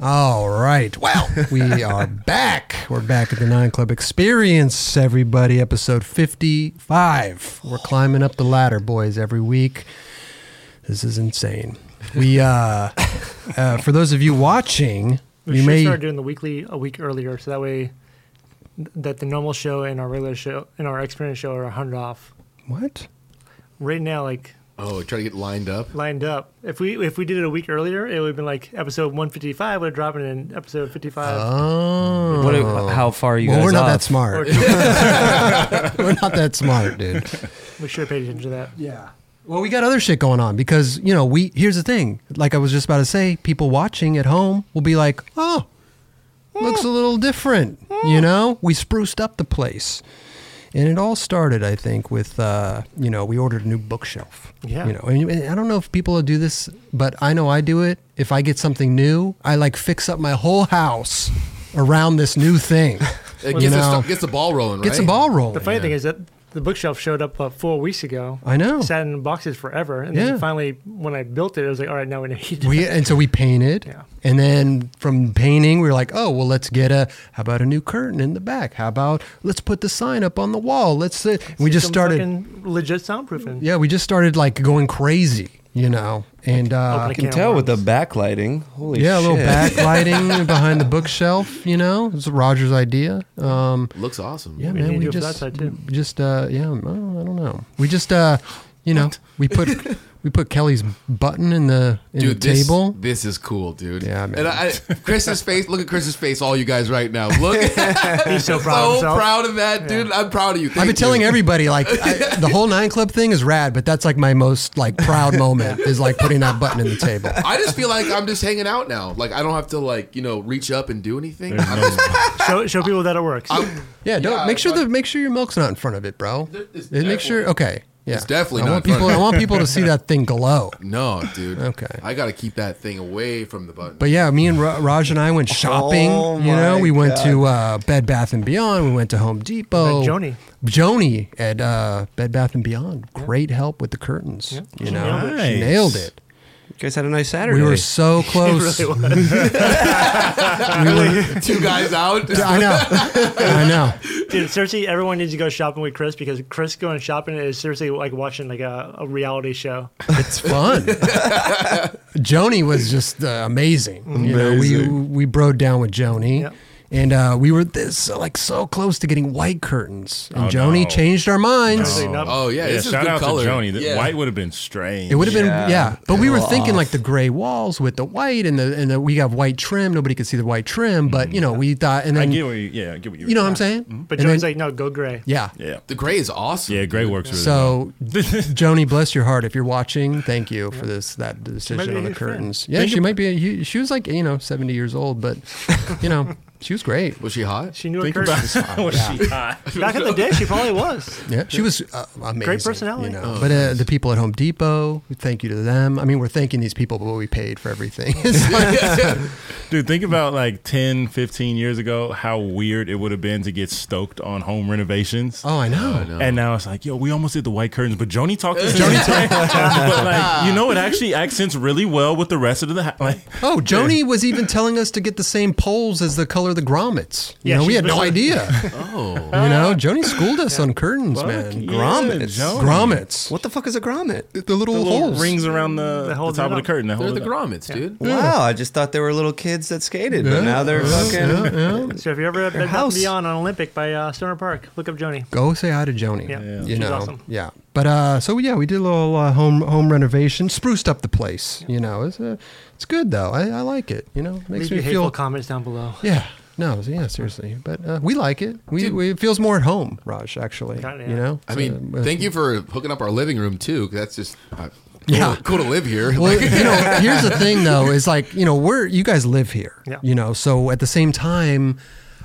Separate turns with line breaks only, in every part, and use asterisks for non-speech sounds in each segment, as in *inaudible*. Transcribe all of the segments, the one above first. All right.
*laughs*
Well, we are back. We're back at the Nine Club Experience, everybody. Episode 55. We're climbing up the ladder, boys, every week. This is insane. We, uh, uh for those of you watching,
We
you
should
may.
start doing the weekly a week earlier, so that way th- that the normal show and our regular show and our experience show are hundred off.
What?
Right now, like
Oh, try to get lined up.
lined up. If we if we did it a week earlier, it would have been like episode one fifty five would have dropped in episode fifty five.
Oh.
What, how far are you
well,
guys
we're not
off?
that smart. *laughs* we're not that smart, dude.
we should have paid attention to that.
Yeah. Well, we got other shit going on because, you know, we here's the thing. Like I was just about to say, people watching at home will be like, "Oh, looks a little different."
Mm.
You know, we spruced up the place. And it all started, I think, with uh, you know, we ordered a new bookshelf.
Yeah.
You know, and, and I don't know if people do this, but I know I do it. If I get something new, I like fix up my whole house around this new
*laughs*
thing.
It
you
gets, the,
know,
stu- gets the ball rolling,
gets
right?
the ball rolling.
The funny thing is that the bookshelf showed up uh, four weeks ago.
I know.
Sat in boxes forever, and
Yeah.
then finally, when I built it, it was like, all right, now we need.
we and so we painted
Yeah.
and then from painting we were like oh well let's get a how about a new curtain in the back how about let's put the sign up on the wall let's uh, we
*laughs*
just
some
started
fucking legit soundproofing.
yeah we just started like going crazy you know and uh
Open a
I can
can of
tell with the
worms.
backlighting. Holy
yeah a
shit.
little
*laughs*
backlighting behind the bookshelf you know it's roger's idea um
Looks awesome.
yeah
We
man
need
we
to do it for
just
that side, too.
we just uh yeah well, i don't know we just uh you know we put we put kelly's button in the in
Dude,
the
this,
table
this is cool, dude.
Yeah, man.
And I, Chris's face, look at Chris's face, all you guys right
*laughs*
now. Look, *laughs*
He's *laughs* so proud of
so
himself.
proud of that, dude. I'm proud of you.
I've been
Thank
telling
you.
everybody like
*laughs*
I, the whole nine club thing is rad, but that's like my most like
*laughs*
proud moment is like putting that button in the table.
I just feel like I'm just hanging out now. Like I don't have to like you know reach up and do anything. I'm just-
Show, show people that *laughs* it works.
I'm-
Yeah, don't
Yeah,
make sure
I-
the make sure your milk's not in front of it, bro.
It's
Uh, Make sure okay. Yeah,
It's definitely
I
not
want
in front
people.
of
I
it.
want people to see that thing glow.
no, dude.
Okay.
I got to keep that thing away from the button.
But yeah, me and Ra- Raj and I went shopping.
Oh
you know,
my
we went to uh, Bed Bath and Beyond. We went to Home Depot.
Met Joni.
Joni at uh, Bed Bath and Beyond. Great help with the curtains. You
She
know,
nailed
she
it. Nice.
nailed it.
You guys had a nice Saturday.
We were
*laughs*
so close.
It really was.
*laughs* Two guys out.
*laughs* I
*laughs*
know. I know.
Dude, seriously, everyone needs to go shopping with Chris because Chris going shopping is seriously like watching like a, a reality show.
It's fun. *laughs* Joni was just uh, amazing. You know, we we broed down with Joni.
Yep.
And uh, we were this like so close to getting white curtains, and
Oh,
Joni
no.
changed our minds.
Seriously, not-
Oh yeah,
Yeah,
this is
shout
good
out
color.
to Joni. That
Yeah.
White would have been strange.
It would have been
Yeah.
yeah, but we
A
were
little
thinking
off.
like the gray walls with the white and the and the, we have white trim. Nobody could see the white trim, but you know we thought and
Mm-hmm. I
then
get what you. Yeah, I get what you.
you know what I'm saying.
Mm-hmm. but
And
Joey's
then-
like, no, go gray.
yeah.
Yeah,
The gray is awesome.
yeah. Gray works really
So
well.
*laughs*
Joni, bless your heart. If you're watching, thank you for this that
might be
decision
a
on the
huge fan.
curtains. Yeah, she might be. A, hu- she was like you know 70 years old, but you
*laughs*
know she was *laughs* great.
Was she hot? *laughs*
She knew her
Think
curtains.
was she hot?
Back in the day, she
*laughs*
probably was.
Yeah, she was uh, amazing.
personality.
You know? but uh, the people at Home Depot, thank you to them. I mean, we're thanking these people, but we paid for everything. It's like-
Dude, think about like 10, 15 years ago, how weird it would have been to get stoked on home renovations.
*laughs* oh, I know.
And now it's like, yo, we almost did the white curtains, but
*laughs*
Joni talked this. Joni talked, but like, you know, it actually accents really well with the rest of the house. Like,
Oh, Joni was even telling us to get the same poles as the color of the grommets. You
Yeah,
know, we
she's
had no
been-
idea. *laughs*
Oh.
You know, Joni schooled us on curtains,
Fuck
man.
yeah,
grommets,
Joni.
grommets.
What the fuck is a grommet?
The little,
the little
holes.
rings around the,
That holds
the top
it
of the
up.
curtain. That
They're
hold
the
it *laughs* up.
grommets, dude.
Wow, I just thought they were little kids that skated, but now they're fucking.
So if you're ever at Bed Bath
house.
Beyond on Olympic by uh, Stoner Park, look up Joni.
go say hi to Joni.
Yeah, Yeah.
you
she's
know,
awesome.
yeah. But uh, so yeah, we did a little uh, home home renovation, spruced up the place. You know, it's uh, it's good though. I, I like it. You know, makes
Leave
me
your hateful
feel
comments down below.
yeah. No, yeah, seriously. But uh, we like it. We,
Dude.
we it feels more at home, Raj. Actually,
Kinda,
you
yeah.
know.
I mean,
uh,
thank you for hooking up our living room too. 'cause that's just uh, cool,
Yeah.
cool to live here.
Well,
*laughs*
Like,
you know, here's the thing though, is like, you know, we're you guys live here.
Yeah.
You know, so at the same time,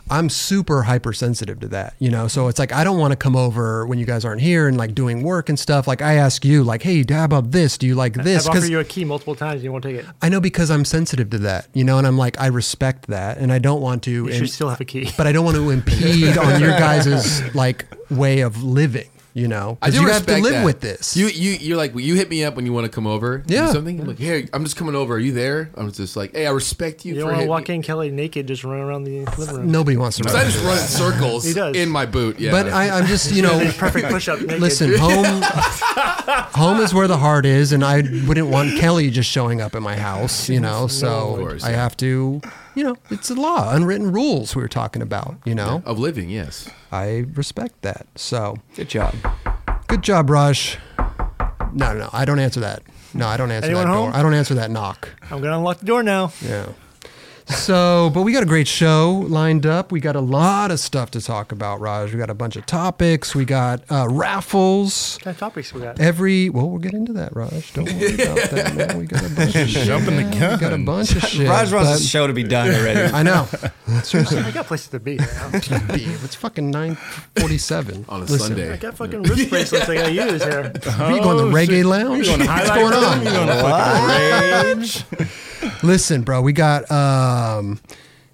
I'm super hypersensitive to that, you know. So it's like I don't want to come over when you guys aren't here and like doing work and stuff. Like I ask you, like, hey, how about this? Do you like this?
I've offered
Because
you a key multiple times, and you won't take it.
I know because I'm sensitive to that, you know, and I'm like I respect that, and I don't want to.
You
and-
should still have a key.
but I don't want to impede on your guys' like way of living. You know,
*laughs* I
'Cause
do
you have
respect
to live
that.
with this.
You you you're like well, you hit me up when you want to come over. and do
Yeah.
something. I'm like, hey, I'm just coming over. Are you there? I'm just like, hey, I respect you.
You
for
don't want to
hitting
walk
me.
in Kelly naked, just running around the living room.
Nobody wants to.
'Cause
run
I
into
just run in
*laughs*
circles
He does.
in my boot. Yeah,
But I, I'm just, you know,
*laughs* Perfect push up.
listen, home, home is where the heart is, and I wouldn't want Kelly just showing up at my house, you know. So
course,
I
yeah.
have to, you know, it's a law, unwritten rules we were talking about. You know,
of living. Yes.
I respect that. So
Good job.
good job, Rush. No, no, no, I don't answer that. No, I don't answer
Anyone
that
home?
door. I don't answer that knock.
I'm gonna unlock the door now.
Yeah. So, but we got a great show lined up. We got a lot of stuff to talk about, Raj. We got a bunch of topics. We got uh, raffles.
What kind of topics we got?
Every well, we'll get into that, Raj. Don't worry about that. Man. We got a bunch
*laughs*
of shit.
Jumping the
man. We
gun.
got a bunch of shit.
Raj wants
but-
the show to be done
*laughs*
already.
I
*laughs*
know.
I got places to
*laughs*
be. Right now.
It's fucking nine forty-seven
On a
Listen,
I
Sunday.
got
*laughs*
fucking wrist bracelets I gotta use here.
Are you
Oh,
going to the reggae lounge? What's going on?
*laughs*
Listen, bro, we got. um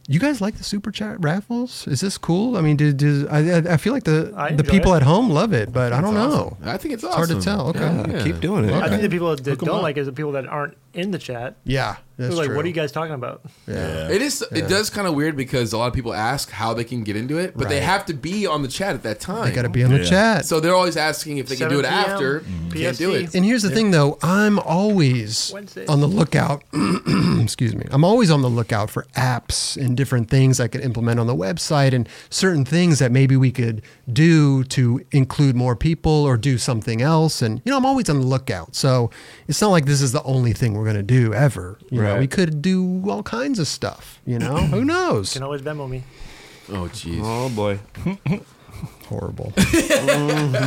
You guys like the super chat raffles? Is this cool? I mean, did, did I? I- I feel like the
I
the
enjoy
people
it.
at home love it, but I don't know.
I think it's,
Oh. hard
awesome.
to tell. Okay.
Yeah.
Uh, Keep doing it.
I think the people that
Hook 'em
don't
up.
like it is the people that aren't in the chat.
Yeah, that's
They're like,
true.
what are you guys talking about?
Yeah.
It is. It does kind of weird because a lot of people ask how they can get into it, but they
Right.
have to be on the chat at that time.
Got to be on the
Yeah.
chat.
So they're always asking if they can do it
7 p.m.
after. Can't do
PST.
it.
And here's the thing, though. I'm always
Wednesday.
on the lookout. *clears throat* excuse me. I'm always on the lookout for apps and different things I could implement on the website and certain things that maybe we could do to include more people or do something else. And, you know, I'm always on the lookout. So it's not like this is the only thing we're going to do ever. You know,
Right.
we could do all kinds of stuff, you know? Who knows?
You can always Venmo me.
Oh jeez.
Oh boy.
horrible.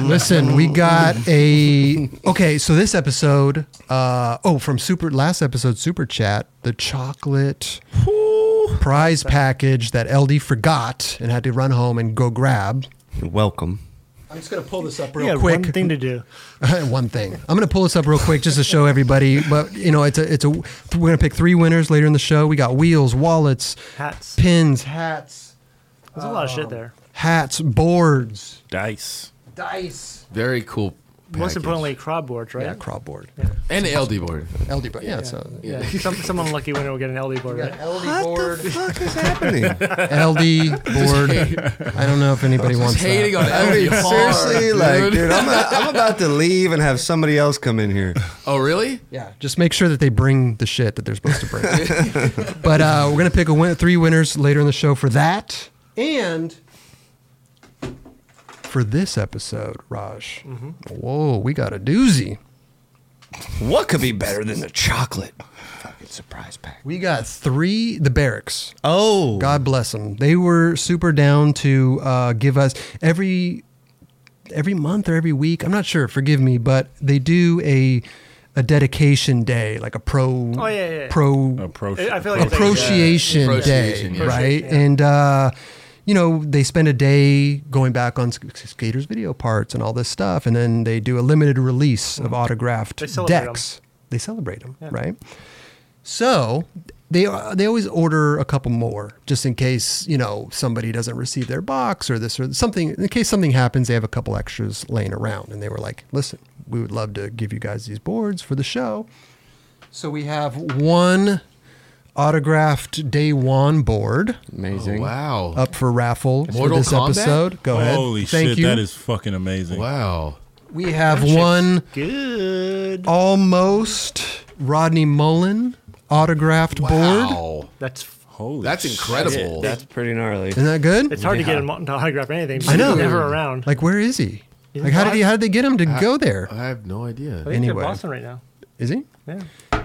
Listen, we got a okay. So this episode, uh, oh, from super last episode, super chat, the chocolate prize package that LD forgot and had to run home and go grab. *laughs*
Welcome.
I'm just gonna pull this up
yeah,
real quick.
one thing to do.
One thing. I'm gonna pull this up real quick just to show everybody. But you know, it's a it's a we're gonna pick three winners later in the show. We got wheels, wallets,
Hats.
pins, hats,
There's a lot of shit there.
hats, boards,
Dice.
dice.
Very cool.
Most
package.
importantly, crab boards, right?
Um, Yeah, crop board.
and the LD board.
LD, but yeah, so
Yeah. Some, some unlucky winner will get an LD
*laughs*
board, right?
LD
What the fuck
*laughs*
is happening?
LD board. I don't know if anybody wants
Hating
that.
on LD hard,
Seriously, like, dude, I'm, I'm about to leave and have somebody else come in here.
Oh really?
Yeah, just make sure that they bring the shit that they're supposed to bring. but uh, we're gonna pick a win- three winners later in the show for that, and for this episode, Raj. Whoa, we got a doozy.
What could be better than the chocolate? Fucking surprise pack.
We got three. The barracks.
Oh.
God bless them. They were super down to uh, give us every every month or every week. I'm not sure. Forgive me, but they do a a dedication day, like a pro
Oh, yeah, yeah, yeah.
pro
Approach.
I feel like it's like, uh,
appreciation day,
Appreciation, yeah.
right?
Appreciation, yeah.
And uh, you know, they spend a day going back on Sk- Skater's video parts and all this stuff, and then they do a limited release of autographed
Mm. They celebrate 'em.
decks. They celebrate them, right? So they they always order a couple more just in case you know somebody doesn't receive their box or this or something. In case something happens, they have a couple extras laying around, and they were like, "Listen, we would love to give you guys these boards for the show." So we have one autographed day one board
Amazing.
Oh,
Wow.
up for raffle
Mortal
for this
Kombat?
episode. Go ahead.
Holy
Thank
shit,
you.
that is fucking amazing.
Wow.
we have one
Good.
almost Rodney Mullen autographed board.
Wow.
That's
Holy
That's
shit.
incredible.
That's pretty gnarly.
Isn't that good?
it's hard to get him to autograph anything.
I know.
He's never around.
Like, where is he?
He's
Like, how did he?
alive.
How did they get him
Uh,
to go there?
I have no
I
idea.
think he's in
anyway.
Boston right now.
Is he?
Yeah.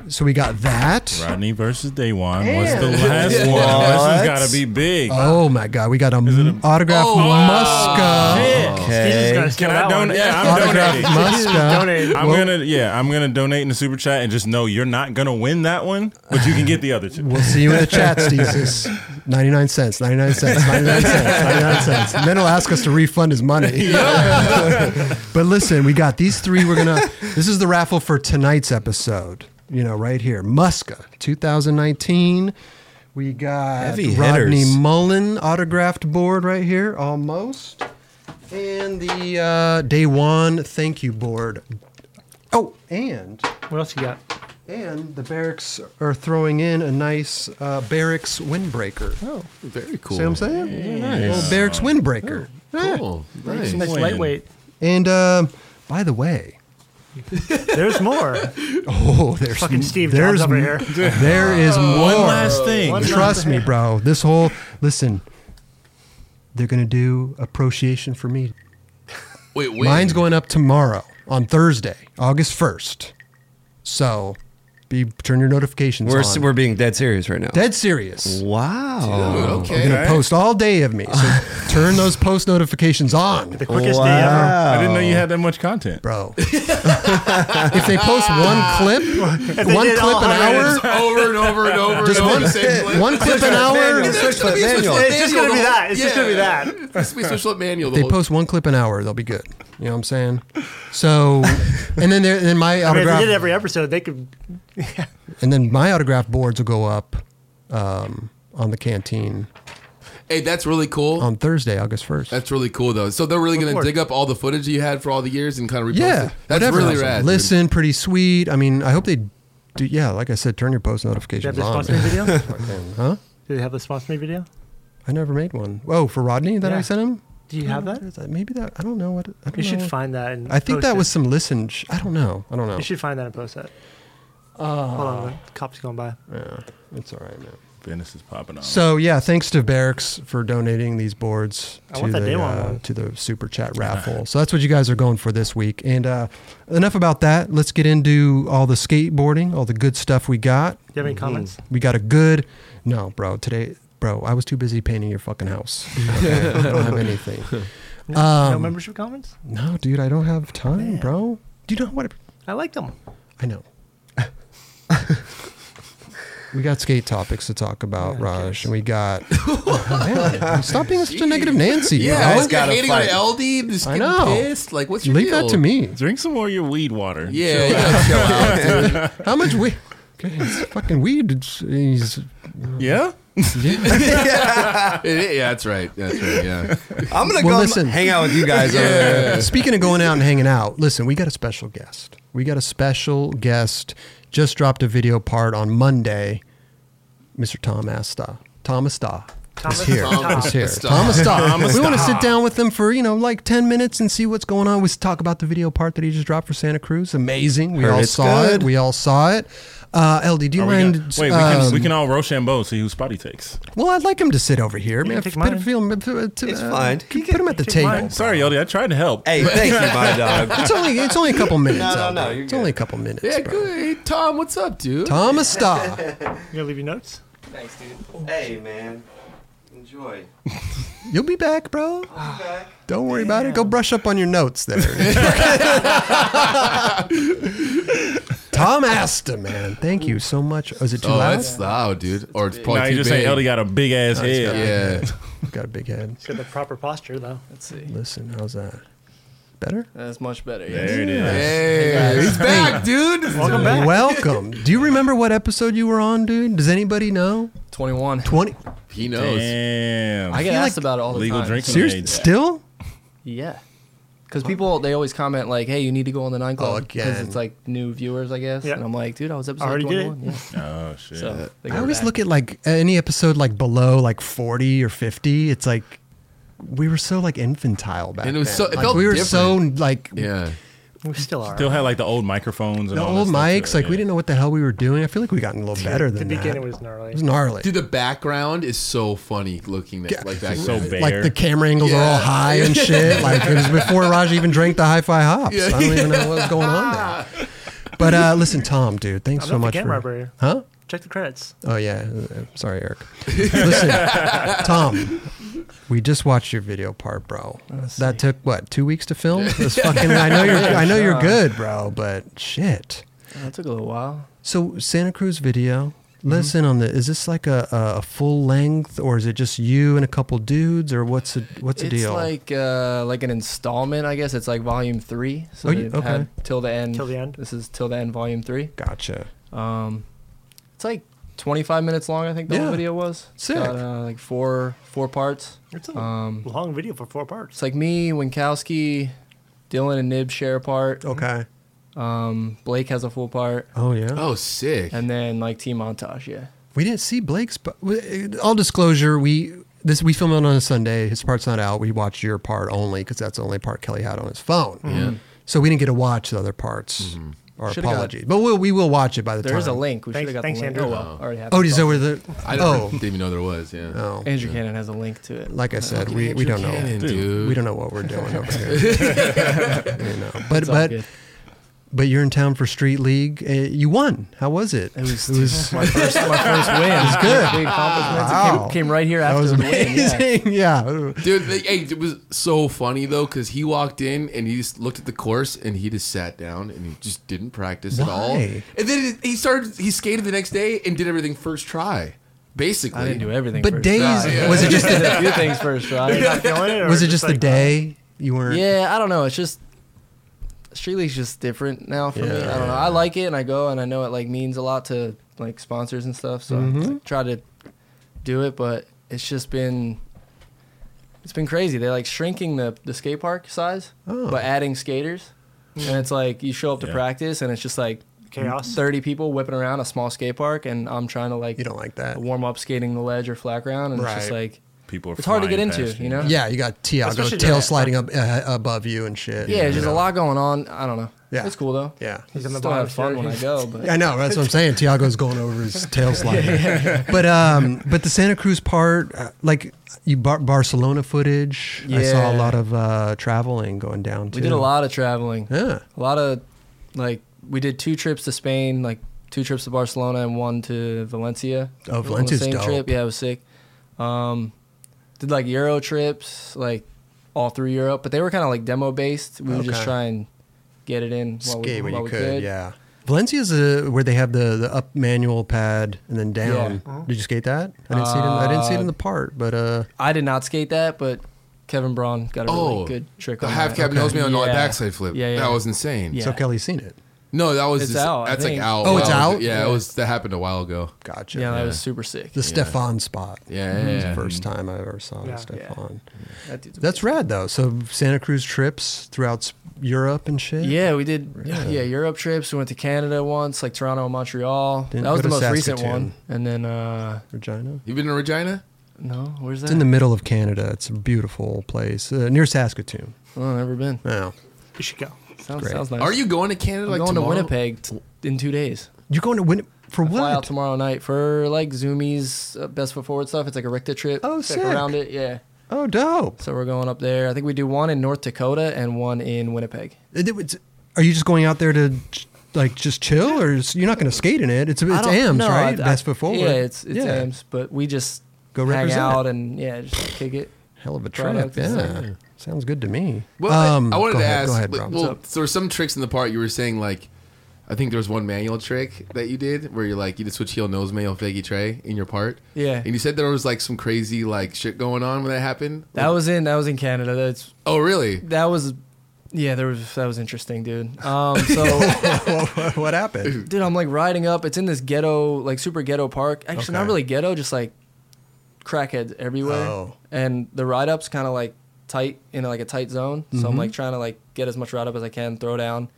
So we got that.
Rodney versus Daywan was the
*laughs*
Yeah.
last one.
What?
This has got to be big.
Oh my God, we got a m- autographed
Oh,
Muska.
Shit.
He's
Okay.
gonna steal
Can I
that one.
donate? Yeah, I'm
Autographed
donating.
Muska.
*laughs* Donate.
I'm
Well-
gonna yeah, I'm gonna donate in the super chat and just know you're not gonna win that one, but you can get the other two.
We'll see you in the chat, Steezus. 99 cents, 99 cents, 99 cents, 99 cents. And then he'll ask us to refund his money. *laughs* but listen, we got these three. We're going to, this is the raffle for tonight's episode, you know, right here. Muska, 2019. We got
Heavy
Rodney
hitters.
Mullen autographed board right here, almost. And the uh, day one thank you board. Oh, and
What else you got?
and the barracks are throwing in a nice uh, barracks windbreaker.
Oh,
Very cool.
See what I'm saying?
nice.
Little barracks windbreaker. Yeah.
Cool.
Nice.
Nice.
nice
Win.
lightweight.
And uh, by the way,
There's
*laughs*
more.
oh, *laughs* there's
Fucking Steve
there's
Jobs over
m-
here.
*laughs* There is
One
more.
last thing.
One-
Trust me, bro. This whole listen, they're gonna do appreciation for me.
Wait, wait.
Mine's going up tomorrow on Thursday, August first. So, be turn your notifications
We're,
on.
we're being dead serious right now.
dead serious.
Wow.
Dude,
I'm
okay.
gonna post all day of me.
*laughs*
So turn those post notifications on,
The quickest day ever.
I didn't know you had that much
*laughs*
content.
bro. if they post one clip,
*laughs*
one
did
clip
all
an hour,
hundred
over and over and over
just
and
*laughs*
over.
one,
the same
*laughs*
clip.
one clip an hour.
Manual, switch flip, manual.
It's just gonna be that. It's just gonna be that.
It's gonna be switch flip manual. the
they
whole-
post one clip an hour, they'll be good. You know what I'm saying?
*laughs*
So, and then there, and then my
I mean, if
autograph,
they did every episode, they could.
and then my autograph boards will go up um, on the canteen
Hey, that's really cool.
on Thursday, August first.
That's really cool though. So they're really going to
course.
dig up all the footage you had for all the years and kind of repost
yeah,
it. That's
whatever.
really rad. dude.
Listen, pretty sweet. I mean, I hope they do. Yeah, like I said, turn your post
Did they
notifications
have the
on.
sponsor me
*laughs*
video? Did
man. Huh?
they have the sponsor me video?
I never made one. Whoa, for Rodney that I
Yeah.
sent him.
Do you have that?
Is that- Maybe that I don't know what. I don't
You should
know.
find that. And
I think
post
that
it.
was some listen. Sh- I don't know. I don't know.
You should find that and post that.
Uh,
Hold on, the cops going by.
It's all right, man.
Venice is popping off.
So yeah, thanks to Barracks for donating these boards
I
to
want that day
the
one,
uh,
man.
to the super chat raffle. so that's what you guys are going for this week. And uh, enough about that. Let's get into all the skateboarding, all the good stuff we got. Mm-hmm.
Do you have any comments?
We got a good. No, bro. Today, bro, I was too busy painting your fucking
*laughs*
house. Okay? I don't have anything.
No,
Um,
no membership comments?
No, dude, I don't have time, bro. Do you know what?
I like them.
I know. *laughs* we got skate topics to talk about, Raj, and we *laughs* got. Man, stop being such a negative Nancy.
Yeah,
bro.
it's got
gotta
hating
fight.
on LD. Just
I
getting
know.
pissed. Like, what's your
Leave
deal?
that to me.
Drink some more of your weed water.
Yeah, yeah, chill out, dude.
How much weed? Okay, it's *laughs* fucking weed. It's, he's-
Yeah?
It- *laughs* yeah, that's right. That's right. *laughs* Yeah.
I'm going to
Well,
go
listen.
hang out with you guys over
*laughs*
there.
Speaking of going out and hanging out, listen, we got a special guest. We got a special guest. Just dropped a video part on Monday. Mr. Tom Asta. Thomas Da.
Thomas
is here.
Da.
Is here.
Thomas Da.
Thomas Da.
Thomas
we want to
Da.
sit down with him for you know like ten minutes and see what's going on. We talk about the video part that he just dropped for Santa Cruz. Amazing. We
Heard
all
it's
saw
good.
it. We all saw it. Uh, LD, do you
Are we
mind?
gonna- wait, we can,
um,
we can all Rochambeau see whose spot he takes.
Well, I'd like him to sit over here. Man,
take
put him-
mine.
feel him- to-
It's
uh,
fine.
Put
He
him at the
take
table.
mine.
Sorry, Yodi, I tried to help.
Hey, thank you, *laughs* my dog.
It's only it's only a couple minutes.
no,
out
no,
there.
you're
It's only a
good.
couple minutes.
Yeah,
bro.
good. Hey, Tom, what's up, dude?
Thomas Star.
You gonna leave your notes?
Thanks, dude. Hey, man. Enjoy.
You'll be back, bro. Don't worry about it. Go brush up on your notes there. Tom Asta, man. Thank you so much. Oh, is it too
Oh,
loud?
that's loud, dude. Or it's probably
Now
too
you just
big.
saying Ellie got a big ass head.
yeah.
Got a big head.
It's got the proper
*laughs*
posture though.
Let's see.
Listen, how's that? Better?
That's much better.
There it is.
Hey, he's back, dude.
Welcome back.
Welcome. Do you remember what episode you were on, dude? Does anybody know?
21.
20?
He knows.
Damn.
I get
feel
asked
like
about it all the
legal
time.
drinking
Seriously?
age.
Still?
Yeah. Because people, they always comment like, hey, you need to go on the nine club.
Oh, again.
it's like new viewers, I guess.
Yeah.
And I'm like, dude, I was episode
Already did it.
21. Yeah.
Oh shit.
So they go
I always
back.
look at like any episode like below like 40 or 50. It's like we were so like infantile back
And it was
then.
so- it
Like,
felt
we were so like
Yeah.
We still are.
Still had like the old microphones and
the
all that
old
stuff to
mics
it,
like
yeah.
we didn't know what the hell we were doing. I feel like we gotten a little better
At the
than that.
beginning
It
was gnarly.
was gnarly.
Dude, the background is so funny looking that, like that.
So
guy.
bad.
like the camera angles are all
Yeah.
high
*laughs*
and shit. Like it was before Raj even drank the hi-fi hops. I don't even know what was going on there.
*laughs*
But uh, listen, Tom, dude, thanks
I'm
so
not the
much
camera
for
operator.
huh?
Check the credits.
Oh yeah, Uh, sorry, Eric. Listen, Tom, we just watched your video part, bro. That took what two weeks to
*laughs*
film? This fucking. I know you're. I know you're good, bro. But shit.
That took a little while.
So Santa Cruz video.
Mm-hmm.
Listen on the. Is this like a, a, a full length, or is it just you and a couple dudes, or what's a what's the
It's
deal?
like uh, like an installment, I guess. It's like volume three. So
Oh, you-
they've
okay.
had till the end.
Till the End.
This is till the end, volume three.
gotcha.
Um, it's like 25 minutes long. I think the
Yeah.
whole video was. It's
Sick.
Got, uh, like four four parts.
It's a
Um,
long video for four parts.
*laughs* It's like me, Winkowski, Dylan and Nib share a part.
Okay.
Um, Blake has a full part,
Oh yeah.
Oh, sick.
and then like T montage. Yeah.
We didn't see Blake's. But all disclosure, we this we filmed it on a Sunday. His part's not out. We watched your part only because that's the only part Kelly had on his phone.
Yeah.
So we didn't get to watch the other parts. Our
Should've got-
apologies, but we'll, we will watch it by the
There
time.
is a link. We should
Thanks-
have got
thanks,
the link.
Andrew.
Oh well, already have.
Oh,
it.
is that where the?
I don't-
oh,
didn't even know there was. Yeah.
oh.
Andrew Cannon has a link to it.
Like I said, we, we don't know.
Cannon, dude.
We don't know what we're doing over here. you know. But
It's all
but
good.
but you're in town for Street League. Uh, you won. How was it?
It was, *laughs* my first my first win. It was good. Big accomplishment. It
Wow.
Came, came right here
that
after
was
the win. Yeah.
amazing. *laughs* Yeah.
Dude, they, hey, it was so funny though because he walked in and he just looked at the course and he just sat down and he just didn't practice at all.
Why?
And then it- he started, he skated the next day and did everything first try, basically.
I didn't do everything.
But
first
days
try.
was it just
I did a few things first try. Yeah.
Feeling it, or
was it just the
like,
day you weren't?
yeah, I don't know. It's just Street League's just different now for me. I don't know. I like it and I go and I know it like means a lot to like sponsors and stuff. So I
Mm-hmm.
like, try to do it, but it's just been it's been crazy. They're like shrinking the the skate park size,
Oh.
but adding skaters. And it's like you show up to
Yeah.
practice and it's just like
Chaos.
30 people whipping around a small skate park and I'm trying to like
You don't like that.
warm up skating the ledge or flat ground and it's just
Right.
like
People are
It's hard to get
flying
into,
past
you know?
Yeah, you got Tiago
Especially
tail
that-
sliding up uh, above you and shit.
yeah, there's
you
just a
know.
lot going on. I don't know.
Yeah.
It's cool though.
Yeah.
He's on the
Still
bottom
have fun when I
staircase. *laughs*
go, but
I know that's what I'm
*laughs*
saying. Tiago's going over his tail sliding, but um, but the Santa Cruz part, uh, like you bar- Barcelona footage, I saw a
Yeah.
lot of uh, traveling going down.
we
too.
did a lot of traveling.
Yeah.
A lot of like we did two trips to Spain, like two trips to Barcelona and one to Valencia.
Oh,
On the
Valencia's
same
dope.
trip. Yeah, it was sick. Um, did like Euro trips, like all through Europe, but they were kind of like demo based. We would just
Okay.
try and get it in while
skate
we,
when
while
you
we
could, Yeah. Valencia's uh, where they have the, the up manual pad and then down. Did you skate that? I didn't see it. In, I didn't see it in the part, but uh,
I did not skate that, but Kevin Braun got a really
Oh,
good trick
The
on
half
that.
cab nose me on my
Yeah.
backside flip.
Yeah, yeah.
That was insane.
Yeah.
so Kelly's seen it.
No, that was
It's
just,
out, I
That's like
think.
out.
Oh, it's
That was-
out?
Yeah, it was. That happened a while ago.
Gotcha.
Yeah, that was super sick.
the Stefan spot.
Yeah,
It was
yeah.
the first time I ever saw
Yeah.
Stefan.
That dude's
That's rad though. So Santa Cruz trips throughout s- Europe and shit.
Yeah, we did. Yeah, Europe trips. We went to Canada once, like Toronto and Montreal.
Didn't
that was
go
the
to
most recent
Saskatoon.
one. And then uh
Regina.
You been to Regina?
no, where's that?
It's in the middle of Canada. It's a beautiful place uh, near Saskatoon.
oh, never been.
Now
You should go.
Sounds,
great.
sounds nice.
Are you going to Canada?
I'm
like
going
tomorrow?
to Winnipeg t- in two days?
you're going to win for
Fly out
what?
tomorrow night for like Zoomies uh, Best Foot Forward stuff. It's like a Ricta trip.
Oh, sick.
Around it, yeah.
Oh, dope.
So we're going up there. I think we do one in North Dakota and one in Winnipeg.
It- it was- Are you just going out there to j- like just chill, or is, you're not going to skate in it? It's
I
it's
don't-
AMS,
no, I-
right?
I-
Best foot forward.
Yeah, it's it's
Yeah.
AMS, but we just
Go
hang
represent.
out and yeah, just kick it.
Hell of a trip.
Product is
Yeah, sounds good to me. Um,
Well, I- I, wanted
go
to
ahead,
ask.
Go ahead,
like,
Rob.
well, there were some tricks in the part you were saying, like, I think there was one manual trick that you did where you're like, you just switch heel nose mail faggy tray in your part.
Yeah.
And you said there was like some crazy like shit going on when that happened.
That was in that was in Canada. That's
oh, really?
That was, yeah, there was that was interesting, dude. Um, so,
*laughs* *laughs* what happened?
dude, I'm like riding up. It's in this ghetto, like super ghetto park. Actually, not
Okay.
really ghetto, just like crackheads everywhere.
Oh.
And the ride up's kind of like tight in like a tight zone. So
Mm-hmm.
I'm like trying to like get as much ride up as I can, throw down.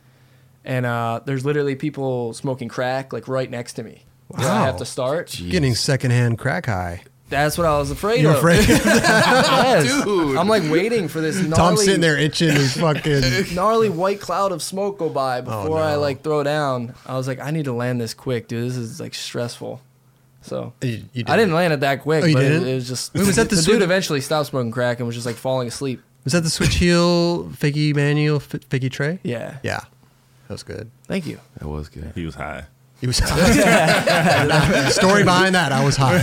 And uh, there's literally people smoking crack like right next to me. Where I have
Wow.
to start.
Getting secondhand crack high.
That's what I was afraid
You're
of. *laughs*
afraid. *laughs*
Yes.
Dude.
I'm like waiting for this. Gnarly,
Tom's sitting there itching his
*laughs*
fucking.
gnarly white cloud of smoke go by before I
Oh, no.
like throw down. I was like, I need to land this quick, dude. This is like stressful. So
You- you
I didn't land it that quick,
Oh, you
but
didn't?
It, it was just.
Wait, was that the
dude
swim-
eventually stopped smoking crack and was just like falling asleep?
Was that the switch heel figgy manual fi- figgy tray?
Yeah.
Yeah, that was good.
Thank you.
That was good.
He was high.
He was *laughs* story behind that. I was
*laughs*
high.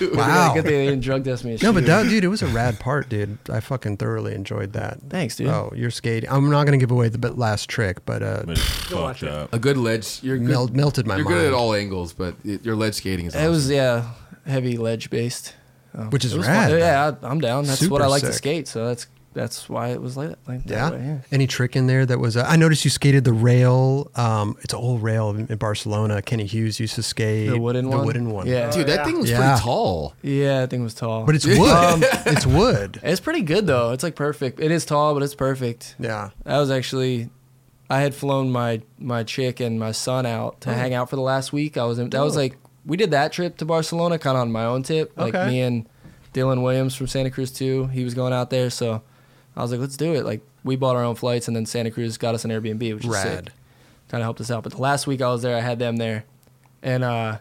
Wow.
*laughs* wow.
Good thing they didn't drug test me. and
No, but
shit.
that, dude, it was a rad part, dude. I fucking thoroughly enjoyed that.
Thanks, dude.
Oh, you're skating. I'm not gonna give away the bit- last trick, but uh,
But it's
watch
fucked
it.
up.
A good ledge. You're good.
mel- melted my
you're
mind,
good at all angles, but y- your ledge skating is.
it
Awesome.
was yeah, heavy ledge based. Um,
which is
it was
rad.
fun. Yeah, I, I'm down. That's
Super
what I like to
sick.
skate. So that's that's why it was like that. Like
Yeah.
that way, yeah.
Any trick in there that was? Uh, I noticed you skated the rail. Um, it's an old rail in, in Barcelona. Kenny Hughes used to skate
The wooden
The
one?
wooden one.
Yeah.
Dude, that thing was
Yeah.
pretty tall.
Yeah, I think it was tall.
But it's
*laughs*
wood.
Um,
*laughs* it's wood.
it's pretty good though. It's like perfect. It is tall, but it's perfect.
Yeah.
That was actually, I had flown my my chick and my son out to hang out for the last week. I was in, that was like we did that trip to Barcelona kind of on my own tip. Like
Okay.
me and Dylan Williams from Santa Cruz too. He was going out there, so I was like, let's do it. Like we bought our own flights, and then Santa Cruz got us an Airbnb, which is
Rad.
sick. Kind of helped us out. But the last week I was there, I had them there, and uh,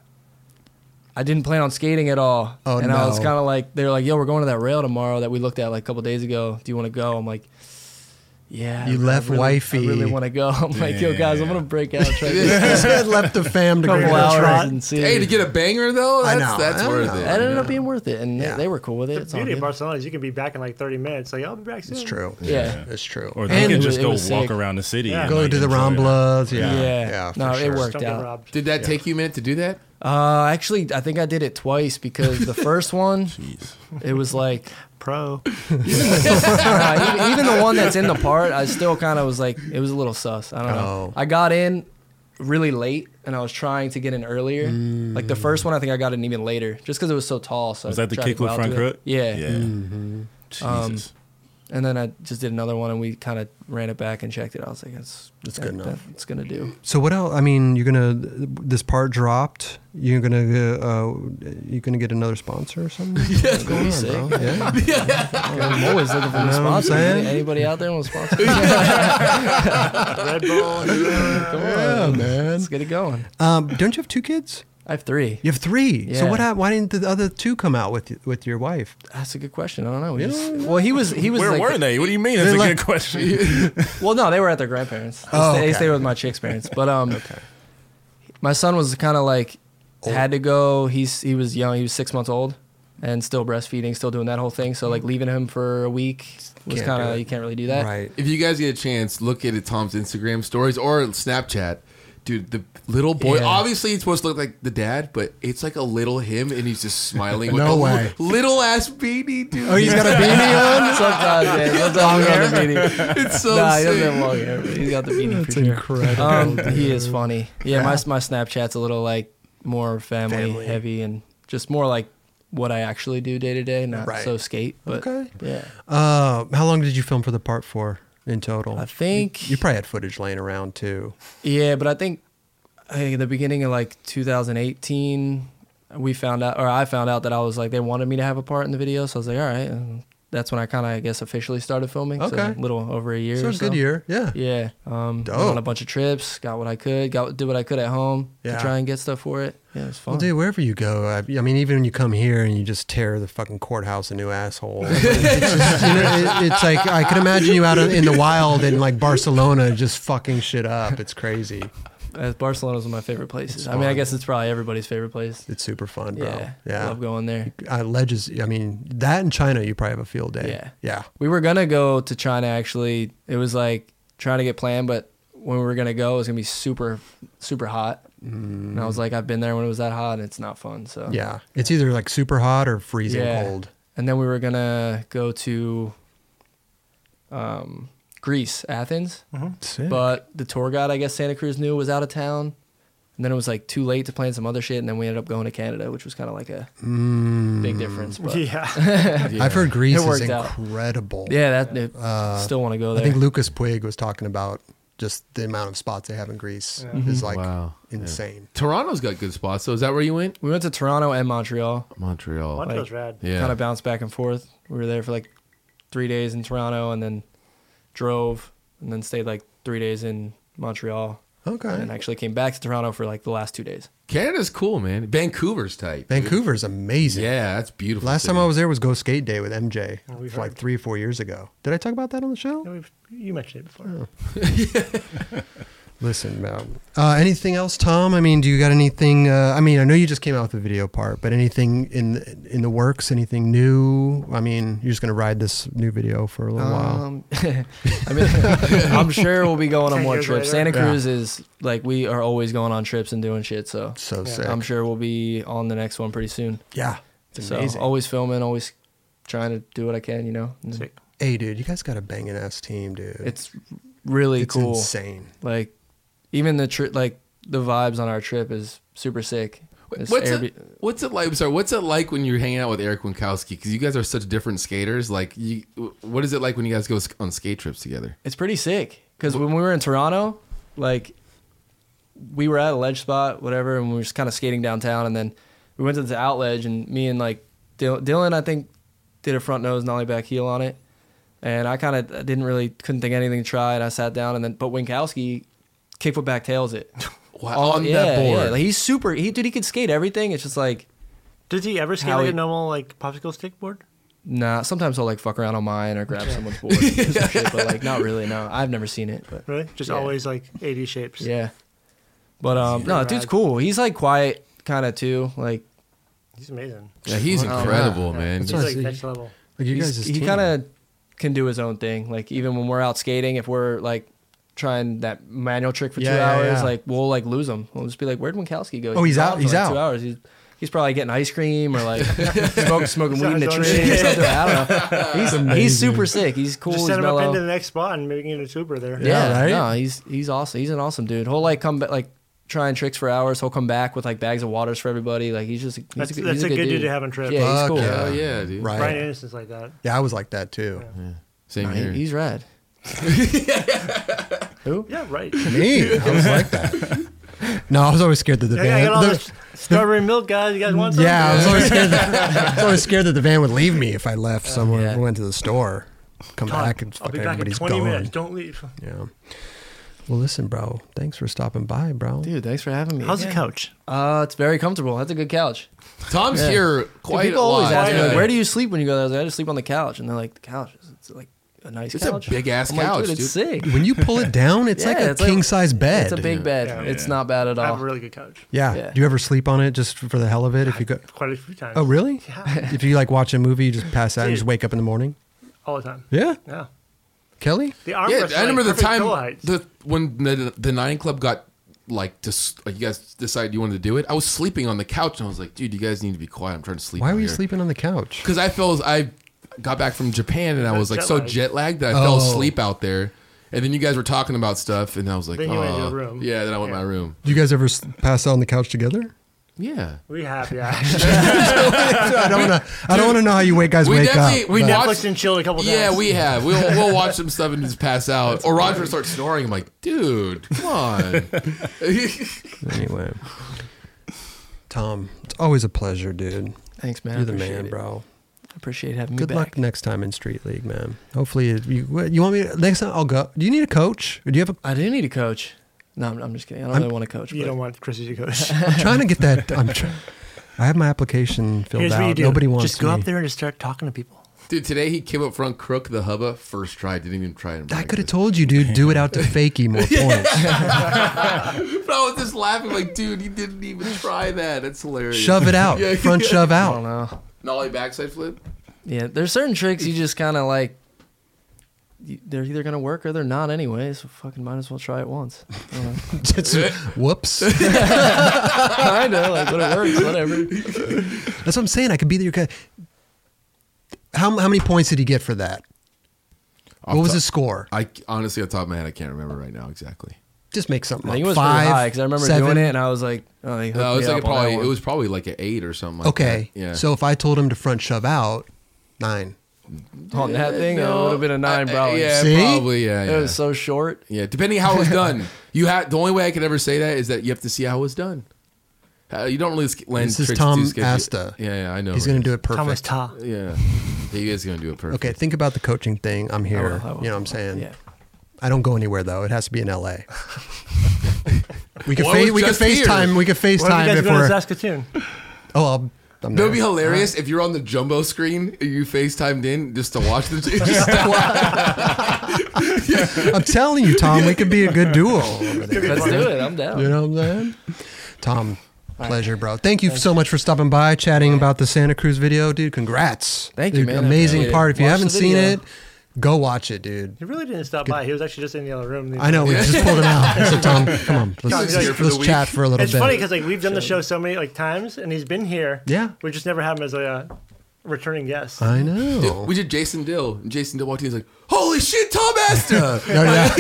I didn't plan on skating at all.
Oh,
and I was
no.
kind of like, they're like, yo, we're going to that rail tomorrow that we looked at like a couple days ago. Do you want to go? I'm like. Yeah,
You
I
left
really-
wifey.
I really want to go. *laughs* I'm like, yo, guys, I'm gonna break out. Try to get
This had left the fam to
a
go
couple hours and see.
Hey, to get a banger though,
I
that's
know.
that's
I
worth
know.
it.
that ended up being worth it, and they-
Yeah.
they were cool with it.
The
It's all
beauty of
good.
Barcelona is you can be back in like 30 minutes. Like, I'll be back soon.
It's true.
Yeah.
It's true.
Or they
and
can
it
just
was- it
go walk
was sick.
around the city.
Yeah.
and,
go
like,
to the
enjoy it.
Ramblas. Yeah.
yeah,
for
No,
sure.
it worked
Don't get
out.
robbed.
Did that take you a minute to do that?
Uh, actually, I think I did it twice because the first one, it was like *laughs*
Pro.
Nah, even, even the one that's in the part, I still kind of was like, it was a little sus. I don't know.
Oh.
I got in really late, and I was trying to get in earlier. Like the first one, I think I got in even later, just because it was so tall. So
Was
I
that the
tried to
kick
go
with
out
front
to it.
crook?
Yeah.
Yeah.
Um,
Jesus.
And then I just did another one, and we kind of ran it back and checked it. I was like, that's that's
good enough.
It's gonna do.
So what else? I mean, you're gonna this part dropped. You're gonna uh, you're gonna get another sponsor or
*laughs*
something. What's going
Sick.
on, bro?
*laughs*
Yeah.
I'm always looking for
know
a
what I'm
sponsor.
saying?
Anybody out there want
*laughs*
to sponsor? me?
Red Bull.
*laughs* Come
Yeah,
on,
man.
Let's get it going.
Um, don't you have two kids?
I have three.
You have three. So
Yeah.
what? hap- Why didn't the other two come out with you, with your wife?
That's a good question. I don't know. We
You
just-
don't
well, he was he was
Where
like,
were they? What do you mean? That's a
like-
good question.
*laughs*
Well, no, they were at their grandparents. They,
Oh,
stayed, they
okay.
stayed with my chick's parents. But um, my son was kind of like had to go. He's he was young. He was six months old, and still breastfeeding, still doing that whole thing. So like leaving him for a week was
Hmm. Can't do
kind of
it.
you can't really do that.
Right.
If you guys get a chance, look at Tom's Instagram stories or Snapchat. Dude, the little boy.
Yeah.
Obviously, it's supposed to look like the dad, but it's like a little him, and he's just smiling with
No
a
way.
li- *laughs* little ass beanie, dude.
Oh, he's got a beanie on.
*laughs* Sometimes, man, sometimes we're on the
*laughs*
*laughs*
meeting.
It's so
nah, he
sick.
doesn't have long hair, but he's got the beanie for
It's
sure.
incredible.
Um, he is funny. Yeah, my my Snapchat's a little like more family,
Family.
heavy and just more like what I actually do day to day, not
Right.
so skate. But
Okay.
yeah,
Uh, how long did you film for the part for in total?
I think
Oh, you probably had footage laying around too.
yeah, but I think I think at the beginning of like 2018, we found out or I found out that I was like they wanted me to have a part in the video, so I was like, all right. And that's when I kind of I guess officially started filming. So
Okay.
a little over a year.
So
or
a
so.
good year. Yeah.
Yeah. Um, went
Dope.
on a bunch of trips, got what I could, got did what I could at home
Yeah.
to try and get stuff for it. Yeah, it was fun.
Well, dude, wherever you go, I, I mean, even when you come here and you just tear the fucking courthouse a new
*laughs*
asshole, it's, just, you know, it, it's like I can imagine you out in the wild in like Barcelona, just fucking shit up. It's crazy.
Uh, Barcelona's one of my favorite places.
It's
I mean, I
fun.
guess it's probably everybody's favorite place.
It's super fun, bro.
Yeah. Love going there.
I ledges. I mean, that in China, you probably have a field day.
Yeah.
Yeah.
We were gonna go to China actually. It was like trying to get planned, but when we were gonna go, it was gonna be super, super hot. And I was like, I've been there when it was that hot, and it's not fun. So
Mm. Yeah. It's either like super hot or freezing
Yeah.
cold.
And then we were gonna go to, um, Greece, Athens,
Sick.
but the tour guide, I guess Santa Cruz knew was out of town. And then it was like too late to plan some other shit, and then we ended up going to Canada, which was kind of like a
Mm.
big difference. But yeah,
Yeah.
I've heard Greece
It
is
worked out.
incredible.
that it- still want to
Uh,
go
I
there.
think Lucas Puig was talking about just the amount of spots they have in Greece is
Mm-hmm.
like
Wow. Yeah.
insane.
Toronto's got good spots. So is that where you went?
we went to Toronto and Montreal.
Montreal.
Montreal's rad.
Yeah.
kind of bounced back and forth. We were there for like three days in Toronto and then drove and then stayed like three days in Montreal and
Okay.
actually came back to Toronto for like the last two days.
Canada's cool, man. Vancouver's tight.
Vancouver's amazing.
Yeah, that's beautiful.
Last time
city.
I was there was Go Skate Day with MJ
Oh,
we've
like
heard.
three or four years ago. Did I talk about that on the show?
We've- You mentioned it before.
Listen, man. Uh, anything else, Tom? I mean, do you got anything? Uh, I mean, I know you just came out with the video part, but anything in in the works? Anything new? I mean, you're just gonna ride this new video for a little while.
Um, *laughs* I mean, *laughs* I'm sure we'll be going on
Ten
more
years
trips.
later.
Santa
Yeah.
Cruz is like, we are always going on trips and doing shit. So
So
yeah,
sick.
I'm sure we'll be on the next one pretty soon.
yeah, it's
so
amazing.
always filming, always trying to do what I can, you know? And
Sick.
Hey, dude, you guys got a banging ass team, dude.
It's really
It's
cool.
insane.
Like even the trip, like the vibes on our trip is super sick. It's
What's
Airb-
it, what's it like? I'm sorry, what's it like when you're hanging out with Eric Winkowski? Because you guys are such different skaters. Like, you, what is it like when you guys go sk- on skate trips together?
It's pretty sick because when we were in Toronto, like we were at a ledge spot, whatever, and we were just kind of skating downtown, and then we went to this out ledge, and me and like Dyl- Dylan, I think, did a front nose nollie back heel on it, and I kind of didn't really couldn't think anything to try, and I sat down, and then but Winkowski kick foot back tails it
Wow,
All-
*laughs* on that board.
Like, he's super. He dude, he could skate everything. It's just like
Did he ever skate
How
like
he-
a normal like popsicle stick board?
nah. Sometimes I'll like fuck around on mine or grab someone's board,
*laughs*
or some shit, but like not really. No, I've never seen it, but.
Really? Just
Yeah.
always like 80 shapes.
Yeah. But um, no,
rad.
dude's cool. He's like quiet kind of too. Like
He's amazing.
Yeah, he's
Oh,
incredible, man.
He's
what I
like
see.
next level.
Like you
he's-
guys,
he kind of can do his own thing. Like even when we're out skating, if we're like trying that manual trick for
Yeah,
two
yeah,
hours,
yeah.
like we'll like lose him. We'll just be like, "Where'd Winkowski go?"
Oh, he's out-
gone for,
he's
like,
out.
Two hours. He's, he's probably getting ice cream
*laughs*
or like smoke, smoking weed in a
Sounds
tree or
amazing.
something. *laughs* I don't
*laughs*
know. He's, he's super sick. He's cool.
Just
he's
set him up
mellow.
into the next spot and maybe get a tuber there.
Yeah,
Yeah, right?
no, he's he's awesome. He's an awesome dude. He'll like come back like trying tricks for hours. He'll come back with like bags of waters for everybody. Like he's just he's
That's-
a, good-
that's
he's
a good dude to have on trip.
Yeah, he's
Fuck
cool.
yeah.
Oh, yeah, dude.
right.
Brian Anderson's like that.
Yeah, I was like that too.
Same
Nah, he-
here.
he's rad. Who?
Yeah, right.
Me, I was like that. No, I was always scared that the
Hey, I
van.
got all
the-
this strawberry milk, guys. You guys want some?
yeah, I was always scared.
*laughs*
That, I was always scared that the van would leave me if I left somewhere,
yeah.
went to the store, come
Todd,
back, and
I'll
fucking
be back in
everybody's
20
gone.
minutes. Don't leave.
Yeah. Well, listen, bro. Thanks for stopping by, bro.
Dude, thanks for having me.
How's
Yeah.
the couch?
Uh, it's very comfortable. That's a good couch. Dude,
Tom's
Yeah.
here quite a
people
lot.
always ask me, like,
Yeah.
"Where do you sleep when you go?" there?" I was like, "I just sleep on the couch," and they're like, "The couch is it's like a nice
It's a
couch."
big-ass
I'm like,
couch,
dude. It's sick.
When you pull it down, it's
*laughs* Yeah,
like a
it's like-
king size bed.
It's a big bed.
Yeah.
It's not bad at
I have a
all.
really good couch.
yeah.
yeah.
Do you ever sleep on it just for the hell of it? If you go,
Quite a few times.
oh really?
Yeah.
If you like watch a movie, you just pass out and
Dude.
just wake up in the morning.
All the time.
Yeah,
Yeah.
Kelly.
The armrest.
Yeah,
is,
I remember the
like, perfect
time
pillow heights.
the, when the the nine club got like just like you guys decided you wanted to do it. I was sleeping on the couch and I was like, dude, you guys need to be quiet. I'm trying to sleep.
Why were you sleeping on the couch?
Because I felt I got back from Japan and I
Jet
was like so
lagged.
jet lagged that I
Oh.
fell asleep out there. And then you guys were talking about stuff and I was like,
Then you went to
oh.
your room.
yeah. Then I went to
Yeah.
my room.
Do you guys ever s- pass out on the couch together?
Yeah.
we have, yeah.
I don't want to. I don't want to know how you wake guys
we
wake
definitely
up.
we
but-
Netflix
watched.
and chill a couple times.
Yeah, we have. We'll, we'll watch some stuff and just *laughs* pass out. Or Roger will start snoring. I'm like, dude, come *laughs* on.
anyway. Tom, it's always a pleasure, dude.
Thanks, man. I
You're the
appreciate
man,
it.
bro.
I appreciate having
Good
me back.
luck next time in Street League, man. Hopefully, it- you what- you want me to, next time. I'll go. Do you need a coach? Or do you have a?
I do need a coach. No, I'm, I'm just kidding. I don't
I'm-
really want to coach.
You
but-
don't want Chrissy to coach.
I'm trying to get that. I'm trying. I have my application filled
Here's
out.
what you do.
Nobody wants
Just go
me.
up there and just start talking to people.
Dude, today he came up front, crook the hubba, first try, didn't even try it.
I could have told you, dude. Do it out to fakey more points.
But *laughs* I was just laughing, like, dude, he didn't even try that. That's hilarious.
shove it out.
Yeah.
Front shove
I *laughs* don't
out.
know.
Nollie backside flip.
Yeah, there's certain tricks you just kind of like. you- They're either gonna work or they're not anyway. So fucking might as well try it once.
*laughs* Just- whoops.
I know, like, but it works. Whatever.
That's what I'm saying. I could be your guy. How how many points did he get for that? What was
the
his score?
I honestly, off the top of my head, I can't remember right now exactly.
Just make something.
I
up.
think it was
Five,
pretty high because I remember
seven.
doing it and I was like, oh, they hooked
No, it was
me
like a
up on that
probably
one.
it was probably like an eight or something. Like
Okay.
that. Yeah.
So if I told him to front shove out, nine.
on that thing.
No,
it would have been a nine,
I-
probably.
Uh, Yeah,
See?
probably. Yeah.
It
Yeah.
was so short.
*laughs*
yeah. Depending how
*laughs*
it was done, you have the only way I could ever say that is that you have to see how it was done. Uh, you don't really sk- land
This is
tricks
Tom
too sketchy.
Asta.
Yeah, yeah, I know.
He's gonna do it perfect.
Thomas Ta.
Yeah. yeah, you guys are gonna do it perfect.
Okay, think about the coaching thing. I'm here.
I will, I will.
You know what I'm saying?
Yeah.
I don't go anywhere though. It has to be in LA.
*laughs*
we could
Well,
fa-
it was
we could
just here.
FaceTime. We could
What if you
FaceTime
guys
if
go to
we're *laughs*
Saskatoon?
Oh, I'll, I'm
That would be
there.
hilarious if you're on the jumbo screen, you FaceTimed in just to watch the. *laughs* Just to watch.
I'm telling you, Tom, we could be a good
*laughs*
duo over there.
Let's do it.
*laughs*
I'm down.
You know what I'm saying? *laughs* Tom, pleasure, bro. Thank you so much for stopping by, chatting about the Santa Cruz video, dude. Congrats.
Thank you,
Dude,
man. I
Amazing
appreciate it.
part. If you
Watch
haven't
the
seen
video.
it, go watch it, dude.
He really didn't stop by. He was actually just in the other room.
I know we just pulled him out. I said, Tom, come on, let's,
He's here
let's,
for the
let's chat for a little
It's
bit.
funny because like we've done the show so many like times, and he's been here.
Yeah. Uh.
We just never have him as a. uh, returning guest.
I know. *laughs*
We did Jason Dill, and Jason Dill walked in. He's like, "Holy shit, Tom
*laughs*
Asta!"
Oh, yeah.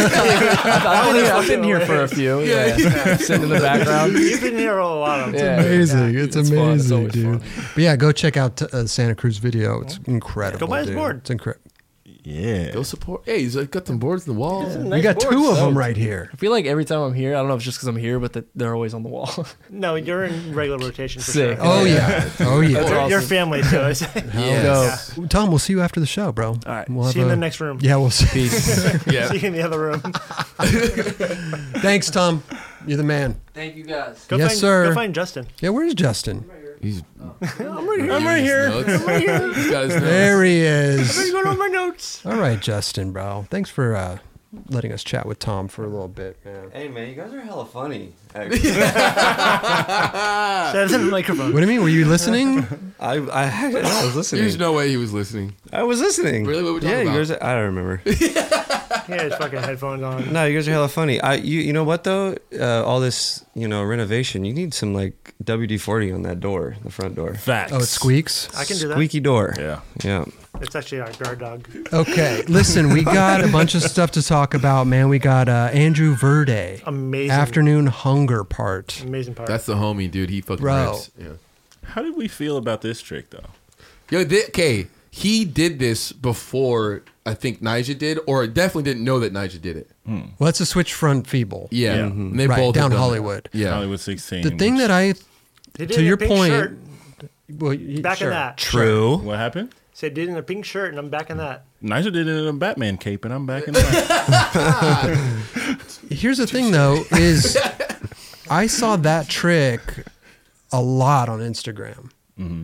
I've been, I've been here
*laughs*
for a few. Yeah, sitting in the background.
You've been here a lot of
Yeah.
amazing. It's,
it's fun. It's
amazing,
always
dude. But yeah, go check out uh, Santa Cruz video. It's incredible.
Go buy his
dude.
board.
It's incredible.
Yeah.
Go support. Hey, he's like got them boards in the wall.
You got two of them right here.
I feel like every time I'm here, I don't know if it's just because I'm here, but that they're always on the wall.
No, you're in regular rotation for
Sick.
sure.
Oh yeah. Oh
That's
yeah.
You're- You're
awesome.
family, so
*laughs*
it's, *laughs*
Yes.
Tom, we'll see you after the show, bro. All
right.
We'll have
see you in
a-
the next room.
Yeah, we'll see.
*laughs* Yeah.
See you in the other room.
*laughs* Thanks, Tom. You're the man.
Thank you guys.
Go
Yes,
find,
sir.
Go find Justin.
Yeah, where's Justin?
He's,
I'm right here.
*laughs* I'm right here. I'm right here. He's got his notes.
There he is.
going over my notes.
All right, Justin, bro. Thanks for uh, letting us chat with Tom for a little bit, man.
Hey man, you guys are hella *laughs* funny. actually.
Uh.
That's in the microphone.
What do you mean? Were you
*laughs*
listening?
I, I, I was
There's
listening.
no way he was listening.
I was listening.
Really? What were we talking
yeah, you
about?
guys. Are, I don't remember.
Yeah, his fucking headphones on.
no, you guys are hella funny. I you you know what though? Uh, all this you know renovation. You need some like WD forty on that door, the front door.
Facts.
Oh, it squeaks.
I can do that.
Squeaky door.
Yeah.
Yeah.
It's actually our guard dog.
Okay, listen, we got a bunch of stuff to talk about, man. We got uh, Andrew Verde,
Amazing.
afternoon hunger part.
Amazing part.
That's the homie, dude. He fucking
Bro.
rips. Yeah.
How did we feel about this trick though?
Yo, thi- okay, he did this before I think Nigel did, or definitely didn't know that Nigel did it.
Well, that's a switch front feeble.
Yeah, And they
Right,
both have
down
done
Hollywood.
That. Yeah,
Hollywood 16.
The thing that I,
They did
to
in a
your
pink
point,
shirt.
well, y-
back
sure.
in that.
True.
What happened?
Said did in a pink shirt, and I'm back in that.
Nigel did it in a Batman cape, and I'm
*laughs*
back in. black.
Here's the thing, though,
*laughs*
is I saw that trick a lot on Instagram.
Mm-hmm.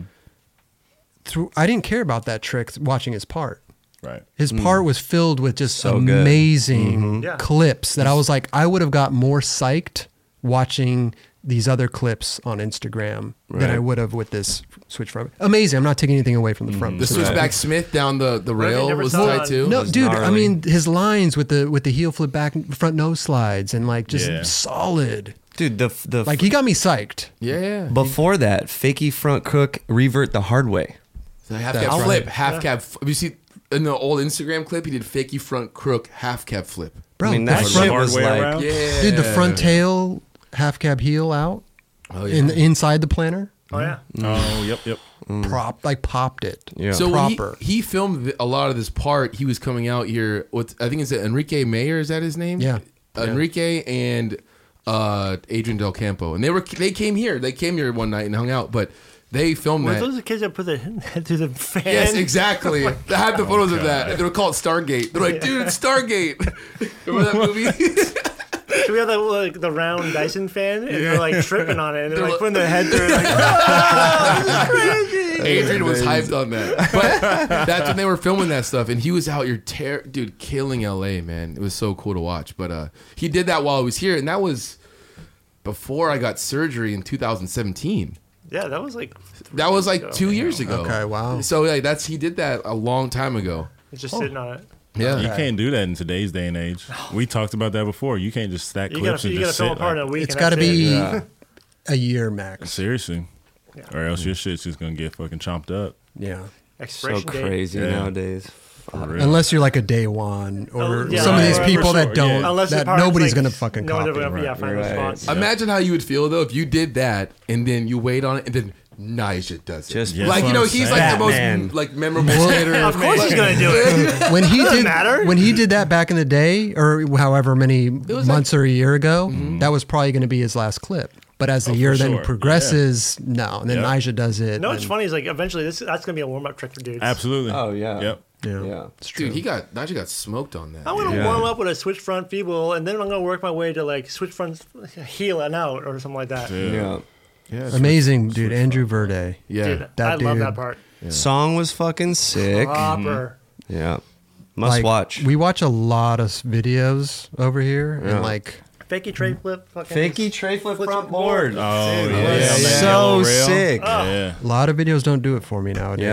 Through, I didn't care about that trick watching his part.
right.
His part was filled with just
Mm. good. Mm-hmm.
amazing
Yeah.
clips that I was like, I would have got more psyched watching these other clips on Instagram than I
Right.
would have with this switch front. Amazing. I'm not taking anything away from the front.
the switchback Smith down the the
Right,
rail
never
was
saw
tight
it.
too.
No,
Mm-hmm. was
dude. I
gnarly.
mean, his lines with the with the heel flip back, and front nose slides, and like just
Yeah.
solid.
Dude, the f- the
Like he got me psyched.
Yeah, yeah.
before that, fakey front crook, revert the hard way.
So half cab
That's
flip,
right.
half cab. F- you see in the old Instagram clip, he did fakey front crook, half cab flip.
Bro,
I mean,
the
that
front,
shit was
Hardware
like,
around?
Yeah,
dude, the front tail half cab heel out
Oh, yeah.
in the, inside the planner,
Oh yeah.
Oh, yep, yep.
prop like popped it.
yeah.
so when he-
proper.
He, filmed th- a lot of this part. He was coming out here with I think it's Enrique Mayer. Is that his name? Uh,
Yeah.
Enrique and uh, Adrian Del Campo, and they were they came here. They came here one night and hung out, but they filmed
Were
that.
those Oh the *laughs* kids that put their head through the fan? *laughs*
Yes, exactly. I have the photos of
Oh
that.
God.
They were called Stargate. They're like, dude, it's Stargate. *laughs* Remember
*laughs*
that movie?
Should we have the, like, the round Dyson fan? And they're like tripping on it, and they're
They're
like
like-
putting their head through. it, Like, *laughs*
Adrian was hyped on that. But that's when they were filming that stuff, and he was out here, tear, dude, killing LA, man. It was so cool to watch. But uh, he did that while I was here, and that was before I got surgery in 2017.
yeah, that was like
That was like two years ago.
Okay, wow.
So like, that's he did that a long time ago.
just sitting on it.
Yeah.
You can't do that in today's day and age. We talked about that before. You can't just stack
You
clips
gotta, you
and
gotta
just
film
sit.
apart in
like-
a week.
It's
and
got to
that's it.
be
Yeah.
a year max.
seriously, or else your shit's just gonna get fucking chomped up.
Yeah.
so
expiration date.
crazy
Yeah.
nowadays.
For real.
Unless you're like a day one or
Oh, yeah.
some of these
Right.
people
For
that
sure,
don't,
yeah.
Unless the
that
part's,
nobody's
like,
going to fucking
no one's
copy.
ever *laughs* gonna- Yeah, find a
Right.
response.
Imagine how you would feel though if you did that and then you wait on it and then Nigel does it.
Just-
like you know, he's like the most
Batman.
like memorable skater.
Of course he's
*laughs*
gonna do it.
when he did
matter.
when he did that back in the day or however many
was
months or a year ago that was probably going to be his last clip but as the
for
year then
sure.
progresses no and then
Yep.
Nija does it
No, it's
and-
funny. Is like eventually this that's gonna be a warm up trick for dudes.
Absolutely.
Oh yeah.
Yep.
yeah,
Yeah.
It's true.
Dude, he got Nigel got smoked on that.
I want to
Yeah.
warm up with a switch front feeble, and then I'm gonna work my way to like switch front heel and out or something like that.
Yeah.
Yeah.
amazing dude Andrew Verde
yeah.
Dude,
That
I love
dude.
that part.
Song was fucking sick.
Proper.
Mm-hmm.
yeah. Must
Like,
watch.
we watch a lot of s- videos over here and like
Fakey tray flip. Fucking
Fakey tray flip
Flip
front
it
board.
board.
Oh,
Dude,
yeah.
that was
Yeah.
so
Yellow rail.
sick.
Yeah.
A lot of videos don't do it for me nowadays.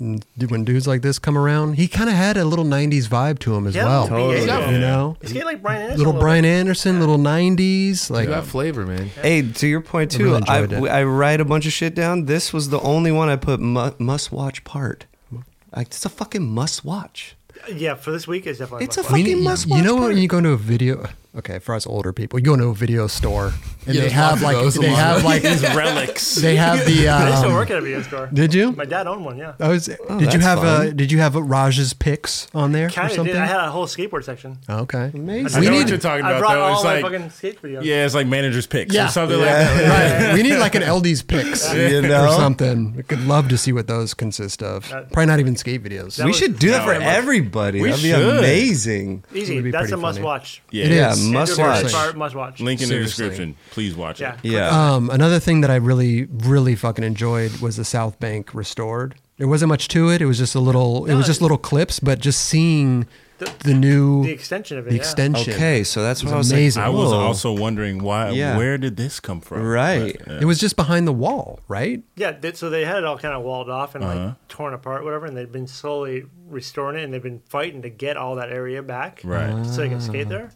Yeah.
N- When dudes like this come around, he kind of had a little '90s vibe to him as
Yeah,
well.
totally.
Yeah.
You know,
It's getting like Brian Anderson.
little
a
Brian Anderson, little '90s, like um,
You got flavor, man.
Hey, to your point
I
too,
really
I,
enjoyed it.
I write a bunch of shit down. This was the only one I put mu- must watch part. Like it's a fucking must
*laughs*
watch.
bit. Yeah, for this week it's definitely.
It's
my
a
favorite.
We
fucking
need-
must watch.
You know
part.
when you go into a video? Okay, for us older people, you go into a video store and
Yeah,
they
there's
have
lots of
like
those, a
they
lot of
have
those.
like *laughs*
These relics.
they have
*laughs*
the.
I used to
Um,
work at a video store.
did you?
My dad owned one. Yeah.
I was, did you
Oh, that's
have uh,
fun.
did you have uh, Raj's picks on there or
Kind of
something?
did. I had a whole skateboard section.
okay,
Amazing.
I
We
know
need
what you're talking
I
about,
brought
though.
all
It's
my
like,
fucking skate videos.
yeah, it's like manager's picks
Yeah.
or something like that.
Right. We need like an LD's picks
You
or
know?
something. We could love to see what those consist of. Probably not even skate videos.
That
we
was-
should do that for
No,
everybody.
we
That'd be
should.
amazing.
Easy.
would be
That's
pretty
a must
funny.
watch.
Yeah.
It
Yeah,
is.
must
Indoor
Seriously.
watch.
Part, must watch.
Link in the
Seriously.
description. Please watch
Yeah.
it.
Yeah.
Um, another thing that I really, really fucking enjoyed was the South Bank restored. There wasn't much to it. It was just a little. It was just little clips, but just seeing the, new
The extension of it.
the
yeah.
extension.
okay, so that's what I
was
was
amazing.
I
Like,
was
whoa.
also wondering why.
Yeah.
Where did this come from?
Right.
But, uh, yeah.
It was just behind the wall, right?
Yeah, they, so they had it all kind of walled off and like torn apart, whatever, and they've been slowly restoring it, and they've been fighting to get all that area back,
Right.
So they can skate there.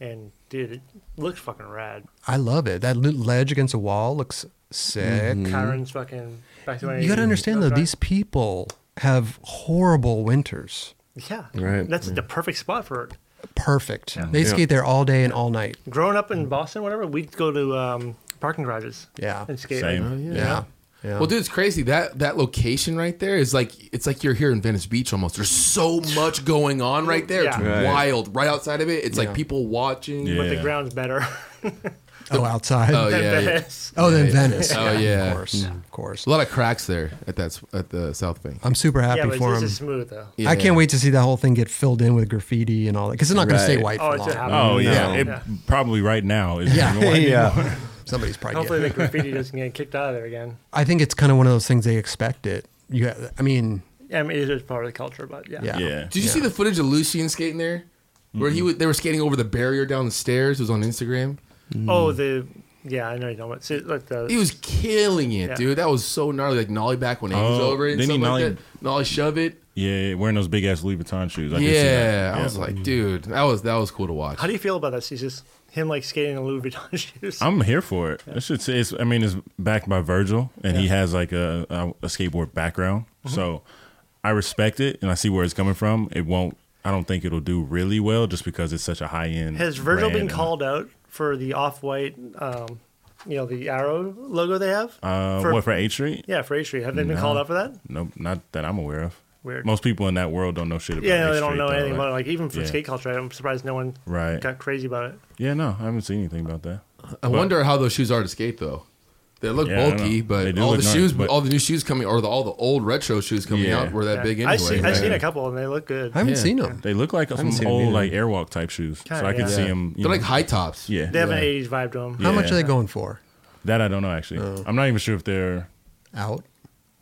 And dude, it looks fucking rad.
I love it. That little ledge against a wall looks sick.
Mm-hmm.
Kyron's fucking back to
Mm-hmm. You got to understand though, these people have horrible winters.
yeah,
Right.
That's the perfect spot for it.
Perfect. They skate there all day and all night.
Growing up in Boston, whatever, we'd go to um, parking garages
Yeah.
and skate.
Same.
yeah.
Yeah. Yeah.
Well, dude, it's crazy that that location right there is like it's like you're here in Venice Beach almost. There's so much going on right there. It's
Yeah.
Right.
wild. Right outside of it, it's like people watching.
Yeah.
But the ground's better
oh, outside.
Oh
Oh,
*laughs*
yeah,
than
yeah.
Venice.
then Venice.
Oh, yeah.
Of course. Of course.
a lot of cracks there at that s- at the South Bank.
I'm super happy
Yeah, but
for
this
him.
is smooth though.
I
Yeah.
can't wait to see that whole thing get filled in with graffiti and all that because it's not going
Right.
to stay white
Oh,
for
it's
long.
a happen.
Oh yeah.
No.
It
Yeah.
probably right now is
Yeah.
even
*laughs*
white.
yeah.
Somebody's probably.
Hopefully,
Getting
the
it.
graffiti doesn't get kicked out of there again.
I think it's kind of one of those things they expect it. You, ha- I mean,
I mean, it is part of the culture, but *laughs* yeah.
yeah.
Yeah.
Did you see the footage of Lucian skating there? Where he was, they were skating over the barrier down the stairs. It was on Instagram.
Hmm.
Oh, the yeah, I know you know what. So, like the
He was killing it,
Yeah.
dude. That was so gnarly. Like nollie back when he was
Oh,
over it and
didn't he
stuff like
nollie-
that. Nollie shove it.
Yeah, wearing those big ass Louis Vuitton shoes. I did see
yeah,
that.
I was like, dude, that was that was cool to watch.
how do you feel about this? He's just him like skating in Louis Vuitton *laughs* shoes.
I'm here for it. This shit's, it's, I mean, it's backed by Virgil, and he has like a, a, a skateboard background,
Mm-hmm.
so I respect it, and I see where it's coming from. It won't. I don't think it'll do really well just because it's such a high end.
Has Virgil been called out for the off-white, um, you know, the arrow logo they have?
Uh,
for,
what for H Street?
yeah, for H Street. Have they been called out for that?
No, not that I'm aware of.
Weird.
Most people in that world don't know shit about.
Yeah, no,
H
they don't
Street,
know
though.
anything about it.
Like-
Like even from
Yeah.
skate culture, I'm surprised no one
Right.
got crazy about it. Uh-huh.
Yeah, no, I haven't seen anything about that.
I wonder how those shoes are to skate though. They look
Yeah, I don't
bulky,
know. They
but
do
all
look
the
nice,
shoes,
but-
all the new shoes coming, or the, all the old retro shoes coming
Yeah.
out were that
Yeah.
big anyway.
I've seen, I've
right?
seen a couple and they look good.
I haven't
Yeah.
seen them.
They look like some
seen 'em
old
either.
like Airwalk type shoes, so
Kinda,
I can
yeah.
see them.
They're like high tops.
yeah,
they have an '80s vibe to them.
How
Yeah.
much are they going for?
that I don't know actually.
Oh.
I'm not even sure if they're
Out.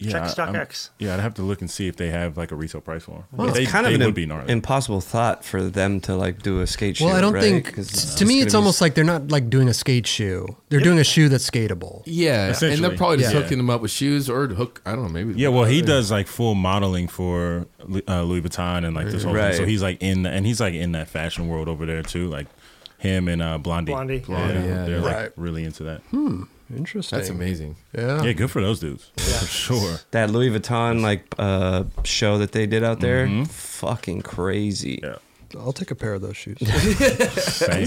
Yeah,
Check
I-
stock
I'm-
X.
Yeah, I'd have to look and see if they have like a retail price for them. But
It's
they,
kind of
they
an
would
im-
be gnarly.
impossible thought for them to like do a skate shoot.
Well, I don't
right?
think.
'Cause
to me,
gonna
it's
be-
almost like they're not like doing a skate shoe. They're doing a shoe that's skatable.
yeah, and they're
Essentially.
probably just
Yeah.
hooking them up with shoes or hook. I don't know, maybe.
yeah, well, he does like full modeling for uh, Louis Vuitton and like this whole
Right.
thing. So he's like in the, and he's like in that fashion world over there too. Like him and uh, Blondie.
Blondie.
yeah,
Blondie, yeah,
they're
yeah.
like
Right.
really into that.
Hmm.
Interesting.
That's
*laughs*
amazing.
Yeah.
Yeah, good for those dudes for sure.
that Louis Vuitton like uh, show that they did out there. Fucking crazy.
Mm-hmm. Yeah.
I'll take a pair of those shoes. *laughs*
I
Same.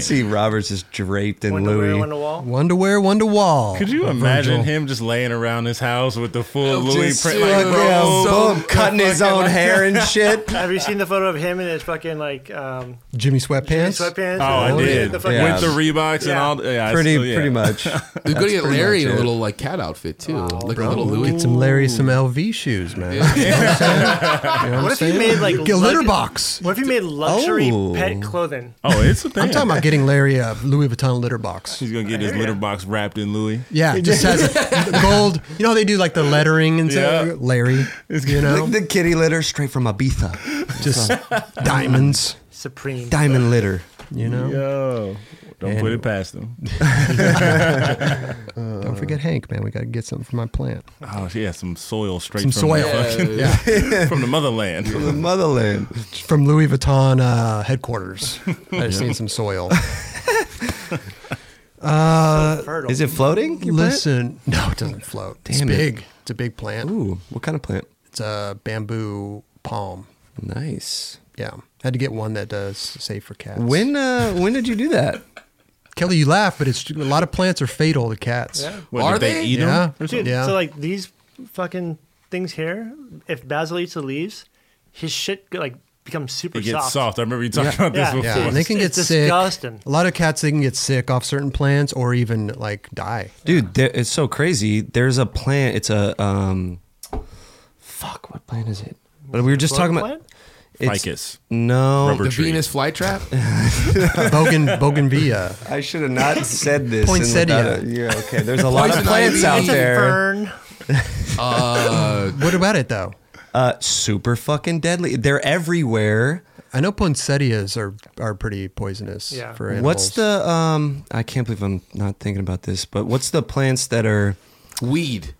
*laughs* see Roberts is draped in
One to
Louis.
wear, one to wall.
one to wear, one to wall.
Could you
Virgil.
imagine him just laying around his house with the
Oh,
full
Just
Louis print?
doing
Like,
it.
bro,
Yeah,
so
boom, cutting his own hair and
*laughs*
shit.
Have you seen the photo of him in his fucking like um,
Jimmy sweatpants.
sweatpants?
oh, I
Oh, yeah,
did
The fucking
Yeah.
with the Reeboks and
Yeah.
all. Yeah, I
Pretty,
still- yeah.
pretty
*laughs*
much.
Dude, go get
pretty
Larry
much
in a
it.
little like cat outfit too, like a little
Get
Louis.
some Larry, some LV shoes, man. You know what I'm
What if you
saying?
made, like,
get a litter
lug-
box?
What if you made luxury
Oh.
pet clothing?
Oh, it's a thing.
I'm talking about getting Larry a Louis Vuitton litter box.
He's gonna get his litter box wrapped in Louis.
Yeah, it just has a gold. You know how they do like the lettering and stuff.
Yeah.
Larry, you know,
Like the kitty litter straight from Ibiza.
just diamonds.
supreme.
Diamond litter.
You know,
Yo, don't
And-
put it past them.
don't forget Hank, man. We got to get something for my plant.
Oh, she has some soil straight
Some
from
soil.
the
*laughs*
fucking, from the motherland.
*laughs* The motherland.
From Louis Vuitton uh,
*laughs*
headquarters. I just need some soil.
So fertile.
Is it floating? your plant?
Listen, no, it
*laughs*
doesn't float. it's
Damn it.
big. It's a big plant.
Ooh, what kind of plant?
It's a bamboo palm.
Nice.
Yeah, had to get one that does safe for cats.
When uh, when did you do that?
Kelly, you laugh, but it's a lot of plants are fatal to cats.
Yeah.
What,
Are
did they,
they?
eat them?
Yeah.
Dude,
yeah.
so like these fucking things here, if Basil eats the leaves, his shit like becomes super
It gets
soft.
soft. I remember you talking about this
Yeah.
before.
yeah,
It's-
and they can get
it's
sick.
disgusting.
A lot of cats they can get sick off certain plants or even like die. *laughs*
Dude, there, it's so crazy. There's a plant. It's a um, fuck. What plant is it? But we were just
Blood
talking about
plant?
it's- Oh,
Ficus.
No,
Rubber
The
tree.
Venus
*laughs*
flytrap?
Bogan, bougainvillea.
I should have not said this. and
Poinsettia.
without it- Yeah, okay. There's
*laughs*
a lot of
Poison
plants
ivy.
out
It's a
there.
fern.
uh,
What about it though?
Uh, super fucking deadly. They're everywhere.
I know poinsettias are are pretty poisonous
Yeah.
for animals.
What's the um? I can't believe I'm not thinking about this. But what's the plants that are?
weed.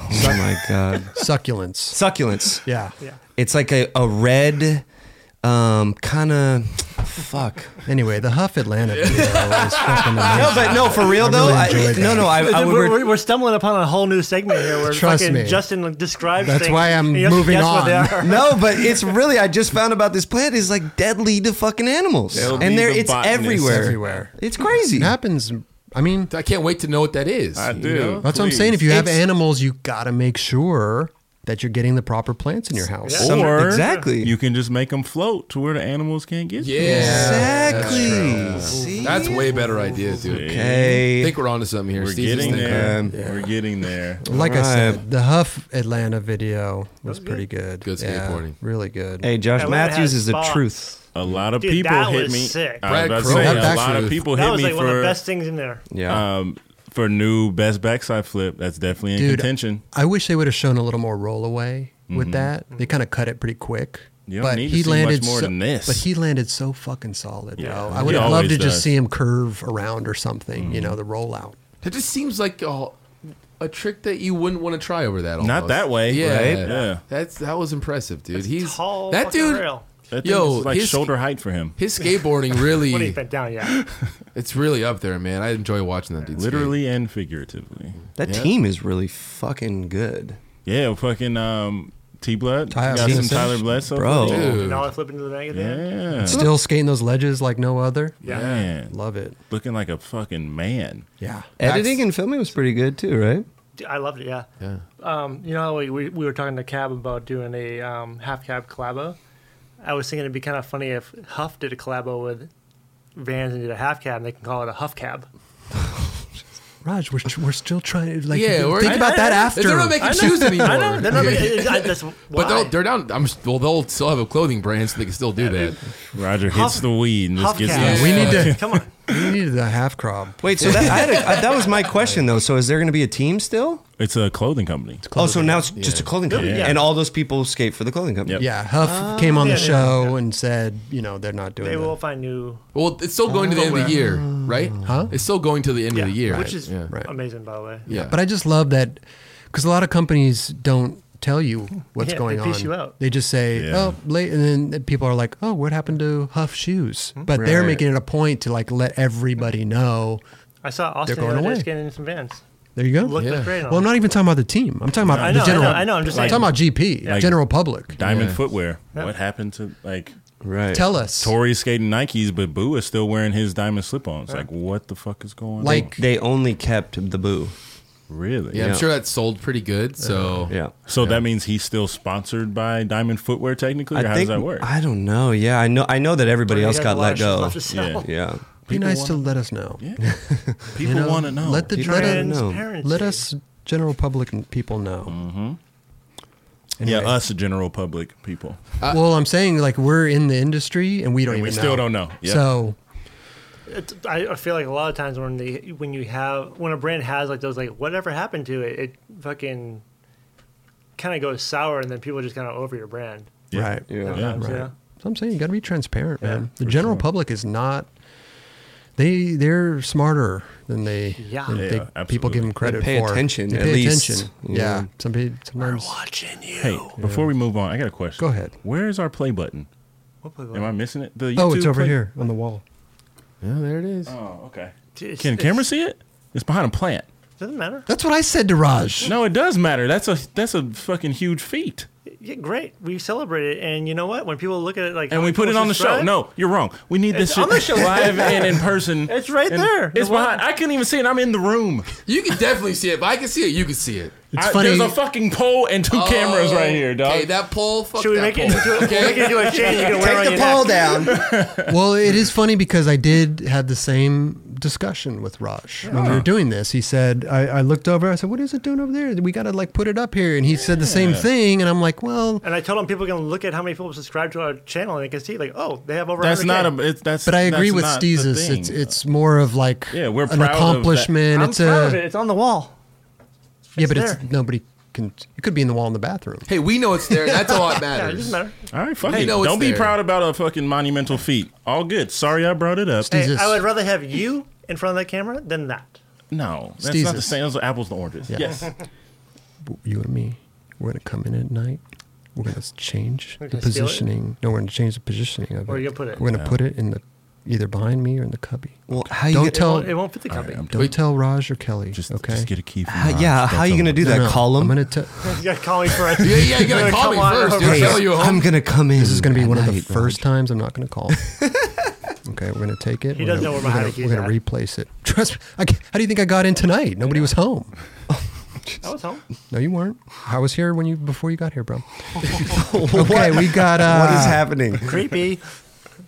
Oh my god,
succulents?
succulents.
Yeah.
Yeah.
It's like a a red, um, kind of fuck.
Anyway, the Huff Atlanta video is
*laughs*
fucking
No,
amazing.
but no, for real
I
though.
really
I,
enjoyed
no,
that.
no, I,
*laughs*
I
Dude, we're,
we were,
we're, we're stumbling upon a whole new segment here where
Trust
fucking
me.
Justin like, describes
That's
things,
why I'm
and you have to
moving
guess
on.
What they are.
*laughs* no, but it's really. I just found about this plant is like deadly to fucking animals,
They'll
and
be
there
the
it's
botanists
everywhere.
everywhere.
It's crazy.
It happens. I mean,
I can't wait to know what that is.
I
you
do.
know?
that's what I'm saying. If you have
It's-
animals, you gotta make sure that you're getting the proper plants in your house.
Yeah.
Some-
Or
exactly.
You can just make them float to where the animals can't get
Yeah.
to 'em.
exactly. See?
That's way better idea, dude. I
Okay.
think we're onto something here.
We're
Steve's
getting
thinking.
there.
um,
We're getting there.
Like I
Right.
said, the Huff Atlanta video was pretty good.
Good
Yeah,
skateboarding.
really good.
Hey, Josh
Atlanta
Matthews
has
is the
spots.
truth.
A lot of
Dude,
people
that
hit
was
me.
sick.
I was
Brad
about to
Crow.
say,
That's
a lot
actually-
of people
That
hit
was
me
like
for
one of the best things in there.
Yeah.
um, for new best backside flip. That's definitely in
Dude,
contention.
I wish they would have shown a little more roll away with that. They kind of cut it pretty quick.
Mm-hmm. You don't
but
need to
he
see much
landed
more
so,
than this.
But he landed so fucking solid,
Yeah.
bro. I
He
would have loved
always
to just
does.
see him curve around or something. You know, the rollout.
It just seems like a, a trick that you wouldn't want to try over that. Almost.
Not that way,
Yeah,
right? Yeah.
That's that was impressive, dude.
It's
He's
tall.
that
fucking
dude.
Rail.
That thing
Yo,
is like
his-
shoulder height for him.
*laughs*
His skateboarding
When he
really,
bent down, yeah.
it's really up there, man. I enjoy watching that dude. skate.
Literally and figuratively.
that
yeah.
team is really fucking good.
Yeah, fucking um, T Blood.
Tyler
Got some
Bless.
Tyler Bless. over
Bro.
there.
Dude.
And all I flip into the bag of that.
Yeah.
Still skating those ledges like no other.
Yeah.
Man.
Love it.
Looking like a fucking man.
Yeah.
Editing and filming was pretty good too, right?
Dude, I loved it. Yeah.
Yeah.
Um, you know, how we, we we were talking to Cab about doing a um, half cab collabo. I was thinking it'd be kind of funny if Huff did a collabo with Vans and did a half cab, and they can call it a Huff cab.
Raj, we're, we're still trying to like
Yeah, we're-
think about that after.
They're not making shoes anymore.
I know. They're not making, it,
*laughs*
I, that's
But
why.
they'll, they're down. I'm s- well. They'll still have a clothing brand, so they can still do that.
Roger hits
Huff-
the weed and just
Huff
gets
cab.
the-
We need to-
*laughs* Come on.
We needed a half crop.
Wait, so that, I had a, I, that was my question though. So is there going to be a team still?
It's a clothing company.
Oh, so now it's just a clothing company,
Yeah.
and all those people skate for the clothing company.
Yep.
Yeah, Huff came on
Yeah,
the
yeah,
show and said, you know, they're not doing
They
that.
will find new.
Well, it's still going to the end of the year, right?
Huh?
It's still going to the end
Yeah,
of the year,
which is
yeah.
Right.
amazing, by the way.
Yeah.
But I just love that because a lot of companies don't tell you what's
Yeah, they
going
piece
on.
you out.
They just say,
Yeah.
oh, late. And then people are like, oh, what happened to Huff Shoes?
Hmm?
But they're
Right.
making it a point to like let everybody know.
I saw Austin
going
the other day
away.
skating in some Vans.
There you go.
Looked
Yeah.
great. on
well, I'm not even talking about the team. I'm talking about
I know,
the
I
general.
know, I know, I'm just saying.
talking about GP,
Like-
general public.
Diamond
Yeah.
footwear.
Yeah.
What happened to like
Right.
Tell us.
Tori's skating Nikes, but Boo is still wearing his diamond slip-ons. Like, what the fuck is going
Like-
they only kept the boo.
on? Really?
yeah,
Yeah.
I'm sure that sold pretty good. So
Yeah.
So that means he's still sponsored by Diamond Footwear, technically. Or how does that work?
I don't know. Yeah, I know. I know that everybody
They
else
had
got
a
let
lot of
go.
shit left to sell.
Yeah.
Yeah.
Be
People
nice
wanna-
to let us know.
yeah.
You
People
know,
want to know.
Let the
People
let,
wanna
us-
know.
Transparency.
let us general public and people know.
Mm.
Mm-hmm.
Yeah, us general public people.
well, I'm saying like we're in the industry and we don't
And
even
we
know.
still don't know. Yep.
So
It's, I I feel like a lot of times when the when you have when a brand has like those like whatever happened to it, it fucking kind of goes sour, and then people are just kind of over your brand.
Yeah.
right.
Yeah.
Yeah.
Sometimes, you know?
So I'm saying you got to be transparent,
Yeah,
man. The
for
general
sure.
public is not. They they're smarter than they
Yeah.
than
Yeah,
they- people
absolutely.
give them credit
pay
for.
attention,
They
at
pay
least.
attention. Mm.
Yeah.
Yeah, some people sometimes.
Watching you.
Hey, before we move on, I got a question.
Oh, Go ahead.
Where is our play button?
What play
Am I missing it? The
Oh, it's
YouTube
over
play-
here on the wall.
Yeah, there it is.
Oh, okay.
It's-
Can
it's-
camera see it? It's behind a plant.
Doesn't matter.
That's what I said to Raj.
No, it does matter. That's a that's a fucking huge feat.
Yeah, great. We celebrate it, and you know what? When people look at Oh, it, like
And
how
we put
people
it on the show.
subscribe-
No, you're wrong. We need this
It's
shit
on
*laughs*
the show.
live and in person.
*laughs* It's right
And
there.
It's
The one-
behind. I couldn't even see it. I'm in the room.
You can definitely see it. If I can see it, you can see it. Oh,
It's
I-
funny.
There's a fucking pole and
Oh,
two cameras right here, dog.
Okay, that pole. Fuck
Should we
that
make it
pole.
into a, we'll *laughs* make it into a chain? You can wear it on
Take the
your
pole
neck.
down.
well, it is funny because I did have the same discussion with Raj when we were doing this. He said, I, I looked over, I said, What is it doing over there? We got to like put it up here. And he said the same thing. And I'm like, Well,
And I told them people can look at how many people subscribe to our channel, and they can see like, oh, they have over.
that's
100K.
not a. It's, that's.
but I agree
that's
with
not the
Steezus.
thing.
It's, it's more of like
Yeah, we're
an
proud of that.
accomplishment.
I'm
it's
proud
a,
of it. It's on the wall.
yeah, but
there.
it's nobody can, it could be in the wall in the bathroom.
Hey, we know it's there. That's all that
*laughs* Yeah, it doesn't
matters.
matter.
all right. Fuck
Hey,
it.
no, it's
Don't be
there.
proud about a fucking monumental feat. All good. Sorry, I brought it up.
Steez-
Hey,
Jesus.
I would rather have you in front of that camera than that.
No, that's
Steezus.
not the same. Those are apples and oranges.
Yeah.
Yes.
You and me, we're going to come in at night. We're going to change
We're
the
gonna steal it?
positioning. No, we're going to change the positioning of it.
Where you gonna put it?
We're going to put it in the, either behind me or in the cubby.
Well, how you
Don't
gonna-
It
tell-
won't, it won't fit the copy.
I'm-
Don't tell Raj or Kelly.
Just,
okay.
just get a key. From
How-
Raj.
yeah, how
That's
you gonna
all.
do that? Call him.
I'm gonna tell.
You gotta call me first.
Yeah, yeah, you
*laughs*
gotta
You're
call me
on
first,
over.
dude.
Hey,
Tell you,
I'm
homie.
gonna come in.
This is gonna be
at
one of the
night,
first
Raj.
times I'm not gonna
*laughs*
call. okay, we're gonna take it.
He
we're gonna,
doesn't know where my
we're
hiding
gonna,
key's
we're gonna
at.
replace it. *laughs* Trust me. I ca- how do you think I got in tonight? Nobody was home.
I was home.
No, you weren't. I was here when you before you got here,
*laughs*
bro. okay, we got. Uh,
What is happening?
Creepy.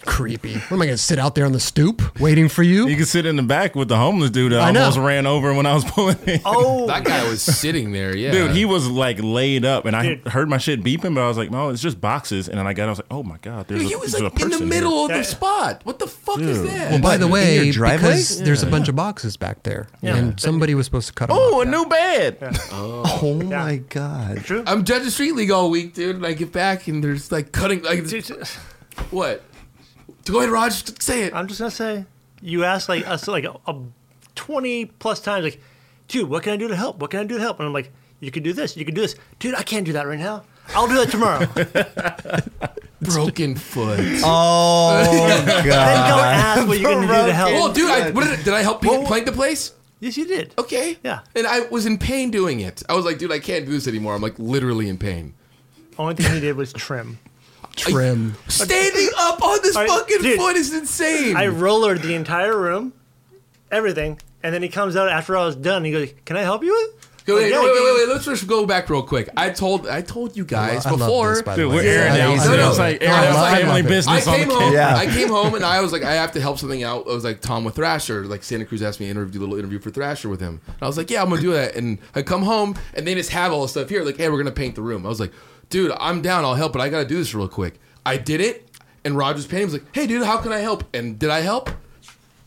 Creepy. What am I gonna sit out there on the stoop waiting for you?
You can sit in the back with the homeless dude that
I know.
almost ran over when I was pulling in.
Oh,
*laughs* That guy was sitting there. Yeah,
Dude, he was like laid up, and I
Dude.
heard my shit beeping, but I was like, "No, it's just boxes." And then I got, I was like, "Oh my god, there's
Dude,
a,
he was
there's a
like in the
person
middle
here.
of the
Yeah.
spot. What the fuck is
Dude.
well,
that?
Oh, by the
in
way,
your driveway?
because there's a bunch of boxes back there,
Yeah.
and somebody was supposed to cut them.
Oh, a new bed.
Oh my god!
true.
I'm judging street league all week, dude. And I get back and there's like cutting. Like
Dude,
what? Go ahead, Raj. just Say it.
I'm just gonna say, you asked like us like a, a twenty plus times, like, dude, what can I do to help? What can I do to help? And I'm like, you can do this, you can do this, dude. I can't do that right now. I'll do that tomorrow. then
Broken foot. *laughs*
Oh
don't
god!
ask what you can do to help.
Well, dude, I, what did, I- did I help people paint the place?
yes, you did.
Okay.
Yeah.
And I was in pain doing it. I was like, dude, I can't do this anymore. I'm like literally in pain.
Only thing he did was trim.
Trim.
Standing up on this
All right,
fucking
dude.
foot is insane.
I rollered the entire room, everything, and then he comes out after I was done. He goes, "Can I help you with?"
Go-
Like,
wait,
"Yeah,
wait,
you
wait,
can-
wait, wait. Let's just go back real quick. I told I told you guys
I love
before.
this, by the
Dude,
way.
we're airing
I
out.
love
No,
it.
no.
It's like airing
No, I
out
love
family
it.
business
I
on the
came
kid.
home.
Yeah.
I came home and I was like, I have to help something out. I was like, Tom with Thrasher. Like Santa Cruz asked me to interview, little interview for Thrasher with him. And I was like, yeah, I'm gonna do that. And I come home and they just have all the stuff here. Like, hey, we're gonna paint the room. I was like, dude, I'm down. I'll help, but I gotta do this real quick. I did it. And Roger's painting was like, hey, dude, how can I help? And did I help?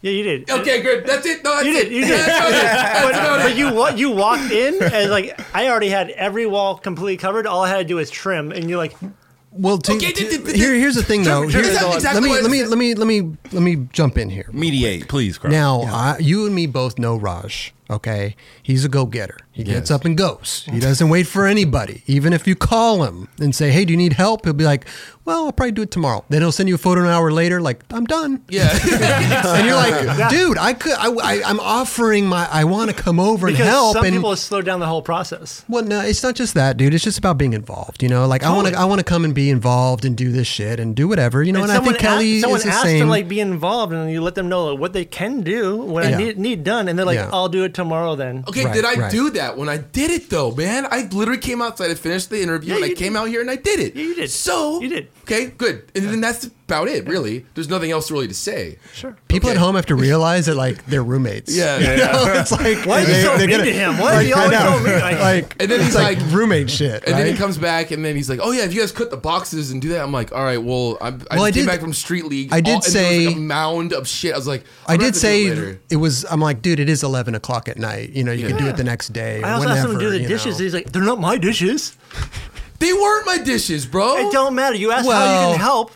Yeah, you did.
Okay, good. That's it. No, that's
You
it.
did. You did.
*laughs* That's
*laughs* but,
about it.
but you wa- you walked in and like I already had every wall completely covered. All I had to do was trim, and you're like,
Well, to,
Okay,
to-
d- d- d-
here, here's the thing,
Sure,
though.
sure,
Here's-
that's exactly
let me
what I
let me
said.
let me let me let me jump in here.
Mediate, please, Carl.
Now, I, you and me both know Raj. Okay, he's a go-getter. He gets
Yes.
up and goes. He doesn't wait for anybody. Even if you call him and say, "Hey, do you need help?" He'll be like, "Well, I'll probably do it tomorrow." Then he'll send you a photo an hour later, like, "I'm done."
*laughs* Yeah.
*laughs* And you're like, "Dude, I could. I, I, am offering my. I want to come over and
because
help."
some
and
people slow down the whole process.
Well, no, it's not just that, dude. It's just about being involved. You know, like I want to,
Totally.
I want to come and be involved and do this shit and do whatever. You know, and, I
someone
think Kelly
asked, someone
is the
asked
same.
to like be involved, and you let them know what they can do, what
Yeah.
I need, need done, and they're like,
Yeah.
"I'll do it tomorrow." Then
Okay,
Right,
did I
right.
do that when I did it though, man? I literally came outside, I finished the interview,
Yeah,
and I
you
came out here and I did it.
Yeah, you did.
So
You did.
Okay, good. And then that's about it, really. There's nothing else really to say.
sure.
People
okay.
at home have
*laughs*
to realize that like they're roommates.
Yeah.
*laughs* You know, it's like
Why are you
they-
so
they
mean
gotta-
to him? Why are you
I
always
know.
so mean?
*laughs*
Like,
Like,
And then he's
it's like,
like-
roommate shit.
And then he
right?
comes back, and then he's like, "Oh yeah, if you guys cut the boxes and do that," I'm like, "All right, well, I, I just
I
came
did-
back from Street League.
I did
all- and there was,
say-
like, a mound of shit. I was like,
I
I'm gonna
did
have to do
say
it later.
it was. I'm like, dude, it is 11 o'clock at night. You know, you can do it the next day. Or
I also asked him to do
whenever,
the
you
dishes.
know.
and He's like, "They're not my dishes.
they weren't my dishes, bro. Oh.
It don't matter. You asked how you
Well-
can help.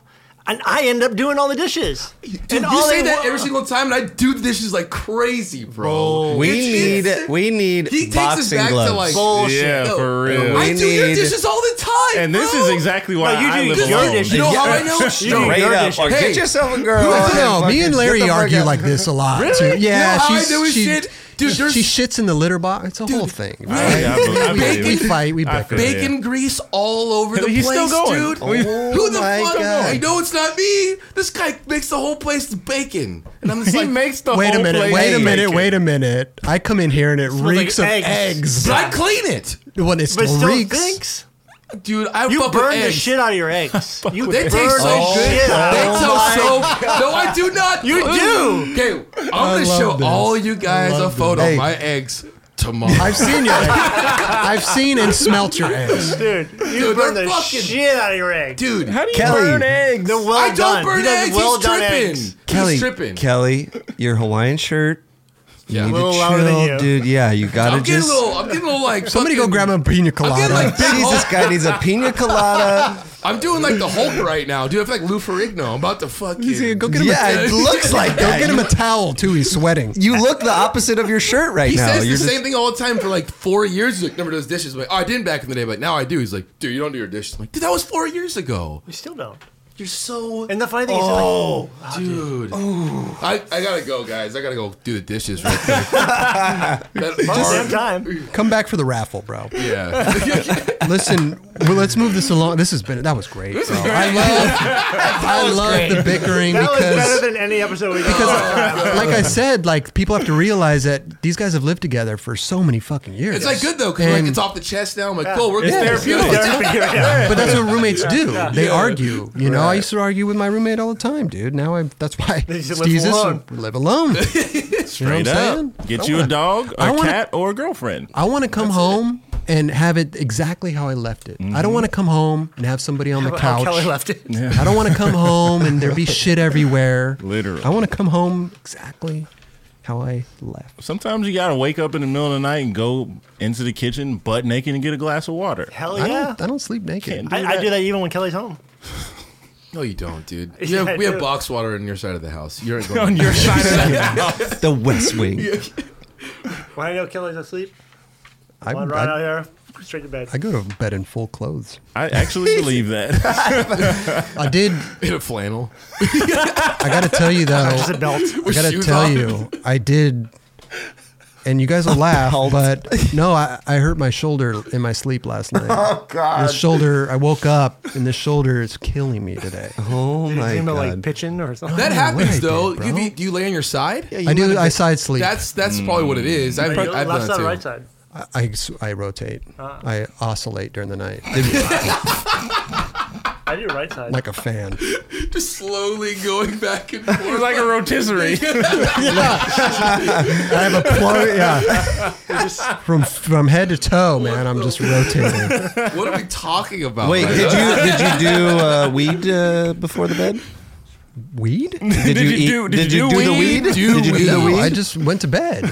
and I end up doing all the dishes.
Dude,
and
you
all
say
in
that
one-
every single time, and I do the dishes like crazy, bro.
We
It's- it's-
need we need
He takes us
boxing
back
gloves.
to like
Bullshit.
Yeah,
No,
for
no,
real.
I
We
do your
need-
dishes all the time.
And this
bro.
is exactly why
No, you
I
do
live
just your
alone.
dishes.
You know how I
Yeah.
*laughs*
know?
You
Straight
Straight up, or
Hey.
get yourself a girl.
Who-
and
No, me and
fucking
Larry
get the fuck
argue
out.
like this a lot.
Really?
Too. Yeah,
You know how I
she's-
do his
she,
shit? Dude, there's-
she shits in the litter box. It's a whole thing.
I-
right?
yeah, I believe- I
we,
believe
we
you.
fight. We
I
bicker.
feel you.
Bacon grease all over the
He's
place,
still going.
dude.
Oh,
Who the
my
fuck?
God.
I know it's not me. This guy makes the whole place bacon, and I'm just
He
like,
makes the
Wait a
whole
minute.
place
Wait a
bacon.
minute. Wait a minute. I come in here and it
like
reeks of
eggs.
eggs.
but I clean it,
When it
But
still,
it still
reeks.
stinks.
dude. I
You
fuck
burn
with
the
eggs.
shit out of your
*laughs*
eggs. you
They
burn
taste so
the
good.
shit out
they
of
taste
them.
so. No, I do not.
You do.
Okay, I'm gonna
love
show
this.
all you guys a
love
photo
this.
of my eggs tomorrow.
I've seen your eggs.
*laughs*
I've seen and smelt your eggs.
Dude, you
Dude,
burn
they're
the
fucking-
shit out of your eggs.
dude,
How do you
Kelly.
burn eggs?
They're well
I don't
done.
burn
he does
eggs.
well
He's
done
tripping.
eggs.
Kelly,
He's tripping.
Kelly, your Hawaiian shirt. You
Yeah.
need
I'm
little
to
louder than
chill,
you.
dude. Yeah, you gotta
getting
just.
a
*laughs*
little. I'm getting a little like.
Somebody go
fucking-
grab a pina colada.
like-
Jeez, this guy needs a pina
*laughs*
colada.
I'm doing like the Hulk right now, dude. I feel like Lou Ferrigno. I'm about to fuck
Yeah,
you.
go get him
yeah,
a
it looks
*laughs*
like
Go
that.
get him a towel too. He's sweating.
you look the opposite of your shirt right
He
now.
says the
You're just-
same thing all the time for like four years. He's like, never does dishes. I'm like, oh, I didn't back in the day, but now I do. He's like, dude, you don't do your dishes. I'm like, dude, that was four years ago.
We still don't.
You're so.
And the funny thing is, like,
Oh. dude. I, I gotta go, guys. I gotta go do the dishes real quick.
*laughs*
That
Damn
hard-
time.
Come back for the raffle, bro.
yeah. *laughs*
Listen, well, let's move this along. This has been that was great. bro. I love, I
*laughs*
love the bickering
That was better
because. *laughs*
than any episode we did. *laughs*
Like I said, like people have to realize that these guys have lived together for so many fucking years.
It's like good though, because like
And-
it's off the chest now. I'm like, cool, we're
It's
cool. *laughs*
therapeutic.
It's- *laughs*
*laughs* but that's what roommates do. They
Yeah.
argue. You know, I used to argue with my roommate all the time, dude. Now I that's why
They just
it's
live
Jesus
alone.
we live
*laughs*
alone.
Straight
what I'm
up.
saying?
Get you a dog,
I
a
wanna-
cat, or a girlfriend.
I want to come home and have it exactly how I left it. I
Mm-hmm.
don't want to come home and have somebody on the
How
couch.
Kelly left it.
I don't want to come home and
*laughs*
there be shit everywhere.
Literally.
I want to come home exactly how I left.
Sometimes you gotta wake up in the middle of the night and go into the kitchen butt naked and get a glass of water.
Hell
I
yeah.
don't. I don't sleep naked.
Can't
I, I do that even when Kelly's home.
No, you don't, dude.
*laughs*
Yeah,
You have,
I
we have
do.
box water on your side of the house. You're going
On your side of the
the
*laughs*
West Wing.
When I know Kelly's asleep,
I,
I'm right
I,
out here, straight to bed.
I go to bed in full clothes.
I actually believe *laughs* that.
I did.
in a flannel.
I got to tell you though.
*laughs* Just a
*laughs*
belt.
I
with
gotta
shoes
tell
on.
you, I did, and you guys
*laughs*
will laugh, but no, I, I hurt my shoulder in my sleep last night. Oh God! This shoulder, I woke up and this shoulder is killing me
*laughs*
today.
Oh
You
my
dream
god.
of like pitching or something.
*laughs* That
know what I
happens
did,
though.
bro.
You be- do you lay on your side?
I do. I side sleep.
That's
Mm.
that's probably what it is. I've,
Like,
I've done
left
that
side,
too.
right side.
I, I s- I rotate.
Uh.
I oscillate during the night
I do right side.
like a
*laughs*
fan.
Just slowly *laughs* going back
*laughs*
and forth.
like a rotisserie.
I have a plug. Yeah.
*laughs*
From from head to toe, man. I'm just
*laughs*
rotating.
what are we talking about?
Wait,
right
did
now?
you did you do
*laughs*
uh, weed uh, before the bed?
Weed?
Did,
you do- did you do
the
weed?
weed? Did
Do
you do the
No,
weed?
I just went to bed.